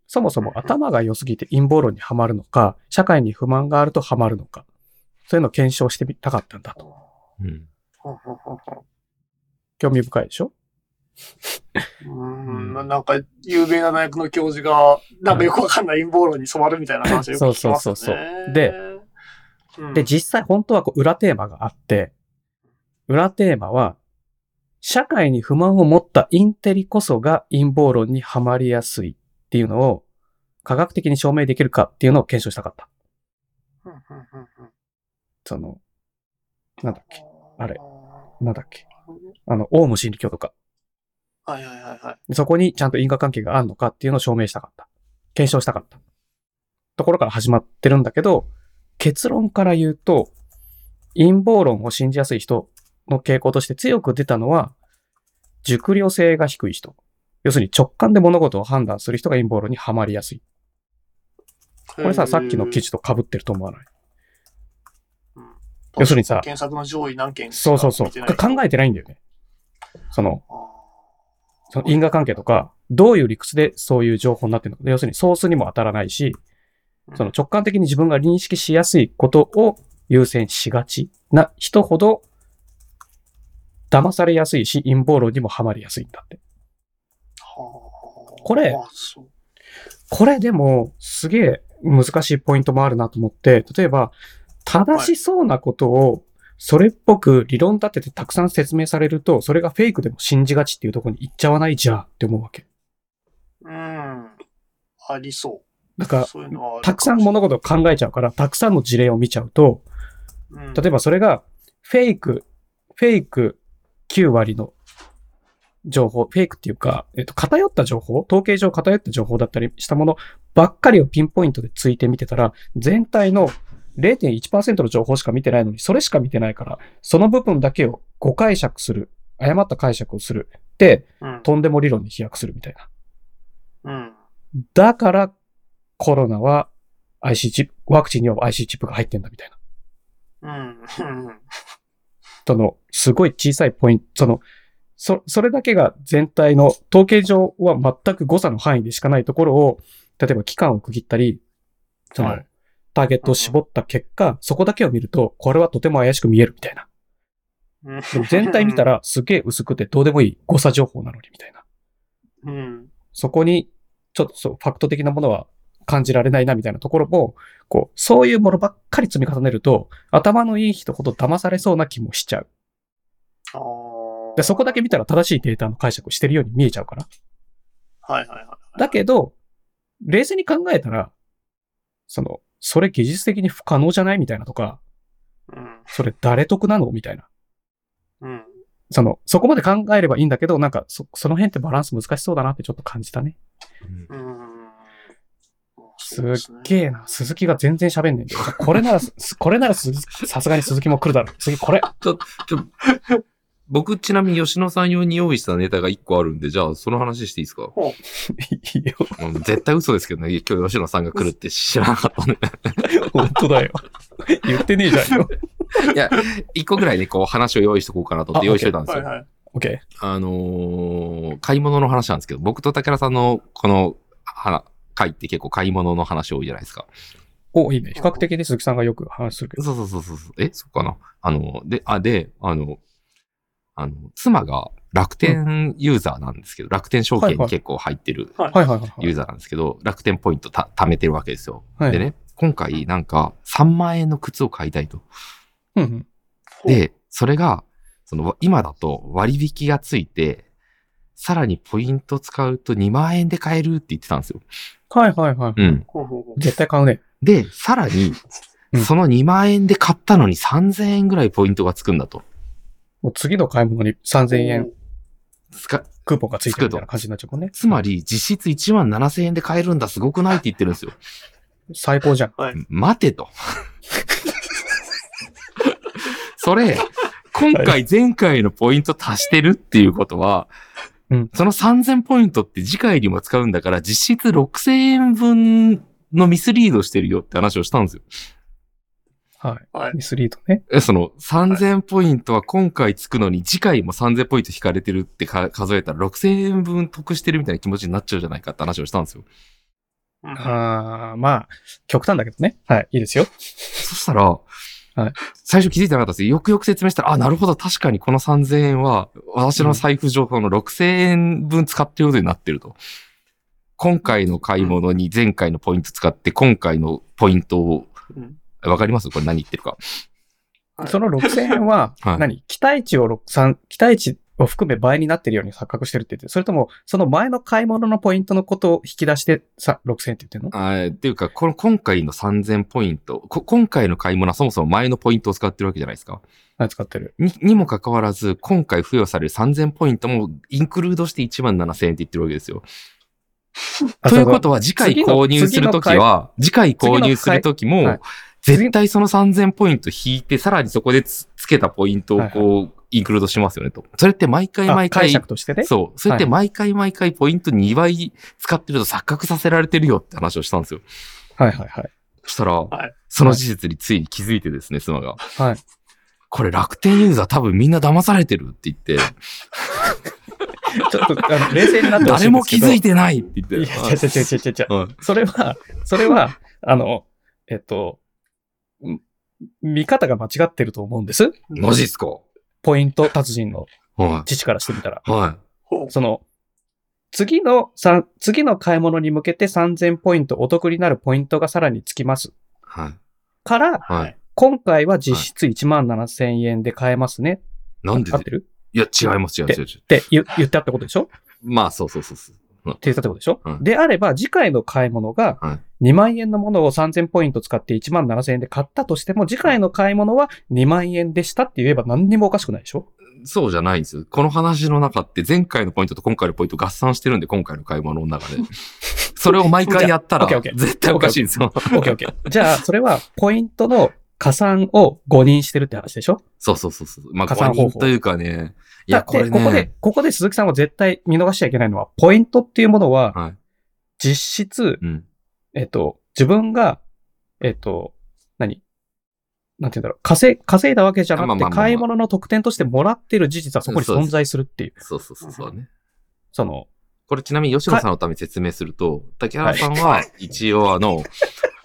S1: そもそも頭が良すぎて陰謀論にはまるのか、社会に不満があるとはまるのか。そういうのを検証してみたかったんだと。
S2: うん。
S3: ほうほうほうほう
S1: 興味深いでしょ
S3: うーん、まあなんか、有名な大学の教授が、なんかよくわかんない陰謀論に染まるみたいな話をよく聞きますよね。
S1: そうそうそうそうで
S3: うん、
S1: で、実際本当はこう裏テーマがあって、裏テーマは、社会に不満を持ったインテリこそが陰謀論にはまりやすいっていうのを科学的に証明できるかっていうのを検証したかった。
S3: うんうんうんうん
S1: その、なんだっけ、あれ
S3: は
S1: なんだっけ。あの、オウム真理教とか。
S3: いはいはいはい。
S1: そこにちゃんと因果関係があるのかっていうのを証明したかった。検証したかった。ところから始まってるんだけど、結論から言うと、陰謀論を信じやすい人の傾向として強く出たのは、熟慮性が低い人。要するに直感で物事を判断する人が陰謀論にはまりやすい。
S3: こ
S1: これさ、さっきの記事と被ってると思わない要するにさ
S3: 検索の上位何件しか
S1: そうそうそう。
S3: 見てない
S1: 考えてないんだよね。その、
S3: あ
S1: その因果関係とか、どういう理屈でそういう情報になってるのか。要するにソースにも当たらないし、
S3: ー
S1: その直感的に自分が認識しやすいことを優先しがちな人ほど、騙されやすいし、陰謀論にもはまりやすいんだって。
S3: はあ
S1: これ
S3: あそう
S1: これでも、すげえ難しいポイントもあるなと思って、例えば、正しそうなことを、それっぽく理論立ててたくさん説明されると、それがフェイクでも信じがちっていうところに行っちゃわないじゃんって思うわけ。
S3: うん。ありそ
S1: だ
S3: う
S1: か。
S3: そういう
S1: ら、
S3: のはある
S1: たくさん物事を考えちゃうから、たくさんの事例を見ちゃうと、
S3: うん
S1: 例えばそれがフェイク、フェイク9割の情報、フェイクっていうか、えっと、偏った情報、統計上偏った情報だったりしたものばっかりをピンポイントでついて見てたら、全体の0.1%の情報しか見てないのに、それしか見てないから、その部分だけを誤解釈する、誤った解釈をする。で、
S3: うん
S1: とんでも理論に飛躍するみたいな。
S3: うん。
S1: だから、コロナは IC チップ、ワクチンには IC チップが入ってんだみたいな。
S3: うん。うん。
S1: その、すごい小さいポイント、その、そ、それだけが全体の、統計上は全く誤差の範囲でしかないところを、例えば期間を区切ったり、その、
S3: はい
S1: ターゲットを絞った結果、そこだけを見ると、これはとても怪しく見えるみたいな。
S3: うん
S1: でも全体見たら、すげえ薄くてどうでもいい誤差情報なのにみたいな。
S3: うん。
S1: そこに、ちょっとそう、ファクト的なものは感じられないなみたいなところも、こう、そういうものばっかり積み重ねると、頭のいい人ほど騙されそうな気もしちゃう。
S3: あー
S1: で、そこだけ見たら正しいデータの解釈をしてるように見えちゃうから。
S3: はいはいはい。
S1: だけど、冷静に考えたら、その、それ技術的に不可能じゃないみたいなとか、
S3: うん。
S1: それ誰得なのみたいな。
S3: うん。
S1: その、そこまで考えればいいんだけど、なんか、そ、その辺ってバランス難しそうだなってちょっと感じたね。
S3: うん。
S1: す
S3: そう
S1: っ
S3: ですね
S1: げえな。鈴木が全然喋んねえんだよ。これなら す、これなら鈴木さすがに鈴木も来るだろう。次、これ。
S2: 僕、ちなみに吉野さん用に用意したネタが1個あるんで、じゃあ、その話していいですか
S1: いいよ。
S2: うん絶対嘘ですけどね、今日吉野さんが来るって知らなかったんで。
S1: 本当だよ。言ってねえじゃんよ。
S2: いや、1個ぐらいね、こう話を用意しとこうかなと思って
S1: あ
S2: 用意してたんです
S3: は
S2: よ
S3: い。はい。
S1: オッケ
S2: あのー買い物の話なんですけど、僕と竹原さんのこの話会って結構買い物の話多いじゃないですか。
S1: ー。お、いいね。比較的に鈴木さんがよく話するけど。
S2: そうそうそうそうそう。え、そうかな。あの、で、あ、で、あの、あの、妻が楽天ユーザーなんですけど、楽天証券に結構入ってる
S1: はいはいはい
S2: ユーザーなんですけど、楽天ポイントた貯めてるわけですよ。
S1: はい。はい
S2: で。ね、今回なんか3万円の靴を買いたいと。
S1: うんうん。
S2: で、それが、その、今だと割引がついて、さらにポイント使うと2万円で買えるって言ってたんですよ。
S1: はいはいはい。
S2: うん。
S3: ほうほうほう
S1: 絶対買うね。
S2: で、さらに
S1: うん、
S2: その2万円で買ったのに3000円ぐらいポイントがつくんだと。
S1: もう次の買い物に3000円
S2: つか
S1: クーポンがついてるみたいな感じになっちゃうもんね。
S2: つまり、実質1万7000円で買えるんだ、すごくないって言ってるんですよ。
S1: 最高じゃん。
S3: はい。
S2: 待てと。それ、今回前回のポイント足してるっていうことは、
S1: うん
S2: その3000ポイントって次回にも使うんだから、実質6000円分のミスリードしてるよって話をしたんですよ。
S1: は
S3: はい
S1: い。ミスリードね。
S2: え、その3000ポイントは今回つくのに次回も3000ポイント引かれてるってか数えたら6000円分得してるみたいな気持ちになっちゃうじゃないかって話をしたんですよ。
S3: うん
S1: あー、まあ、極端だけどね。はい。いいですよ。
S2: そしたら、
S1: い
S2: 最初気づいてなかったんですよ。よくよく説明したら、あ、なるほど、確かにこの3000円は、私の財布情報の6000円分使ってることになってると。今回の買い物に前回のポイント使って、今回のポイントを
S3: うん、
S2: わかりますこれ何言ってるか。
S3: はい
S1: その6000円は、
S2: はい
S1: 何期待値を6、三期待値を含め倍になってるように錯覚してるって言ってる、それとも、その前の買い物のポイントのことを引き出して、さ、6000円って言ってるの
S2: あーっていうか、この今回の3000ポイント、こ今回の買い物はそもそも前のポイントを使ってるわけじゃないですか。
S1: あ使ってる。
S2: に、にもかかわらず、今回付与される3000ポイントもインクルードして1万7000円って言ってるわけですよ。
S1: あ
S2: とい
S1: そ
S2: う
S1: う
S2: こ
S1: そう
S2: とは、次回購入するときは、次回購入するとき
S1: はい
S2: も、絶対その3000ポイント引いて、さらにそこでつつけたポイントをこう、インクルードしますよねと。それって毎回
S1: あ
S2: 毎
S1: 解
S2: 回、
S1: 釈としてね。
S2: そう。それって毎回毎回ポイント2倍使ってると錯覚させられてるよって話をしたんですよ。
S1: はいはいはい。
S2: そしたら
S3: はい、
S2: その事実についに気づいてですね、妻が。
S1: はい。
S2: これ楽天ユーザー多分みんな騙されてるって言って、
S1: ちょっと、あの冷静になってほし
S2: 誰
S1: いんで
S2: も
S1: すけ
S2: 気
S1: ど。
S2: づいてないって言って。
S1: いや、違う違う違う違う違う。
S2: うん
S1: それは、それは、あの、えっと、ん見方が間違ってると思うんです。
S2: マジっすか
S1: ポイント達人の
S2: は
S1: 父からしてみたら。
S2: い。は
S3: ほう
S1: その、次の、さ次の買い物に向けて3000ポイントお得になるポイントがさらにつきます。
S2: い。はい。
S1: から、
S2: はい。
S1: 今回は実質1万7000円で買えますね。
S2: なんで
S1: 合ってる
S2: いや、違います、違います、違います。
S1: って言言ったってことでしょって
S2: まあ、そうそうそうそう。
S1: 言ったってことでしょ、
S2: うん
S1: であれば、次回の買い物が
S2: は
S1: 2万円のものを3000ポイント使って1万7000円で買ったとしても、次回の買い物は2万円でしたって言えば何にもおかしくないでしょ
S2: そうじゃないんですよ。この話の中って、前回のポイントと今回のポイント合算してるんで、今回の買い物の 中で。それを毎回やったら
S1: じゃあオッケーオッケ、ー
S2: 絶対おかしいんですよ。
S1: オッケーオッケー。じゃあ、それはポイントの加算を誤認してるって話でしょ
S2: そうそうそうそう。まあ、
S1: 加算
S2: 5
S1: 方法
S2: 人というかね。い
S1: だ
S2: や、
S1: っ
S2: こ
S1: て
S2: れ
S1: ここで
S2: ね。、
S1: ここで鈴木さんは絶対見逃しちゃいけないのは、ポイントっていうものは、
S2: はい。
S1: 実質、
S2: うん。
S1: えっと、自分が、えっと、何なんて言うんだろう、稼い、稼いだわけじゃな
S2: まあ
S1: くて
S2: まあ、まあまあ
S1: 買い物の特典としてもらってる事実はそこに
S2: そうで
S1: 存
S2: す
S1: 在するっていう、
S2: そうそうそうそうね。
S1: その、
S2: これちなみに吉野さんのために説明すると、竹原さんは一応あ の、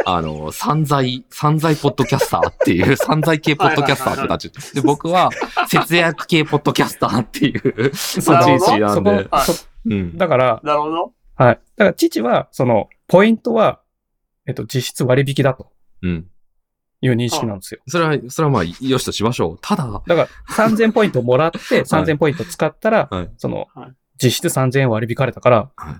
S2: あの、散財、散財ポッドキャスターっていう、散財系ポッドキャスターって立ち。で、僕は節約系ポッドキャスターっていう、そ
S3: な
S2: っち
S3: るほど
S2: 一なんで。
S1: そこ、そ
S2: うん。
S1: だから、
S3: なるほど。
S1: はい。だから父は、その、ポイントは、えっと、実質割引だと
S2: うん。
S1: いう認識なんですよ。
S2: それは、それはまあ、よしとしましょう。ただ、
S1: だから、3000ポイントもらって、3000ポイント使ったら、
S2: はい
S1: その
S3: はい、
S1: 実質3000円割り引かれたから、
S2: はい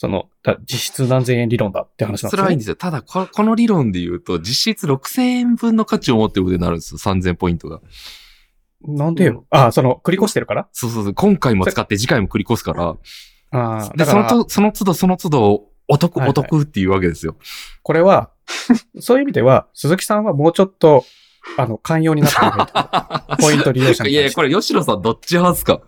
S1: その、だ実質何千円理論だって話なんです
S2: それはいいんですよ。ただこ、この理論で言うと、実質6000円分の価値を持ってることになるんですよ。3000ポイントが。
S1: なんでよ。あ、その、繰り越してるから
S2: そうそうそう。今回も使って次回も繰り越すから。
S1: ああ、
S2: で、
S1: だ
S2: そ
S1: か
S2: の
S1: ら、
S2: と、その都度その都度、お得、
S1: はいはい
S2: お得っていうわけですよ。
S1: これ は、そういう意味では、鈴木さんはもうちょっと、あの、寛容になって もらいたいポイント利用者に対して
S2: いやいや、これ、吉野さんどっち派ですか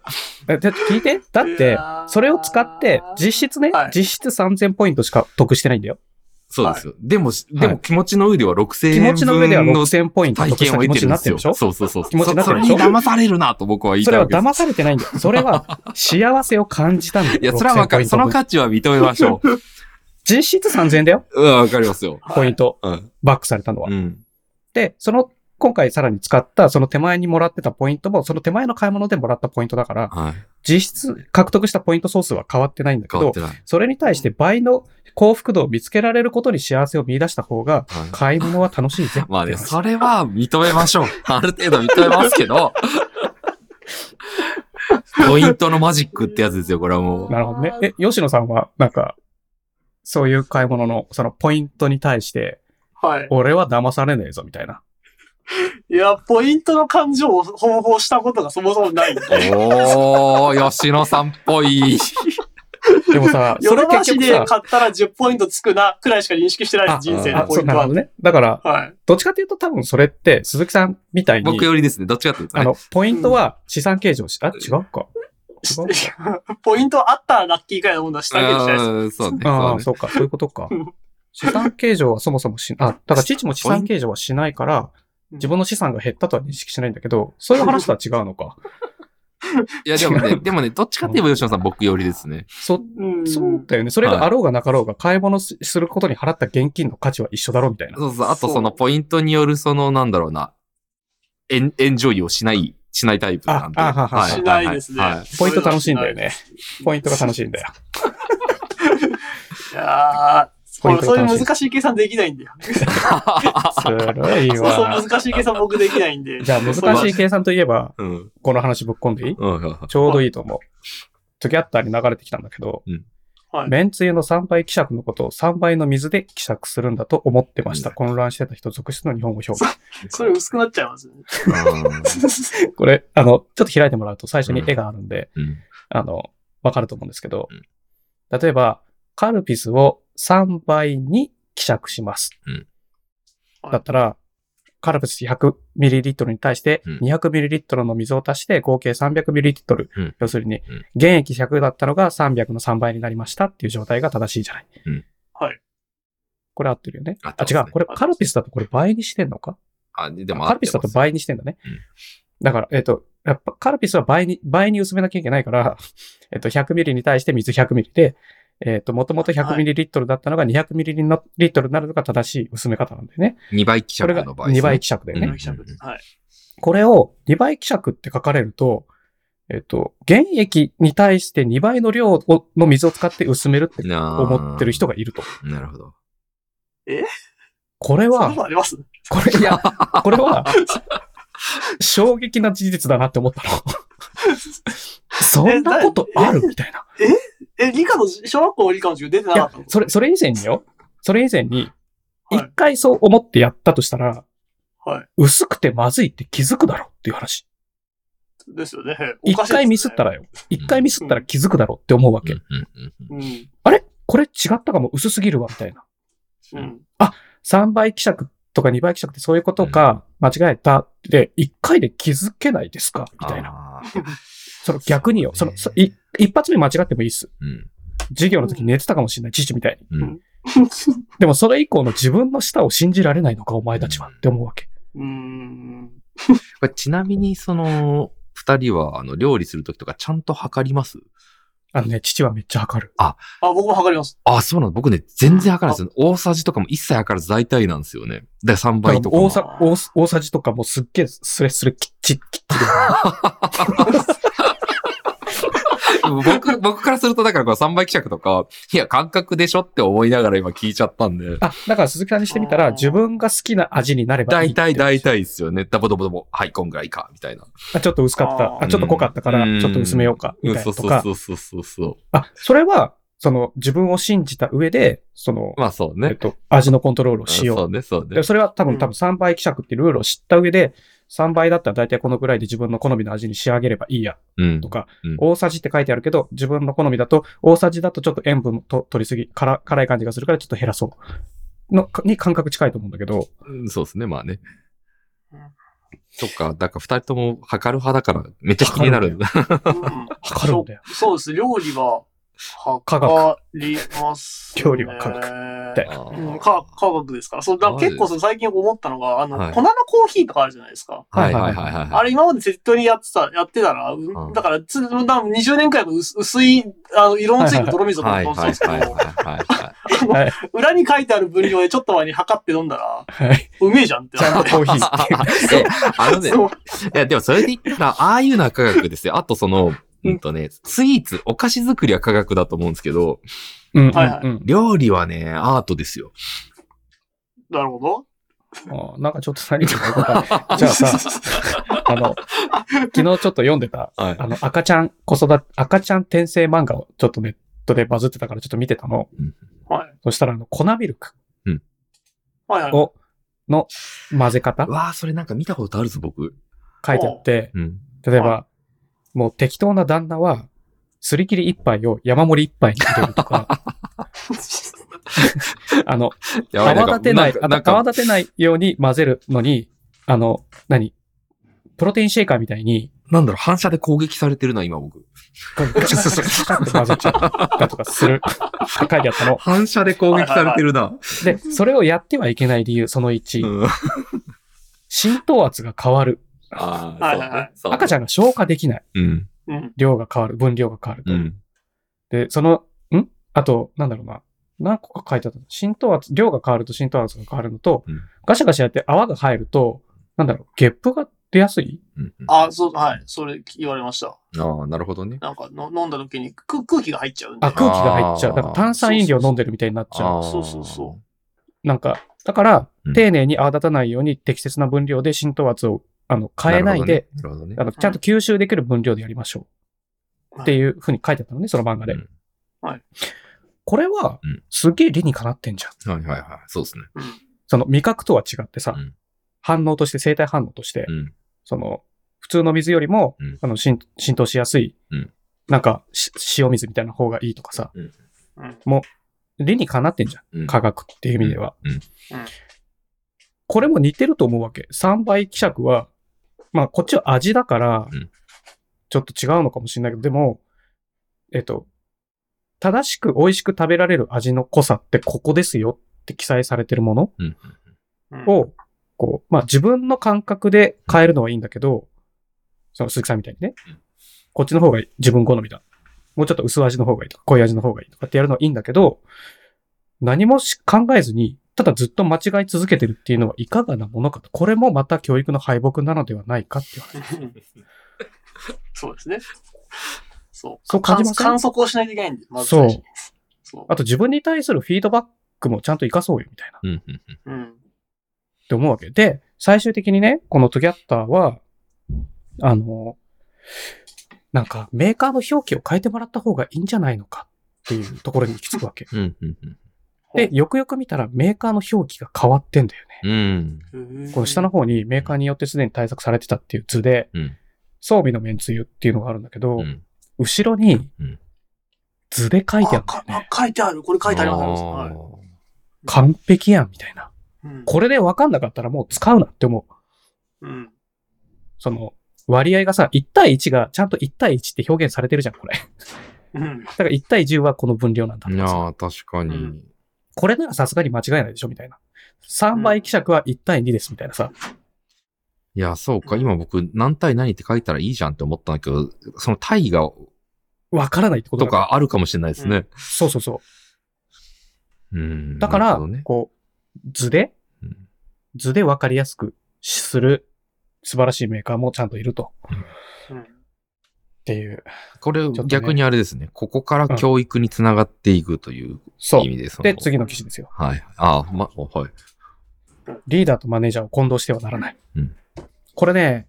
S1: えだって聞いてだっ
S3: い
S1: て
S3: やー、
S1: それを使って、実質ね、
S3: はい
S1: 実質3000ポイントしか得してないんだよ。
S2: そうですよ。でも、で
S1: は
S2: も
S1: い
S2: 気持ちの上では6000
S1: 気
S2: 円
S1: 持
S2: 分
S1: ちの上では
S2: の
S1: 6000ポイント
S2: 体
S1: 得し
S2: 験
S1: た
S2: を
S1: 気
S2: 得
S1: 持
S2: て
S1: ち
S2: る
S1: に
S2: ん
S1: なっ
S2: です
S1: てる
S2: よ。
S1: でしょ
S2: そうそうそう。
S1: 気持ちになってるでしょ
S2: そそれに騙されるなと僕は言い
S1: そ
S2: た
S1: れ
S2: いわ
S1: は
S2: けです。
S1: 騙されて ないんだよ。それは幸せを感じたんだよ。
S2: いや、それはわかる。
S1: 6000ポ
S2: そ
S1: イン
S2: の
S1: ト分
S2: 価値は認めましょう。
S1: 実質3000だよ。
S2: うん、わかりますよ。
S1: ポイント、
S2: うん。
S1: バックされたのは。
S2: うん。
S1: で、その、今回さらに使った、その手前にもらってたポイントも、その手前の買い物でもらったポイントだから、
S2: はい。
S1: 実質獲得したポイント総数は変わってないんだけ
S2: 変わっ
S1: ど
S2: て、ない。
S1: それに対して倍の幸福度を見つけられることに幸せを見出した方が、
S2: はい
S1: 買い物は楽しいぜ。
S2: まあね、
S1: って話
S2: それは認めましょう。ある程度認めますけど。ポイントのマジックってやつですよ、これはもう。
S1: なるほどね。え、吉野さんは、なんか、そういう買い物の、そのポイントに対して、
S3: はい。
S1: 俺は騙されねえぞ、みたいな。
S3: いや、ポイントの感情を方法したことがそもそもないんで。、
S2: おー、吉野さんっぽい。
S1: でもさそ
S3: ヨ
S1: れ
S3: ドバ
S1: 結
S3: シ
S1: 局
S3: で
S1: さ、
S3: 買ったら10ポイントつくな、くらいしか認識してないです、人生
S1: あ
S3: の
S1: あ、
S3: ポ
S1: そ
S3: イ
S1: う、
S3: ン
S1: なる
S3: トは
S1: ほど。ね。だから、
S3: はい。
S1: どっちかっていうと多分それって、鈴木さんみたいに
S2: 僕、よりですね、どっちかっていうと
S1: あ
S2: ね
S1: の。、ポイントは資産計上し、あ、違うか。違う
S3: ポイントあったらラッキーくらいのものはしたわけじゃないです。
S2: うんそうね。
S1: あ
S2: そ
S1: あ
S2: う
S1: ー、
S2: ね
S1: そうか、そういうことか
S3: うん。
S1: 資産計上はそもそもし、あ、だから父も資産計上はしないから、自分の資産が減ったとは認識しないんだけど、そういう話とは違うのか。
S2: いや、でもね、でもね、どっちかって言えば吉野さん僕よりですね。
S1: そ、
S3: うん
S1: そうだよね。それがあろうがなかろうが、買い物すすることに払った現金の価値は一緒だろうみたいな。
S2: そうそう。あと
S3: そう
S2: そのポイントによる、その、なんだろうな、エン、エンジョイをしない、しないタイプなんで。
S1: ああははは
S3: しないですね。
S2: はは
S1: ポイント楽しいんだよね。ポイントが楽しいんだよ。
S3: いやー
S1: ポイント
S3: そ
S1: が
S3: うい
S1: 楽しいう
S3: 難しい計算できないんだよ。
S1: すごい
S3: そうそう
S1: わ。
S3: 難しい計算僕できないんで。
S1: じゃあ難しい計算といえば、
S2: うん。
S1: この話ぶっ込んでいい
S2: うんうん
S1: ちょうどいいと思う。トゥギャッターに流れてきたんだけど、
S3: はい
S1: めんつゆの3倍希釈のことを3倍の水で希釈するんだと思ってました。混乱してた人続出の日本語表現。
S3: それ薄くなっちゃいますよね。
S1: これ、あの、ちょっと開いてもらうと最初に絵があるんで、
S2: うん。
S1: あの、わかると思うんですけど、
S2: うん
S1: 例えば、カルピスを3倍に希釈します。
S2: うん
S1: だったら、カルピス 100ml に対して
S2: うん
S1: 200ml の水を足して合計 300ml、
S2: うん
S1: 要するに
S2: ん、
S1: 原液100だったのが300の3倍になりましたっていう状態が正しいじゃない。
S2: うん
S3: はい。
S1: これ合ってるよね。あ
S2: 合って、ます
S1: 違
S2: ね
S1: う。これ、カルピスだとこれ倍にしてんのか
S2: あ、でも合
S1: カ
S2: っ
S1: ルピ
S2: て
S1: ス
S2: ます
S1: だと倍にしてんだね。
S2: うん
S1: だから、えっ、と、やっぱカルピスは倍に、倍に薄めなきゃいけないから、 えっと、100ミリに対して水100ミリで、えっ、と、もともと100ミリリットルだったのが200ミリリットルになるのが正しい薄め方なんだよね。
S2: 2倍希
S1: これ
S2: 釈
S1: が
S2: の場合ですね。
S1: 2倍希釈だよね。
S2: うん
S3: はい。
S1: これを2倍希釈って書かれると、えっ、と、原液に対して2倍の量をの水を使って薄めるって
S2: なあ
S1: 思ってる人がいると。
S2: なるほど。
S1: これ
S3: そんなこと
S1: は、
S3: あります
S1: これ、い や、これは、衝撃な事実だなって思った の。そんなことあるみたいな。
S3: え、理科の、小学校理科の授業出てないかっ
S1: や
S3: たの、
S1: それ、それ以前によ。それ以前に、
S3: はい
S1: 一回そう思ってやったとしたら、
S3: はい。
S1: 薄くてまずいって気づくだろっていう話。
S3: ですよね。お
S1: 一
S3: かしいですね
S1: 回ミスった。らよ。一回ミスったら気づくだろって思うわけ。
S2: うんうんうん
S3: うん。
S1: あれこれ違ったかも薄すぎるわ、みたいな。
S3: うん。
S1: 3倍希釈とか2倍希釈ってそういうことか、間違えたって、一回で気づけないですかみたいな。
S2: な。
S1: その逆によ。
S2: そ
S1: そう
S2: ね
S1: の、そい一発目間違ってもいいっす。
S2: うん
S1: 授業の時寝てたかもしれない、父みたいに。
S2: うん
S1: でもそれ以降の自分の舌を信じられないのか、お前たちはって思うわけ。
S3: うん。
S2: これちなみに、その、二人は、あの、料理するときとかちゃんと測ります
S1: あのね、父はめっちゃ測る。
S3: あ、僕も測ります。
S2: あ、そうなの僕ね、全然測らないですよね。大さじとかも一切測らず大体なんですよね。で、
S1: だ
S2: 3
S1: から
S2: 倍とかも。
S1: 大さ大さ大さじとかもすっげえスレスレきっちりきっちり。
S2: 僕、僕からすると、だからこれ3倍希釈とか、いや、感覚でしょって思いながら今聞いちゃったんで。
S1: あ、だから鈴木さんにしてみた
S3: あ
S1: ら、
S3: ー
S1: 自分が好きな味になればいい
S2: 大
S1: っていう。
S2: 体、大体ですよね。ダボダボダボ。はい、こんぐらいか、みたいな。
S1: あちょっと薄かった。
S3: あ
S1: あ、ちょっと濃かったから
S2: う、ん
S1: ちょっと薄めようか。み
S2: うん
S1: たい
S2: そ
S1: な
S2: う
S1: と
S2: そう
S1: か。
S2: そうそうそうそう。
S1: あ、それは、その自分を信じた上で、その、
S2: まあそう
S1: えっ
S2: ね。
S1: と、味のコントロールをしよう
S2: そうね、そう
S1: で
S2: ね。
S1: それは多
S3: う
S1: 分、
S3: ん
S1: 多分3倍希釈っていうルールを知った上で、3倍だったら大体このぐらいで自分の好みの味に仕上げればいいや
S2: うん
S1: と。か、
S2: うん
S1: 大さじって書いてあるけど、自分の好みだと、大さじだとちょっと塩分と取りすぎ、辛辛い感じがするからちょっと減らそう。の、かに感覚近いと思うんだけ ど、
S2: うんそうですね、まあね
S3: うん。
S2: そっか、だから二人とも測る派だから、めっちゃ気になる。
S3: うん
S1: 測るんだよ。
S3: そうです。料理は、
S1: 科
S3: 測ります、ね。
S1: 料理は科学だよ
S2: あ
S3: うん、
S2: ー
S3: 科科学ですから。そうだから結構その最近思ったのが、あの、
S2: はい
S3: 粉のコーヒーとかあるじゃないですか。
S2: はいはいはいはい。
S3: あれ今まで適当にやってた、やってたら、うん
S2: うん
S3: だからつ、多分20年くらいの薄薄い、あの、色のついた泥水とか
S2: はい
S3: 飲
S2: は
S3: ん
S2: い
S3: でたん
S2: はい
S3: ですけ
S2: はい
S3: ど、
S2: は
S3: 裏に書いてある分量でちょっと前に測って飲んだら、
S1: はい。
S3: うめえじゃんって
S1: ちゃ
S3: な っ
S1: んと
S3: て。
S1: コーヒーっていう。
S2: い。え、あのね、
S3: そう
S2: いや、でもそれで言ったら、ああいうのは科学ですよ。あとその、うんとね、スイーツ、お菓子作りは科学だと思うんですけど、
S1: うん、うん、
S3: はいはい
S1: うん。
S2: 料理はね、アートですよ。
S3: なるほど。
S1: あーなんかちょっと何言ってるかよくわかんない じゃあさ、あの、昨日ちょっと読んでた、
S2: はい
S1: あの、赤ちゃん子育て、赤ちゃん転生漫画をちょっとネットでバズってたからちょっと見てたの。
S3: はい。
S1: そしたら、あの、粉ミルク
S3: はいはい。
S1: を、の混ぜ方
S2: わあ、それなんか見たことあるぞ、僕。
S1: 書いてあって、
S2: うん。
S1: 例えば、もう適当な旦那は、すり切り一杯を山盛り一杯に入れるとか、あの、
S2: やば
S1: 泡
S2: い
S1: 立てない、
S2: んか
S1: あ
S2: な
S1: の
S2: んか
S1: 泡立てないように混ぜるのに、あの、何プロテインシェイカーみたいに、
S2: なんだろう、反射で攻撃されてるな、今僕。
S1: ガシャガシャガシャって混ぜちゃったとかするって書いてあったの。
S2: 反射で攻撃されてるな。
S1: で、それをやってはいけない理由、その
S2: う
S1: 1、
S2: ん。あ
S1: 浸透圧が変わる。
S3: はいはいは
S2: あ
S3: い、
S2: そうね。
S1: 赤ちゃんが消化できない。
S2: ゃん。うん。
S3: うん。
S1: 量が変わる。分量が変わると。
S2: うん。
S1: で、その、んあと、なんだろうな。何個か書いてあった。浸透圧、量が変わると浸透圧が変わるのと、
S2: うん
S1: ガシャガシャやって泡が入ると、なんだろう、ゲップが出やすい
S2: うんうん
S3: あ、そう、はい。それ言われました。
S2: ああ、なるほどね。
S3: なんかの飲んだ時に空空気が入っちゃうんで。
S1: あ、空気が入っちゃう。
S2: あー
S1: だから炭酸飲料飲んでるみたいになっちゃう。
S2: あー
S3: そうそうそ
S1: なんか、だから
S2: う、ん
S1: 丁寧に泡立たないように適切な分量で浸透圧をあの変えないで、。
S2: なるほどね。
S1: あのちゃんと吸収できる分量でやりましょう。っていうふうに書いてあったのね、その漫画で。
S2: うん
S3: はい
S1: これは
S2: うん、
S1: すげえ理にかなってんじゃん。
S2: はいはいはい。そうですね。
S1: その味覚とは違ってさ、
S2: うん
S1: 反応として、生体反応として、
S2: うん。
S1: その、普通の水よりも、
S2: うん
S1: あの浸浸透しやすい、
S2: うん
S1: なんかし、塩水みたいな方がいいとかさ、
S3: う。うん。
S1: 理にかなってんじゃ。
S2: うんん
S1: 科学っていう意味では。
S2: うんうん
S1: これも似てると思うわけ。3倍希釈は、まあ、こっちは味だから
S2: うん、
S1: ちょっと違うのかもしれないけど、でも、えっと、正しく美味しく食べられる味の濃さってここですよって記載されてるもの
S2: うん。
S3: うん
S1: を、こう、まあ自分の感覚で変えるのはいいんだけど、その鈴木さんみたいにね
S2: うん、
S1: こっちの方が自分好みだ。もうちょっと薄味の方がいいとか、濃い味の方がいいとかってやるのはいいんだけど、何もし考えずに、ただずっと間違い続けてるっていうのはいかがなものかと。これもまた教育の敗北なのではないかっていう話。
S3: そうですね。そう。
S1: そう感じません
S3: 観測をしないといけないんで、まず
S1: そう
S3: 最初に。そ
S1: あと自分に対するフィードバックもちゃんと活かそうよみたいな。っ
S2: うん。うんうん
S3: う。うん。
S1: て思うわけで、最終的にね、このトギャッターは、あの、なんかメーカーの表記を変えてもらった方がいいんじゃないのかっていうところに行き着くわ け。
S2: うんうんうん。
S1: で、よくよく見たらメーカーの表記が変わってんだよね。
S2: うん。
S1: この下の方にメーカーによってすでに対策されてたっていう図で、
S2: うん
S1: 装備のめんつゆっていうのがあるんだけど、
S2: うん
S1: 後ろに
S2: うん
S1: 図で書いてあるんだ
S3: か
S1: よ
S3: あ
S1: ね。
S3: 書いてある。これ書いてあります
S2: あ
S3: はい
S2: ー
S1: 完璧やんみたいな。
S3: うん。
S1: これで分かんなかったらもう使うなって思う。
S3: うん。
S1: その割合がさ、1対1がちゃんと1対1って表現されてるじゃん、これ。
S3: うん。
S1: だから1対10はこの分量なんだと
S2: い
S1: か
S2: や
S1: さ。
S2: ー、確か
S3: う
S2: に
S3: ん。
S1: これならさすがに間違いないでしょ、みたいな。3倍希釈は1対2です、みたいなさ。
S2: いや、そうか。今僕、何対何って書いたらいいじゃんって思ったんだけど、その対が、
S1: 分からないってことだ
S2: と
S1: から
S2: かあるかもしれないですね。
S1: そうそうそう。
S2: うん。
S1: だか
S2: なる
S1: ら、
S2: ほどね。
S1: こう、図で、
S2: うん
S1: 図で分かりやすくする素晴らしいメーカーもちゃんといると。っていう。
S2: これ
S1: っとね
S2: 逆にあれですね。ここから教育につながっていくという
S1: そう
S2: 意。味です。
S1: で、次の記事ですよ。
S2: はい。ああ、ま、はい。
S1: リーダーとマネージャーを混同してはならない。
S2: うん
S1: これね、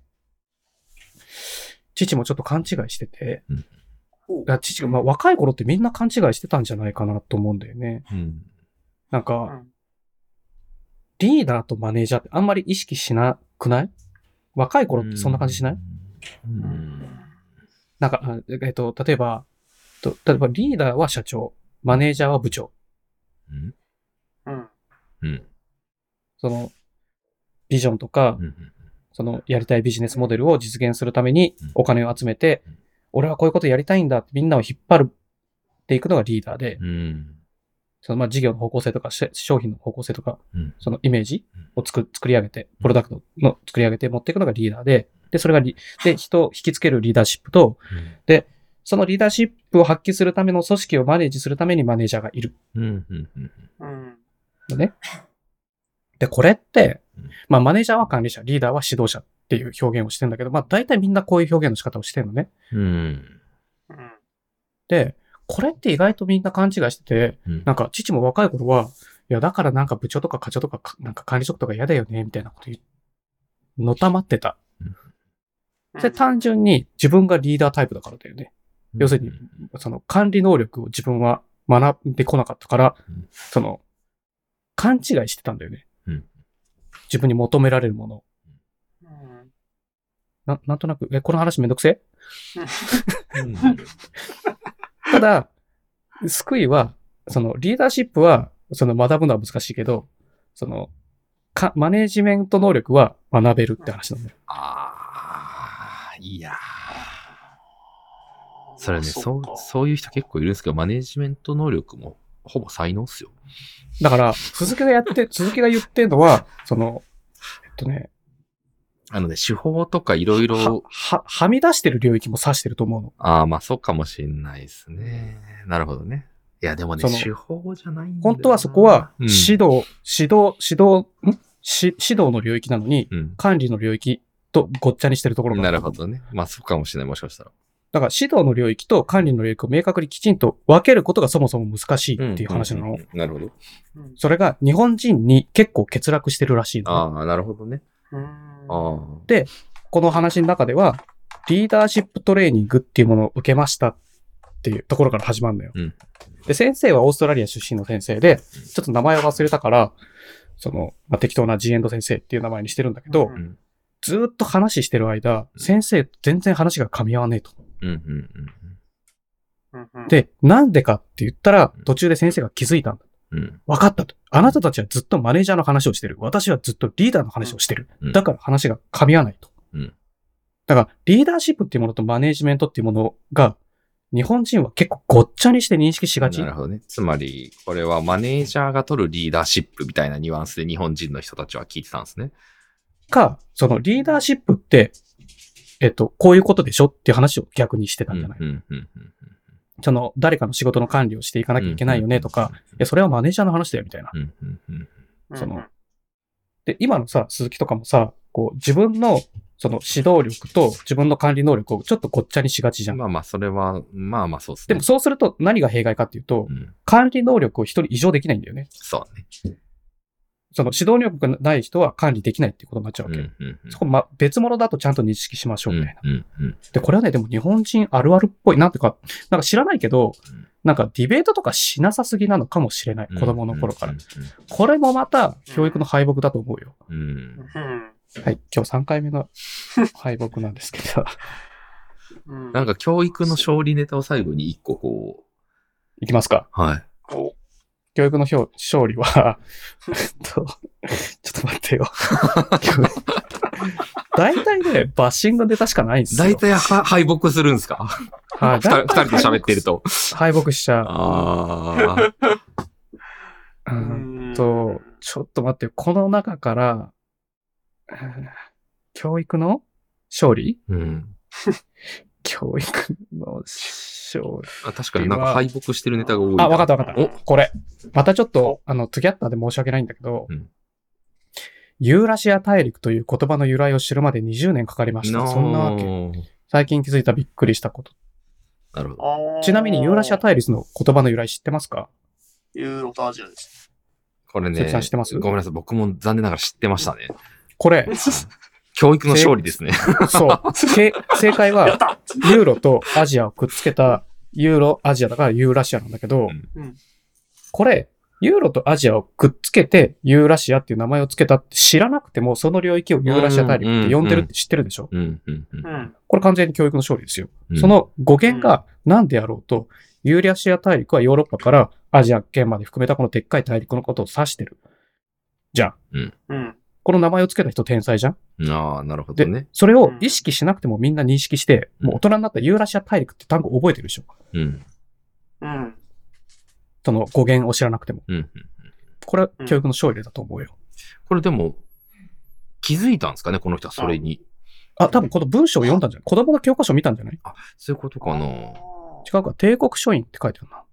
S1: 父もちょっと勘違いしてて、
S2: うん
S3: ほ
S1: い
S3: う
S1: や父が、まあ、若い頃ってみんな勘違いしてたんじゃないかなと思うんだよね。
S2: うん。
S1: なん
S3: う
S1: か、
S3: ん
S1: リーダーとマネージャーってあんまり意識しなくない若い頃ってそんな感じしない、
S2: うん
S1: なんか、あえっと、例えば、と例えばリーダーは社長、マネージャーは部長。
S2: うん。
S3: うん。
S2: うん。
S1: その、ビジョンとか
S2: う、ん。
S1: その、やりたいビジネスモデルを実現するために
S2: うん
S1: お金を集めて
S2: うん、
S1: 俺はこういうことやりたいんだってみんなを引っ張るっていくのがリーダーで、
S2: うん。
S1: その、まあ、事業の方向性とか、し商品の方向性とか、
S2: うん
S1: そのイメージを作作り上げて、プロダクトの作り上げて持っていくのがリーダーで、で、それがリ、で、人を引きつけるリーダーシップと、そのリーダーシップを発揮するための組織をマネージするためにマネージャーがいる。
S2: うん。うん。
S3: うん。
S1: のね。で、これって
S2: うん、
S1: まあ、マネージャーは管理者、リーダーは指導者っていう表現をしてんだけど、まあ、大体みんなこういう表現の仕方をしてるのね。
S2: うん。
S3: うん。
S1: で、これって意外とみんな勘違いしてて、
S2: うん
S1: なんか、父も若い頃は、いや、だからなんか部長とか課長とかか、なんか管理職とか嫌だよね、みたいなこと言う。のたまってた。
S3: うん
S1: で、単純に自分がリーダータイプだからだよね。要するにその管理能力を自分は学んでこなかったから
S2: うん、
S1: その、勘違いしてたんだよね
S2: うん。
S1: 自分に求められるものを。
S3: うん
S1: ななんとなく、え、この話めんどくせえ
S2: うん。
S1: ただ、救いは、そのリーダーシップは、その学ぶのは難しいけど、その、か、マネージメント能力は学べるって話なんだよ。
S2: ああ、いやー。それね、
S3: あ
S2: そう
S3: か、
S2: そういう人結構いるんですけど、マネジメント能力もほぼ才能っすよ。
S1: だから、鈴木がや って、鈴木が言ってるのは、その、えっとね、
S2: あのね、手法とかいろい
S1: は
S2: ろ、、
S1: は、はみ出してる領域も指してると思うの。
S2: ああ、まあそうかもしんないですね。なるほどね。いや、でもね
S1: そ、の
S2: 手法じゃないんだよな
S1: 本当はそこは、
S2: うん
S1: 指導、指導、指導、んし指導の領域なのに、
S2: うん。
S1: 管理の領域とごっちゃにしてるところがあ
S2: なるほどね。まあそうかもしれない、もしかしたら。
S1: だから指導の領域と管理の領域を明確にきちんと分けることがそもそも難しいっていう話なの。
S2: んんんなるほど。
S3: うん
S1: それが日本人に結構欠落してるらしいのね。
S2: ああ、なるほどね。
S3: うん
S2: ああ。
S1: この話の中では、リーダーシップトレーニングっていうものを受けましたっていうところから始まるのよ。
S2: うん
S1: で、先生はオーストラリア出身の先生で、ちょっと名前を忘れたから、その、まあ、適当なジエンド先生っていう名前にしてるんだけど、
S3: うん
S1: ずーっと話してる間、
S2: ん
S1: 先生全然話が噛み合わねえと。
S2: うんうん
S3: うんうん
S1: で、なんでかって言ったら
S2: うん、
S1: 途中で先生が気づいたんだ
S2: うん。うん。
S1: 分かったと。あなたたちはずっとマネージャーの話をしてる。私はずっとリーダーの話をしてる。
S2: うん
S1: だから話が噛み合わないと。
S2: うん
S1: だから、リーダーシップっていうものとマネージメントっていうものが、日本人は結構ごっちゃにして認識しがち
S2: な。るほどね。つまり、これはマネージャーが取るリーダーシップみたいなニュアンスで日本人の人たちは聞いてたんですね。
S1: か、そのリーダーシップって、えっと、こういうことでしょっていう話を逆にしてた
S2: うんん
S1: じ
S2: う
S1: ゃな
S2: ん
S1: い、
S2: うんうん
S1: その、誰かの仕事の管理をしていかなきゃいけないよねとか、いや、それはマネージャーの話だよみたいな。
S2: うんうんうん
S1: そので、今のさ、鈴木とかもさ、こう、自分の、その指導力と自分の管理能力をちょっとごっちゃにしがちじゃん。
S2: まあまあ、それは、まあまあそうです
S1: で
S2: ね。
S1: もそうすると何が弊害かっていうと
S2: う、ん、
S1: 管理能力を一人異常できないんだよね。
S2: そうね。
S1: その指導力がない人は管理できないっていうことになっちゃうわけ。
S2: うんうんうん
S1: そこ、ま、別物だとちゃんと認識しましょうみたいな。
S2: うんうんうん
S1: で、これはね、でも日本人あるあるっぽい。なんていうか、なんか知らないけど
S2: うん、
S1: なんかディベートとかしなさすぎなのかもしれない。子供の頃から
S2: うん。
S1: これもまた教育の敗北だと思うよ。
S2: うんうん
S3: うん
S1: はい。今日3回目の敗北なんですけど。
S3: うん。
S2: なんか教育の勝利ネタを最後に一個こ
S1: いきますか。
S2: う、はい。
S3: こ
S1: 教育の表勝利 は、えっと、ちょっと待ってよ。大体ね、バッシングのネタしかないんですよ。
S2: 大体は敗北するんですか
S1: はい、
S2: 二人二人で喋って ると。
S1: 敗北しちゃう。
S2: ああ。
S1: う
S3: う。
S1: ん
S3: うん
S1: と、ちょっと待ってよ。この中から、うん教育の勝利
S2: うん。
S1: 教育の勝利。
S2: あ確かになんか敗北してるネタが多いな。
S1: あ、わかったわかった。
S3: お
S1: これ。またちょっと、あの、トゥギャッターで申し訳ないんだけど、
S2: うん
S1: ユーラシア大陸という言葉の由来を知るまで20年かかりました。
S2: な
S1: そんなわけ。最近気づいたびっくりしたこと。
S2: なるほど。
S3: あー
S1: ちなみにユーラシア大陸の言葉の由来知ってますか
S3: ユーロとアジアです。
S2: これ
S1: 関
S2: ね
S1: さん知ってます、
S2: ごめんなさい。僕も残念ながら知ってましたね。
S1: これ、
S2: 教育の勝利ですね。
S1: そう。け正解は、ユーロとアジアをくっつけたユーロアジアだからユーラシアなんだけど、
S3: うん
S1: これ、ユーロとアジアをくっつけてユーラシアっていう名前をつけたって知らなくても、その領域をユーラシア大陸って呼んでるって知ってるでしょ、
S2: うん、うん、う
S3: うんん。
S1: これ完全に教育の勝利ですよ。
S2: うん。
S1: そ、の語源が何であろうと、ユーラシア大陸はヨーロッパからアジア圏まで含めたこのでっかい大陸のことを指してる。じゃん。
S3: うん。
S1: この名前をつけた人天才じゃん
S2: ああ、なるほど
S1: で、
S2: ね。
S1: それを意識しなくてもみんな認識して、
S2: うん
S1: もう大人になったらユーラシア大陸って単語覚えてるでしょ
S2: うん、
S3: うん。
S1: その語源を知らなくても。
S2: うんうん。
S1: これは
S3: うん
S1: 教育の勝利だと思うよ。
S2: これでも、気づいたんですかね、この人はそれに。
S1: あ、多分この文章を読んだんじゃない子供の教科書見たんじゃない
S2: そういうことかな。
S1: 違うか、帝国書院って書いてあるな。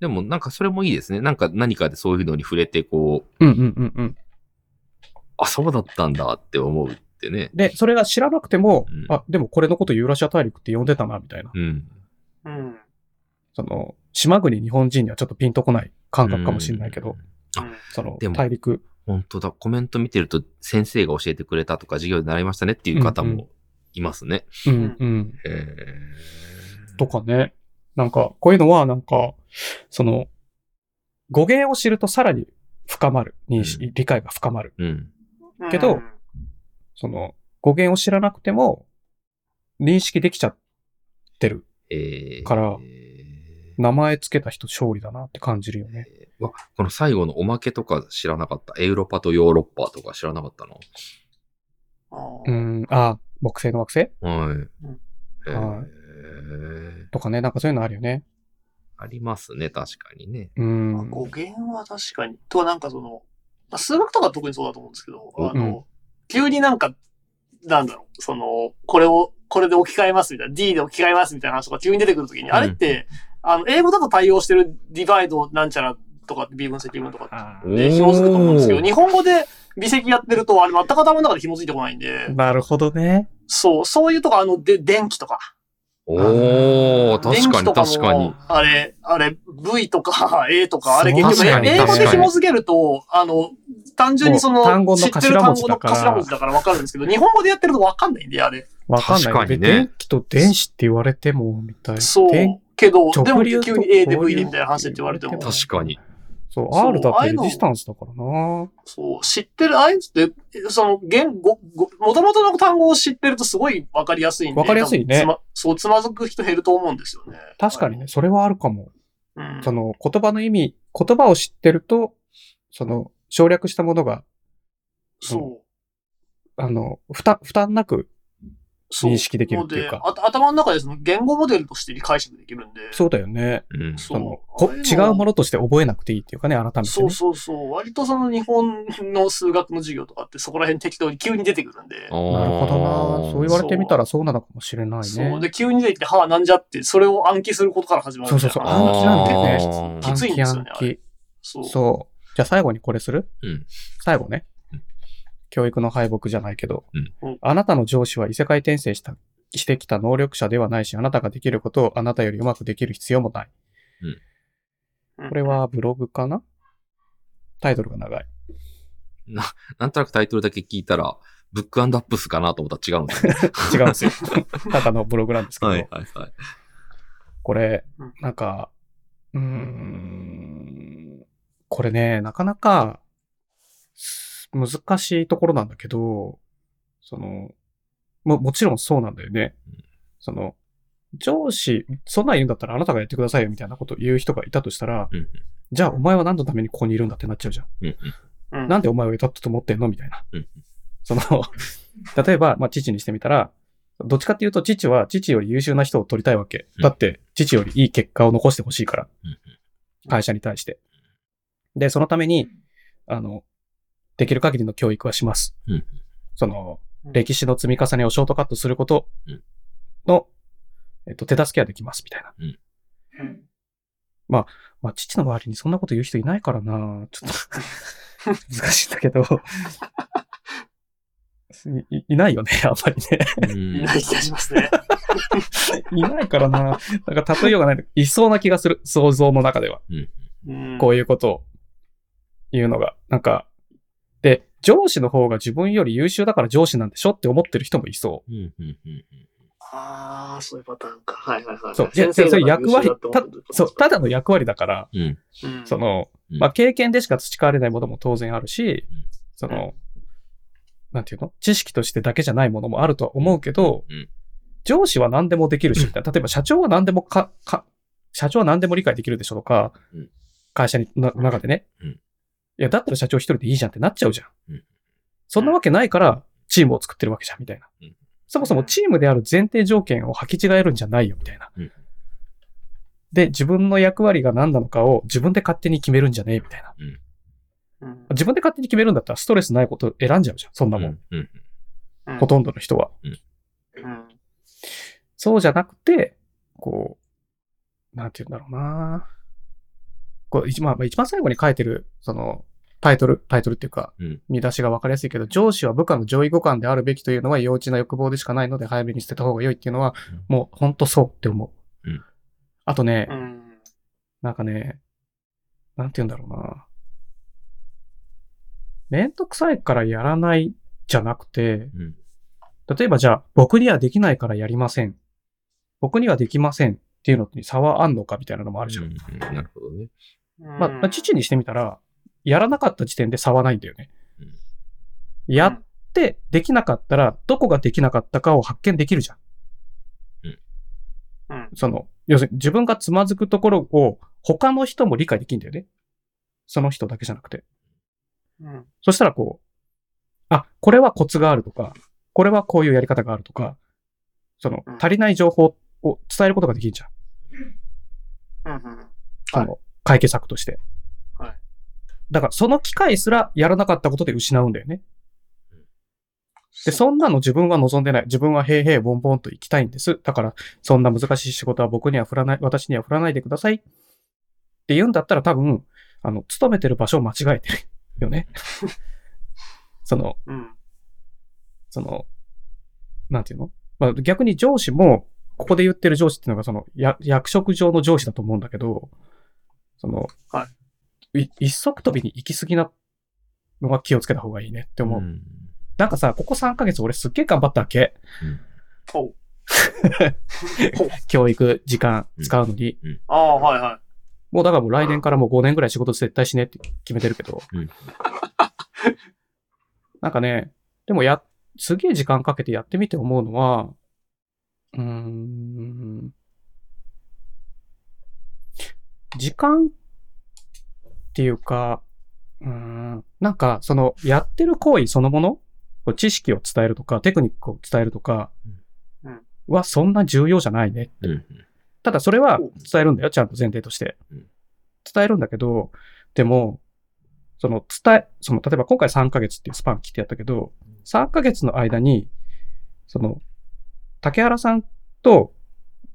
S2: でも、なんかそれもいいですね。なんか何かでそういうのに触れて、こう、
S1: うんうんうんうん。
S2: あ、そうだったんだって思うってね。
S1: で、それが知らなくても、
S2: うん
S1: あ、でもこれのことユーラシア大陸って呼んでたな、みたいな。
S2: うん。
S3: うん。
S1: その、島国日本人にはちょっとピンとこない感覚かもしれないけど、
S2: うん
S1: その
S2: でも、
S1: 大陸。
S2: 本当だ。コメント見てると、先生が教えてくれたとか、授業で習いましたねっていう方
S1: うんう
S2: もいますね。
S1: うんうん。
S2: へー
S1: とかね。なんか、こういうのは、なんか、その、語源を知るとさらに深まる、認識、
S2: う
S1: 理解が深まる。
S2: うん。
S3: うん
S1: けど、その、語源を知らなくても、認識できちゃってる。
S2: えー
S1: から
S2: えー
S1: 名前つけた人勝利だなって感じるよね。
S2: わこの最後のおまけとか知らなかった。エウロパとヨーロッパとか知らなかった
S3: あ
S1: う
S3: ー
S1: ーん、ああ、木星の惑星
S2: な。はい。え
S1: はい
S2: ー
S1: とかね、なんかそういうのあるよね。
S2: ありますね、確かにね。
S1: うー
S3: まあ
S1: ん。
S3: 語源は確かに。とはなんかその、まあ数学とかは特にそうだと思うんですけど、あの、急になんか、なんだろう、その、これを、これで置き換えますみたいな、D で置き換えますみたいな話とか急に出てくるときに、
S2: ん
S3: あれって、あの、英語だと対応してるディバイドなんちゃらとか、微分積分とか
S1: あ
S2: お
S1: ー
S3: で紐づくと思うんですけど、
S2: ー
S3: 日本語で微積やってると、あれ全く頭の中で紐づいてこないんで、
S1: なるほどね。
S3: そう、そういうとこ、あの、で、電気とか、
S2: おー、
S1: あー
S2: 確かに確かに。
S3: あれ、あれ、V とか A とか、あれ
S1: そう
S3: 結局、
S2: 確かに
S3: 英語
S2: 確
S3: で
S2: かに
S3: 紐付けると、あの、単純にそ
S1: も
S3: の、
S1: う単語の
S3: 知ってる
S1: 頭
S3: 単
S1: 文字
S3: 語
S1: だ
S3: の
S1: から
S3: 頭文字だからわかるんですけど、日本語でやってるとわかんないんで、あれ。
S1: わかんない。
S2: 確かにね
S1: で電気と電子って言われても、みたいな。
S3: そう
S1: 電。
S3: けど、
S1: 直
S3: でも
S1: 流と
S3: 急に A で
S1: 交流
S3: V でみたいな話って言われても
S1: っ、
S2: 確かに。
S1: そう、
S3: そう
S1: R だっ
S3: ああ
S1: て
S3: いう
S1: レデ
S3: の
S1: ィスタンスだからな。
S3: そう、知ってる、ああいうのって、その、言語、語元々の単語を知ってるとすごいわかりやすいんで。
S1: わかりやすいね
S3: 多分つまそう、つまずく人減ると思うんですよね。
S1: 確かにね、それはあるかも。
S3: うん。
S1: その、言葉の意味、言葉を知ってると、その、省略したものが、
S3: そう。
S1: あの、負担、負担なく、
S3: そう
S1: 認識できるっていうか
S3: のであ頭の中でその言語モデルとして解釈できるんで。
S1: そうだよね。
S2: うん。
S3: そ
S1: そうのこ
S3: ああいう
S1: 違
S3: のは
S1: うものとして覚えなくていいっていうかね、改めて、ね。
S3: そうそうそう。割とその日本の数学の授業とかってそこら辺適当に急に出てくるんで。
S1: なるほどな。そう言われてみた
S2: ら。
S1: らそうなのかもしれないね。
S3: そう。で、急に出てきて、はあ、なんじゃって、それを暗記することから始まるみたいな。
S1: そうそうそう
S2: 暗記なんだよね
S3: あー
S2: 暗
S3: きついんですよね。
S1: 暗
S3: あ
S1: 記
S3: れ
S1: 暗
S3: そ
S1: 記
S3: う。
S1: そう。じゃあ最後にこれする
S2: うん
S1: 最後ね
S2: うん。
S1: 教育の敗北じゃないけど、
S3: うん
S1: あなたの上司は異世界転生した、してきた能力者ではないし、あなたができることをあなたよりうまくできる必要もない。
S3: うん
S1: これ。はブログかなタイトルが長い。
S2: なんとなくタイトルだけ聞いたら、ブックアップスかなと思ったら違うん ですね。
S1: 違うん ですよ。ただのブログなんですけど、
S2: はいはいはい。
S1: これ
S3: うん、
S1: なんか、うーん、これね、なかなかす難しいところなんだけど、その、も、もちろんそうなんだよね。その、上司、そんなん言うんだったらあなたがやってくださいよみたいなことを言う人がいたとしたら、
S2: うん
S1: じゃあお前は何のためにここにいるんだってなっちゃうじゃん。
S2: うん
S3: うん
S1: なんでお前を雇ったと思ってんのみたいな
S2: うん。
S1: その、例えば、まあ、父にしてみたら、どっちかっていうと、父は父より優秀な人を取りたいわけ。
S2: うん
S1: だって、父よりいい結果を残してほしいから
S2: うん。
S1: 会社に対して。で、そのために、あの、できる限りの教育はします
S2: うん。
S1: その、
S3: うん
S1: 歴史の積み重ねをショートカットすることの、えっと、手助けはできます、みたいな。
S3: うん
S1: まあ、父の周りにそんなこと言う人いないからな、ちょっ と、難しいんだけど、いいいないよね、 あんまりね。
S2: うん
S3: いない気がしますね。
S1: いないからな。なんか例えようがない。いそうな気がする。想像の中では。
S3: うん
S1: こういうことを言うのが。なんか、で、上司の方が自分より優秀だから上司なんでしょって思ってる人もいそう。
S2: うんうんうん
S3: ああ、そういうパターンか。はいはいはい。
S1: そう。いや、
S3: 先
S1: そ
S3: 生
S1: うそ
S3: が
S1: う役割
S3: 優秀だと、思
S1: た
S3: ってるって、こと
S1: そう、ただの役割だから、
S2: うん。
S3: うん
S1: その、
S2: うん
S1: まあ、経験でしか培われないものも当然あるし
S2: うん、
S1: その、なんていうの知識としてだけじゃないものもあるとは思うけど
S2: うん、
S1: 上司は何でもできるし、みたいな例えば社長は何でもか、か、社長は何でも理解できるでしょとか
S2: うん、
S1: 会社にな中でね
S2: うん。
S1: いや、だったら社長一人でいいじゃんってなっちゃうじゃん
S2: うん。
S1: そんなわけないから、チームを作ってるわけじゃん、みたいな
S2: うん。
S1: そもそもチームである前提条件を履き違えるんじゃないよ、みたいな
S2: うん。
S1: で、自分の役割が何なのかを自分で勝手に決めるんじゃねえ、みたいな。
S3: うん
S1: 自分で勝手に決めるんだったらストレスないことを選んじゃうじゃん。そんなもん。
S2: うん。うん。
S3: うん
S1: ほとんどの人は。
S3: うん
S1: そうじゃなくて、こう、なんて言うんだろうなこう、一番、まあ、一番最後に書いてる、その、タイトル、タイトルっていうか
S2: うん、
S1: 見出しが分かりやすいけど、上司は部下の上位互換であるべきというのは幼稚な欲望でしかないので早めに捨てた方が良いっていうのは、もうほんとそうって思う。
S2: うん
S1: あとね、
S3: うん
S1: なんかね、なんて言うんだろうな。めんどくさいからやらないじゃなくて、
S2: うん。
S1: 例えばじゃあ、僕にはできないからやりません。僕にはできませんっていうのに差はあんのかみたいなのもあるじゃん。
S2: うんなるほどね。
S1: まあ、まあ、父にしてみたら、やらなかった時点で差はないんだよね。
S2: うん
S1: やって、できなかったら、どこができなかったかを発見できるじゃん。
S3: うん
S1: その、要するに自分がつまずくところを他の人も理解できるんだよね。その人だけじゃなくて。
S3: うん
S1: そしたらこう、あ、これはコツがあるとか、これはこういうやり方があるとか、その
S3: うん
S1: 足りない情報を伝えることができるじゃん。
S3: うんうん
S1: その解決策として。
S3: はい
S1: だからその機会すらやらなかったことで失うんだよね。で、そんなの自分は望んでない。自分は平平ボンボンと行きたいんです。だから、そんな難しい仕事は僕には振らない、私には振らないでください。って言うんだったら多分、あの、勤めてる場所を間違えてるよ ね。その、
S3: うん
S1: その、なんていうの、まあ、逆に上司も、ここで言ってる上司っていうのが、その、や役職上の上司だと思うんだけど、その、、
S3: はい
S1: 一足飛びに行き過ぎなのは気をつけた方がいいねって思う。
S2: ん
S1: なんかさ、ここ3ヶ月俺すっげえ頑張ったわけ。
S2: うん
S3: ほうほう
S1: 教育、時間使うのに。
S3: ああ、はいは
S1: もうだからもう来年からもう5年ぐらい仕事絶対しねって決めてるけど。
S2: うん
S1: なんかね、でもや、すげえ時間かけてやってみて思うのは、うーん、時間っていうか、うーん、なんかそのやってる行為そのもの、こう知識を伝えるとか、テクニックを伝えるとか
S3: うん
S1: はそんな重要じゃないね
S2: うんうん
S1: ただそれは
S3: うん
S1: 伝えるんだよ、ちゃんと前提として
S2: うん。
S1: 伝えるんだけど、でも、その伝え、その例えば今回3ヶ月っていうスパン切ってやったけど、3ヶ月の間に、その、竹原さんと、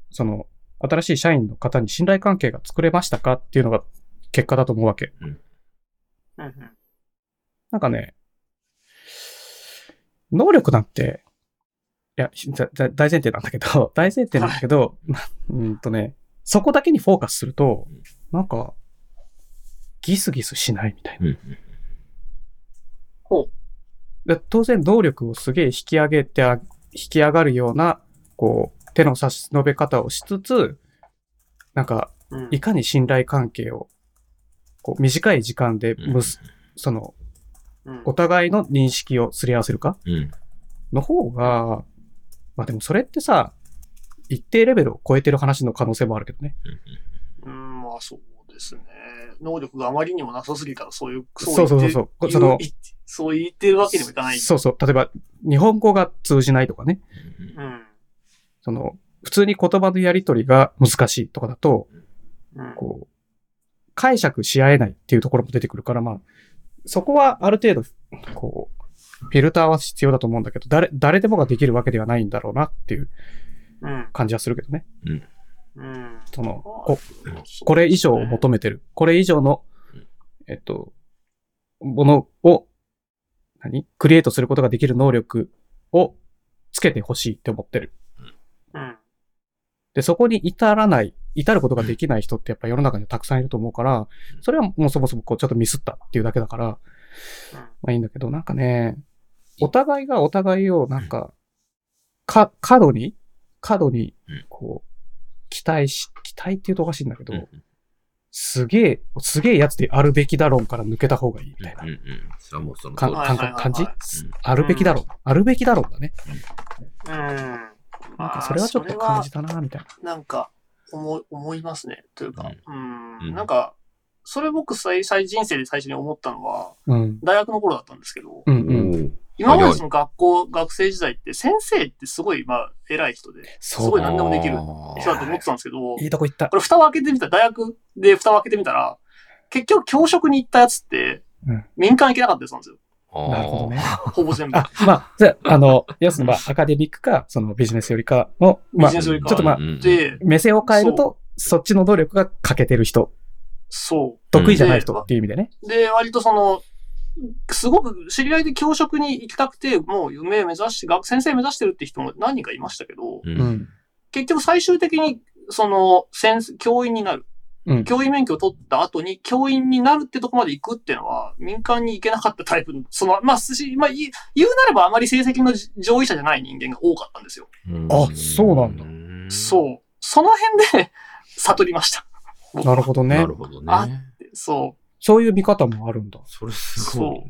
S1: その、新しい社員の方に信頼関係が作れましたかっていうのが結果だと思うわけ。
S3: い。うん
S1: なんかね、能力なんて、いや、ひだだ大前提なんだけど、 大前提なんだけど、なうんとね、そこだけにフォーカスすると
S2: うん、
S1: なんか、ギスギスしないみたいな。
S2: うん
S1: で当然、能力をすげえ引き上げてあ、引き上がるような、こう、手の差し伸べ方をしつつ、なんか、
S3: うんうん
S1: いかに信頼関係を、こう、短い時間で
S2: うん
S1: むす、その、
S3: うん
S1: お互いの認識をすり合わせるか
S2: うん
S1: の方が、まあでもそれってさ、一定レベルを超えてる話の可能性もあるけどね。
S3: うん、まあそうですね。能力があまりにもなさすぎたら、そういう、
S1: そうそうそうそう
S3: 言って
S1: その
S3: 言うそう言ってるわけにもいかない。
S1: そうそう。例えば、日本語が通じないとかね。
S3: うん。
S1: その、普通に言葉のやり取りが難しいとかだと、
S3: うん。
S1: こう、解釈し合えないっていうところも出てくるから、まあ、そこはある程度、こう、フィルターは必要だと思うんだけど、誰、誰でもができるわけではないんだろうなっていう
S3: うん。
S1: 感じはするけどね。
S3: うん。
S1: その、ここれ以上を求めてる。これ以上の
S2: うん、
S1: えっと、ものを、何クリエイトすることができる能力をつけてほしいって思ってる。
S3: うん。
S1: で、そこに至らない、至ることができない人ってやっぱ世の中にはたくさんいると思うから、それはもうそもそもこうちょっとミスったっていうだけだから、まあいいんだけど、なんかね、お互いがお互いをなんか、か、過度に過度に
S2: うん、
S1: こう、期待し、期待って言うとおかしいんだけど、
S2: うん
S1: すげえ、すげえやつであるべきだ論から抜けた方がいいみたいな
S2: うんうんうん。それはもうその通
S1: か
S2: り
S3: はい
S1: 感
S3: はいはい
S1: 覚、
S3: はい
S1: 感じ、
S3: うん
S1: あるべきだろう。あるべきだろうだね。
S3: うん。
S1: な
S3: ま
S1: んか
S3: あ
S1: それはちょっと感じたな、みたいな。
S3: なんか、思い、思いますね。というか、うん、
S2: うん
S3: なんか、それ僕最、最人生で最初に思ったのは、
S1: うん。
S3: 大学の頃だったんですけど、
S1: うんうん。
S2: おー
S3: 今ま
S2: はいは
S3: で
S2: い
S3: その学校、学生時代って、先生ってすごい、まあ、偉い人で、
S1: そう
S3: すごい何でもできる人
S2: あ
S3: だと思ってたんですけど、
S1: いいとこ行った
S3: こ。れ蓋を開けてみた、大学で蓋を開けてみたら、結局教職に行ったやつって
S1: うん、
S3: 民間行けなかったやつなんですよ。
S2: ー
S1: なるほどね。
S3: ほぼ全部。
S1: あ、まあ、じゃあ、あの、要するに、まあ、アカデミックか、そのビジネスよりかの、まあ
S3: ビジネ、スよりか
S1: ちょっとまあ
S2: うんうん
S3: で、
S1: 目線を変えると、そっちの能力が欠けてる人、
S3: そ
S1: 得意じゃない人っていう意味でね。
S3: う。で、割とその、すごく知り合いで教職に行きたくて、もう夢目指して、学先生目指してるって人も何人かいましたけど、
S2: う。
S1: うんん。
S3: 結局最終的に、その、先生教員になる。
S1: うん。
S3: 教員免許を取った後に、教員になるってとこまで行くっていうのは、民間に行けなかったタイプの、その、まあ、しまあ、い言うなればあまり成績の上位者じゃない人間が多かったんですよ。
S1: あそうなんだ
S2: だ
S3: そう。その辺で 悟りました。
S1: なるほどね
S2: なる。ほど
S3: あ
S2: ね。
S3: そ
S1: そういう見方もあるんだ。
S2: それすごいね。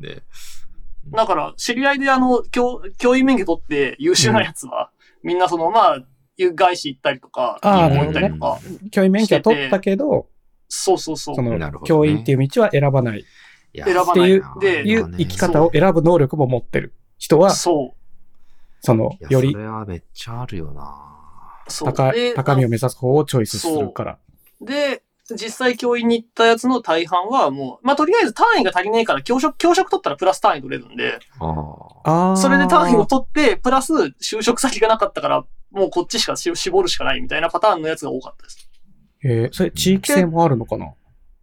S3: う。だから、知り合いであの、教、教員免許取って優秀なやつは、みんなその、まあ、いう外資行ったりとか、
S1: あ
S3: 銀
S1: ーなるほ
S3: 行行っ
S1: ど
S3: た
S1: ね
S3: りとか、
S1: 教員免許は取ったけど、
S3: そうそうそう
S1: そ。の
S2: なるほどね
S1: 教員っていう道は選ばない、
S2: 選
S3: 選ば
S1: ないい
S2: や
S1: って
S2: な
S3: で
S1: い
S2: な
S1: うん
S2: かね
S1: 生き方を選ぶ能力も持ってる人は、
S3: そ
S1: その
S2: いや、
S1: よ
S2: そ
S1: り
S2: れはめっちゃあるよな。
S3: う。そう。
S1: 高
S3: で
S1: い高みを目指す方をチョイスするから。
S3: で、実際教員に行ったやつの大半はもう、まあ、とりあえず単位が足りないから、教職、教職取ったらプラス単位取れるんで、
S1: あ
S2: あ
S1: ー
S3: それで単位を取って、プラス就職先がなかったから、もうこっちしかし絞るしかないみたいなパターンのやつが多かったです。
S1: えーそれ地域性もあるのかな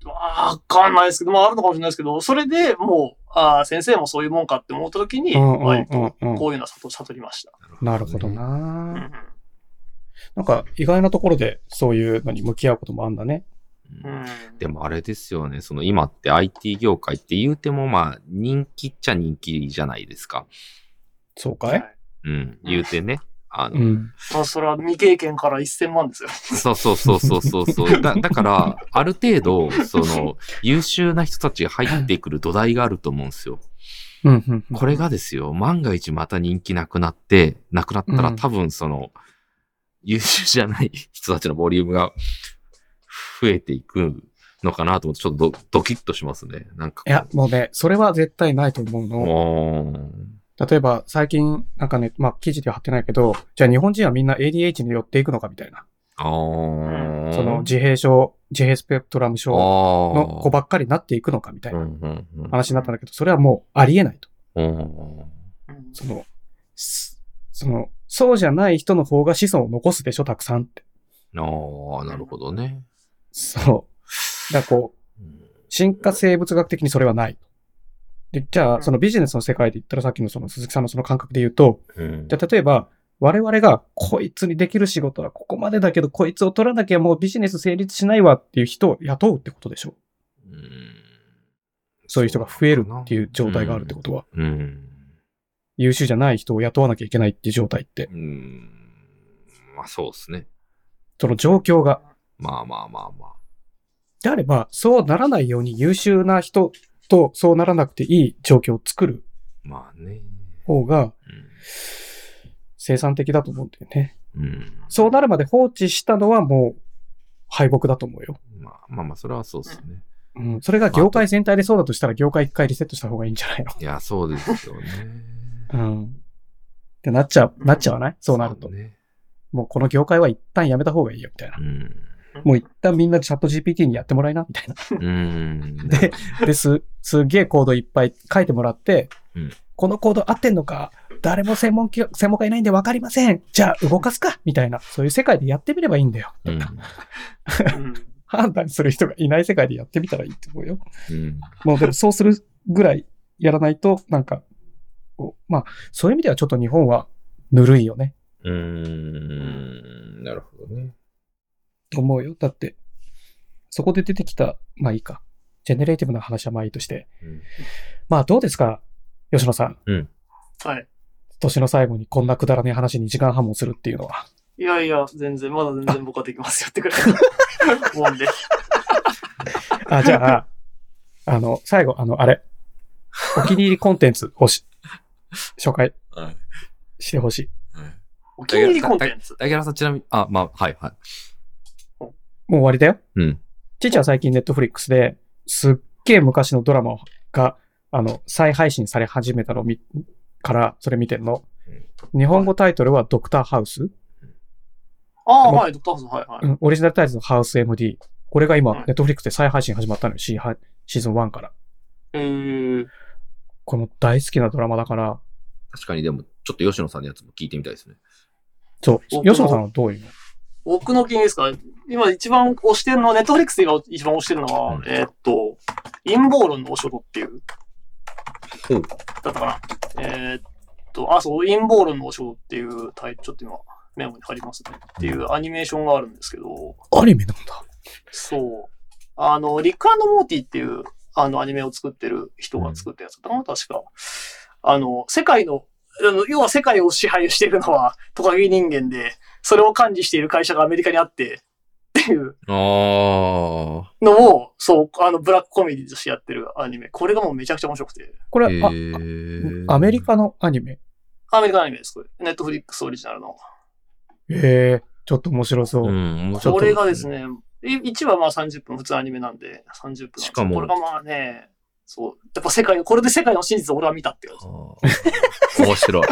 S3: わかんないですけど、まああるのかもしれないですけど、それでもう、ああ、先生もそういうもんかって思った時に、
S1: うんうん
S3: 割
S1: う
S3: と
S1: んうん。
S3: こういうのは悟悟りました。
S2: あ。
S1: なるほど
S2: ね。
S3: うんう
S1: な。
S3: ん
S1: なんか意外なところでそういうのに向き合うこともあるんだね。
S2: う
S3: うんん
S2: でもあれですよね、その今って IT 業界って言うてもまあ人気っちゃ人気じゃないですか。
S1: そう
S3: は
S1: かい
S3: い
S2: うん、言うてね。あ
S1: う
S2: の、
S1: ん。
S3: まあ、それは未経験から1000万ですよ。
S2: そうそうそうそうそうそう。だだから、ある程度、その、優秀な人たちが入ってくる土台があると思うんですよ。
S1: うんうんうん
S2: これがですよ、万が一また人気なくなって、なくなったら
S1: うん
S2: 多分その、優秀じゃない 人たちのボリュームが増えていくのかなと思って、ちょっとドドキッとしますね。なんかこう。
S1: いや、もうね、それは絶対ないと思うの。
S2: おー
S1: 例えば、最近、なんかね、まあ、記事では貼ってないけど、じゃあ日本人はみんな ADH に寄っていくのかみたいな。
S2: あー
S1: その、自閉症、自閉スペクトラム症の
S2: の
S1: 子ばっかりになっていくのかみたい
S2: うんう
S1: なん
S2: うん
S1: 話になったんだけど、それはもうありえないと。
S2: うん
S3: うん
S1: その、すその、そうじゃない人の方が子孫を残すでしょ、たくさんって。
S2: ああ、なるほどね。
S1: そう。だからこう、進化生物学的にそれはない。で、じゃあ、そのビジネスの世界で言ったらさっきのその鈴木さんのその感覚で言うと、
S2: うん
S1: じゃあ例えば、我々が、こいつにできる仕事はここまでだけど、こいつを取らなきゃもうビジネス成立しないわっていう人を雇うってことでしょ
S2: うん
S1: そういう人が増えるっていう状態があるってことは、
S2: うん。
S1: 優秀じゃない人を雇わなきゃいけないっていう状態って、
S2: うん。まあそうですね。
S1: その状況が、
S2: まあまあまあまあ。
S1: であれば、そうならないように優秀な人とそうならなくていい状況を作る
S2: まあね。
S1: 方が生産的だと思うんだよね。
S2: うん。うん、
S1: そうなるまで放置したのはもう敗北だと思うよ。
S2: まあまあまあ、それはそうですね。
S1: うん。それが業界全体でそうだとしたら業界一回リセットした方がいいんじゃないの
S2: いや、そうですよ ね。
S1: うん。ってなっちゃう、なっちゃわないそうなると。
S2: ね。
S1: もうこの業界は一旦やめた方がいいよ、みたいな
S2: う。ん。
S1: もう一旦みんなチャット GPT にやってもらいな、みたいな。
S2: うん。
S1: で、です、すげえコードいっぱい書いてもらって、
S2: うん
S1: このコード合ってんのか誰も専門き専門家いないんで分かりませんじゃあ動かすかみたいな。そういう世界でやってみればいいんだよ。
S2: うん。
S3: うん
S1: 判断する人がいない世界でやってみたらいいと思うよ。
S2: うん。
S1: もうでもそうするぐらいやらないと、なんか、こうまあ、そういう意味ではちょっと日本はぬるいよね。
S2: うん。なるほどね。
S1: と思うよ。だって、そこで出てきた、まあいいか。ジェネレーティブな話はまあいいとして。
S2: うん
S1: まあどうですか吉野さん。
S3: はい。
S1: 年の最後にこんなくだらねえ話に時間半もするっていうのは。
S3: いやいや、全然、まだ全然僕はできますよってくれる。もんで。
S1: あ、じゃあ、あの、最後、あの、あれ。お気に入りコンテンツをし、紹介
S2: はい。
S1: してほしい。
S2: はい
S3: お気に入りコンテンツ。
S2: 竹原さん、ちなみに、あ、まあ、はい、はい。
S1: もう終わりだよ。
S2: うん。
S1: ちーちゃん最近ネットフリックスで、すっげえ昔のドラマが、あの、再配信され始めたのを見、から、それ見てんの。日本語タイトルはドクターハウス、
S3: ああ、
S1: もう
S3: はい、ドクターハウス、はい、は
S1: う
S3: い。
S1: ん、オリジナルタイトルのハウス MD。これが今
S3: うん、
S1: ネットフリックスで再配信始まったのよ。シーハシーズン1から。
S3: えー、
S1: これも大好きなドラマだから、
S2: 確かに、でも、ちょっと吉野さんのやつも聞いてみたいですね。
S1: そう、
S3: 僕も
S1: 吉野さんはどういうの
S3: 僕の気に入りですか今一番推してるのは、ネットフリックスで今一番推してるのは、
S2: うん
S3: えーっと、陰謀論のお仕事っていう、
S2: ほう
S3: だったかな。えーっと、あ、そう、陰謀論のお仕事っていうタイちょっと今、メモに貼りますね。っていうアニメーションがあるんですけど、
S1: アニメなんだ。
S3: そう。あの、リックモーティっていう、あの、アニメを作ってる人が作ったやつだったかな、確か。あの、世界の、あの要は世界を支配しているのはトカゲ人間で、それを管理している会社がアメリカにあって、っていう
S2: あ
S3: のを、そう、あの、ブラックコメディとしてやってるアニメ。これがもうめちゃくちゃ面白くて。
S1: こ
S2: あ。
S1: れ、あ
S2: え
S1: アメリカのアニメ。
S3: アメリカのアニメです、これ。ネットフリックスオリジナルの。
S1: ええちょっと面白そう。
S2: うん、面白そう
S3: これがです。ね、1話まあ30分、普通アニメなんで、30分なんですけど
S2: しかも
S3: これがまあね、そう、やっぱ世界の、これで世界の真実を俺は見たっていう
S2: あ。ー面白い。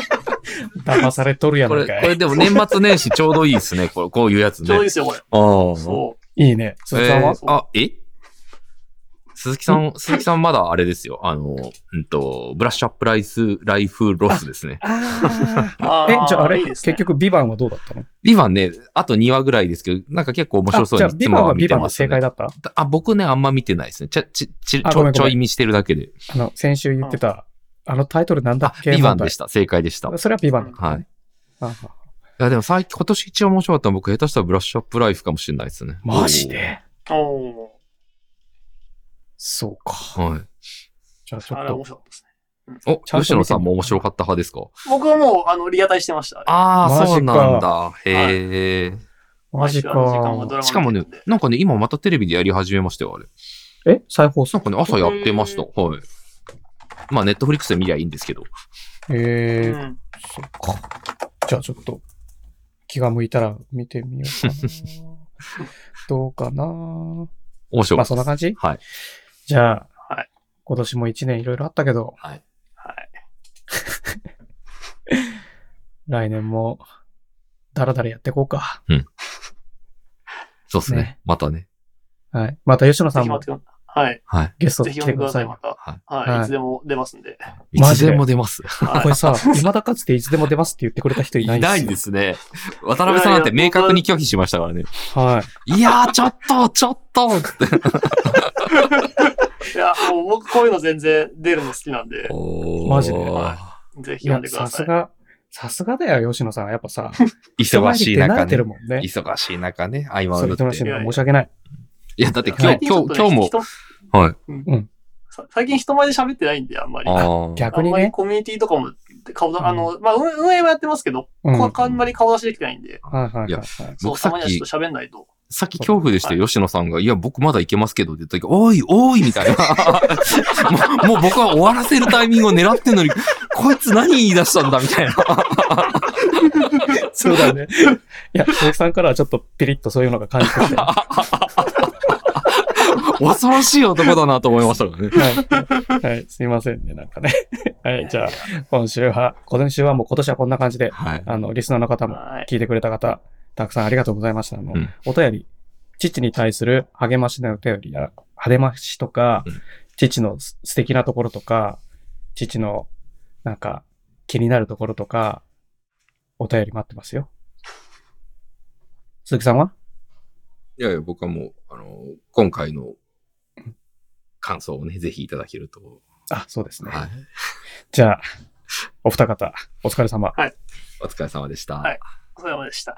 S1: 騙されとるや
S2: こ
S1: な
S2: れ、
S1: ん
S2: こ
S1: か
S2: れ
S1: い。
S2: でも年末年始ちょうどいいですね。これこういうやつ
S3: ちょうどいい
S2: ね
S3: で。すよ、これ。
S2: ああ。
S3: そ
S1: いいね。鈴木さんは、
S2: えーあ、え鈴木さん、鈴木さんまだあれですよ。あの、うんと、ブラッシュアップライス、ライフロスですね。
S1: あ
S3: う。あ
S1: ーえ、じゃああれ
S3: いいです
S1: 結
S3: ね
S1: 局、ビバンはどうだったの
S2: ビバンね、あと2話ぐらいですけど、なんか結構面白そう
S1: あ
S2: に
S1: じゃあ、
S2: い
S1: ビバ
S2: つ
S1: ン
S2: も
S1: は
S2: は
S1: ビ
S2: 見
S1: バ
S2: て
S1: ンで
S2: ます
S1: 正
S2: ね、
S1: 解だった、
S2: あ、僕ね、あんま見てないですね。ちゃ、ち、ち、
S1: あ
S2: ち
S1: ごめんごめ
S2: ょ、
S1: ん
S2: ちょい見してるだけで。
S1: あの、先週言ってた、あのタイトルなんだ
S2: あ
S1: っ、け
S2: ビバンで
S1: し
S2: した。正解でした。
S1: それはビバンだ。
S2: はい。い
S1: あ
S2: や、でも最近、今年一番面白かったのは僕、下手したらブラッシュアップライフかもしれないですね。
S1: マジで
S3: おー
S1: そうか。
S2: はい。
S1: じゃあ、ちょ
S3: あ
S1: っ
S3: れ面
S1: と、
S3: 白かったですね。
S2: お、
S1: ちゃんと見てみよう
S2: 吉野さんも面白かった派ですか
S3: 僕はもう、あの、リアタイしてました。あれ
S2: あ
S1: マジ
S2: あ、
S1: か
S2: そうなんだ。へえ。
S1: マジか
S3: 毎週あの時間はドラマ
S2: しかもね
S3: 見てるんで、
S2: なんかね、今またテレビでやり始めましたよ、あれ。
S1: え再放送
S2: なんかね、朝やってました。はい。まあ、ネットフリックスで見りゃいいんですけど。
S1: えー、
S3: うん
S1: そっか。じゃあ、ちょっと、気が向いたら見てみようかな。 どうかな
S2: 面白
S1: まあ、
S2: かった
S1: そん
S2: で
S1: な感
S2: す。
S1: じ
S2: はい。
S1: じゃあ、
S3: はい
S1: 今年も一年いろいろあったけど、
S2: はい。
S3: はい。
S1: 来年も、だらだらやっていこうか。
S2: そうですね
S1: ね
S2: またね。
S1: はい。また吉野
S3: ぜ
S1: さん
S3: ひ
S1: も
S3: 待ってください。はい。
S2: はい。
S1: ゲスト
S3: ぜ
S1: で
S3: ひ
S1: 来
S3: 呼んで
S1: て
S3: く
S1: く
S3: だ
S1: だ
S3: さ
S1: さ
S3: い、
S1: い。
S3: また。
S2: はい。
S1: は
S3: はいい。いつでも出ますんで。
S2: い
S1: マ
S2: つ
S1: ジで
S2: でも出ます。
S3: は い
S1: これさ、未だかつていつでも出ますって言ってくれた人いない
S2: い
S1: んですよ
S2: ないんですね。渡辺さんなんて明確に拒否しましたからね。
S1: はい。
S2: いやー、ちょっと、ちょっとって。
S3: いや、もう僕こういうの全然出るの好きなんで、
S2: おー
S1: マジで
S3: ぜ
S1: い
S3: ひ呼
S1: や
S3: ん、でくだ
S1: さ
S3: さ
S1: す
S3: い。
S1: が、さすがだよ、吉野さん。やっぱさ、
S2: 忙しい
S1: 人前に出慣
S2: 中
S1: れて
S2: ね
S1: る。もんね。
S2: 忙しい中ね、合間
S1: そ
S2: を
S1: れ言っ
S2: 縫っ
S1: てま
S2: て
S1: し。た申し訳ない。
S2: いや、だって今
S1: はい
S3: 最
S2: 日、
S3: 近ち
S2: 今
S3: ょっ
S2: 日、今
S3: とね
S2: 日も、
S3: 人
S2: はい。
S1: うん
S3: さ最近人前で喋ってないんで、あんまり。あ
S2: ああ。
S1: 逆
S3: ん
S1: に
S3: まり
S1: ね。
S3: コミュニティとかも顔だ、
S1: うん
S3: あの、まあ、運運営はやってますけど、
S1: うん。
S3: こ
S1: は
S3: こはあんまり顔出しできてないんで、
S1: いはいはい
S2: い
S1: は
S2: や
S1: い。
S3: そう、
S2: 僕さ
S3: た
S2: っ
S3: まにはち
S2: き
S3: ょっと喋んないと。
S2: さっき恐怖でした
S3: は
S2: よ、吉野さんが。いや、僕まだいけますけど、って言った時、おい、おい、みたいな もう。もう僕は終わらせるタイミングを狙ってんのに、こいつ何言い出したんだ、みたいな。
S1: そうだね。 いや、鈴木さんからはちょっとピリッとそういうのが感じてきて。は
S2: 恐ろしい男だなと思いましたからね。
S1: い。はい。すいませんね、なんかね。 はい。じゃあ、今週は、今週はもう今年はこんな感じで、
S2: はい。
S1: あの、リスナーの方も
S3: はい。
S1: 聞いてくれた方、たくさんありがとうございました。あの
S2: うん
S1: お便り、父に対する励ましのお便りや、励ましとか、
S2: うん
S1: 父のす素敵なところとか、父の、なんか、気になるところとか、お便り待ってますよ。鈴木さんはい
S2: やいや、僕はもう、あの、今回の感想をね、ぜひいただけると。
S1: あ、そうですね。
S2: はい。
S1: じゃあ、お二方、お疲れ様。
S2: お疲れ様でした。
S3: はいお疲れ様でした。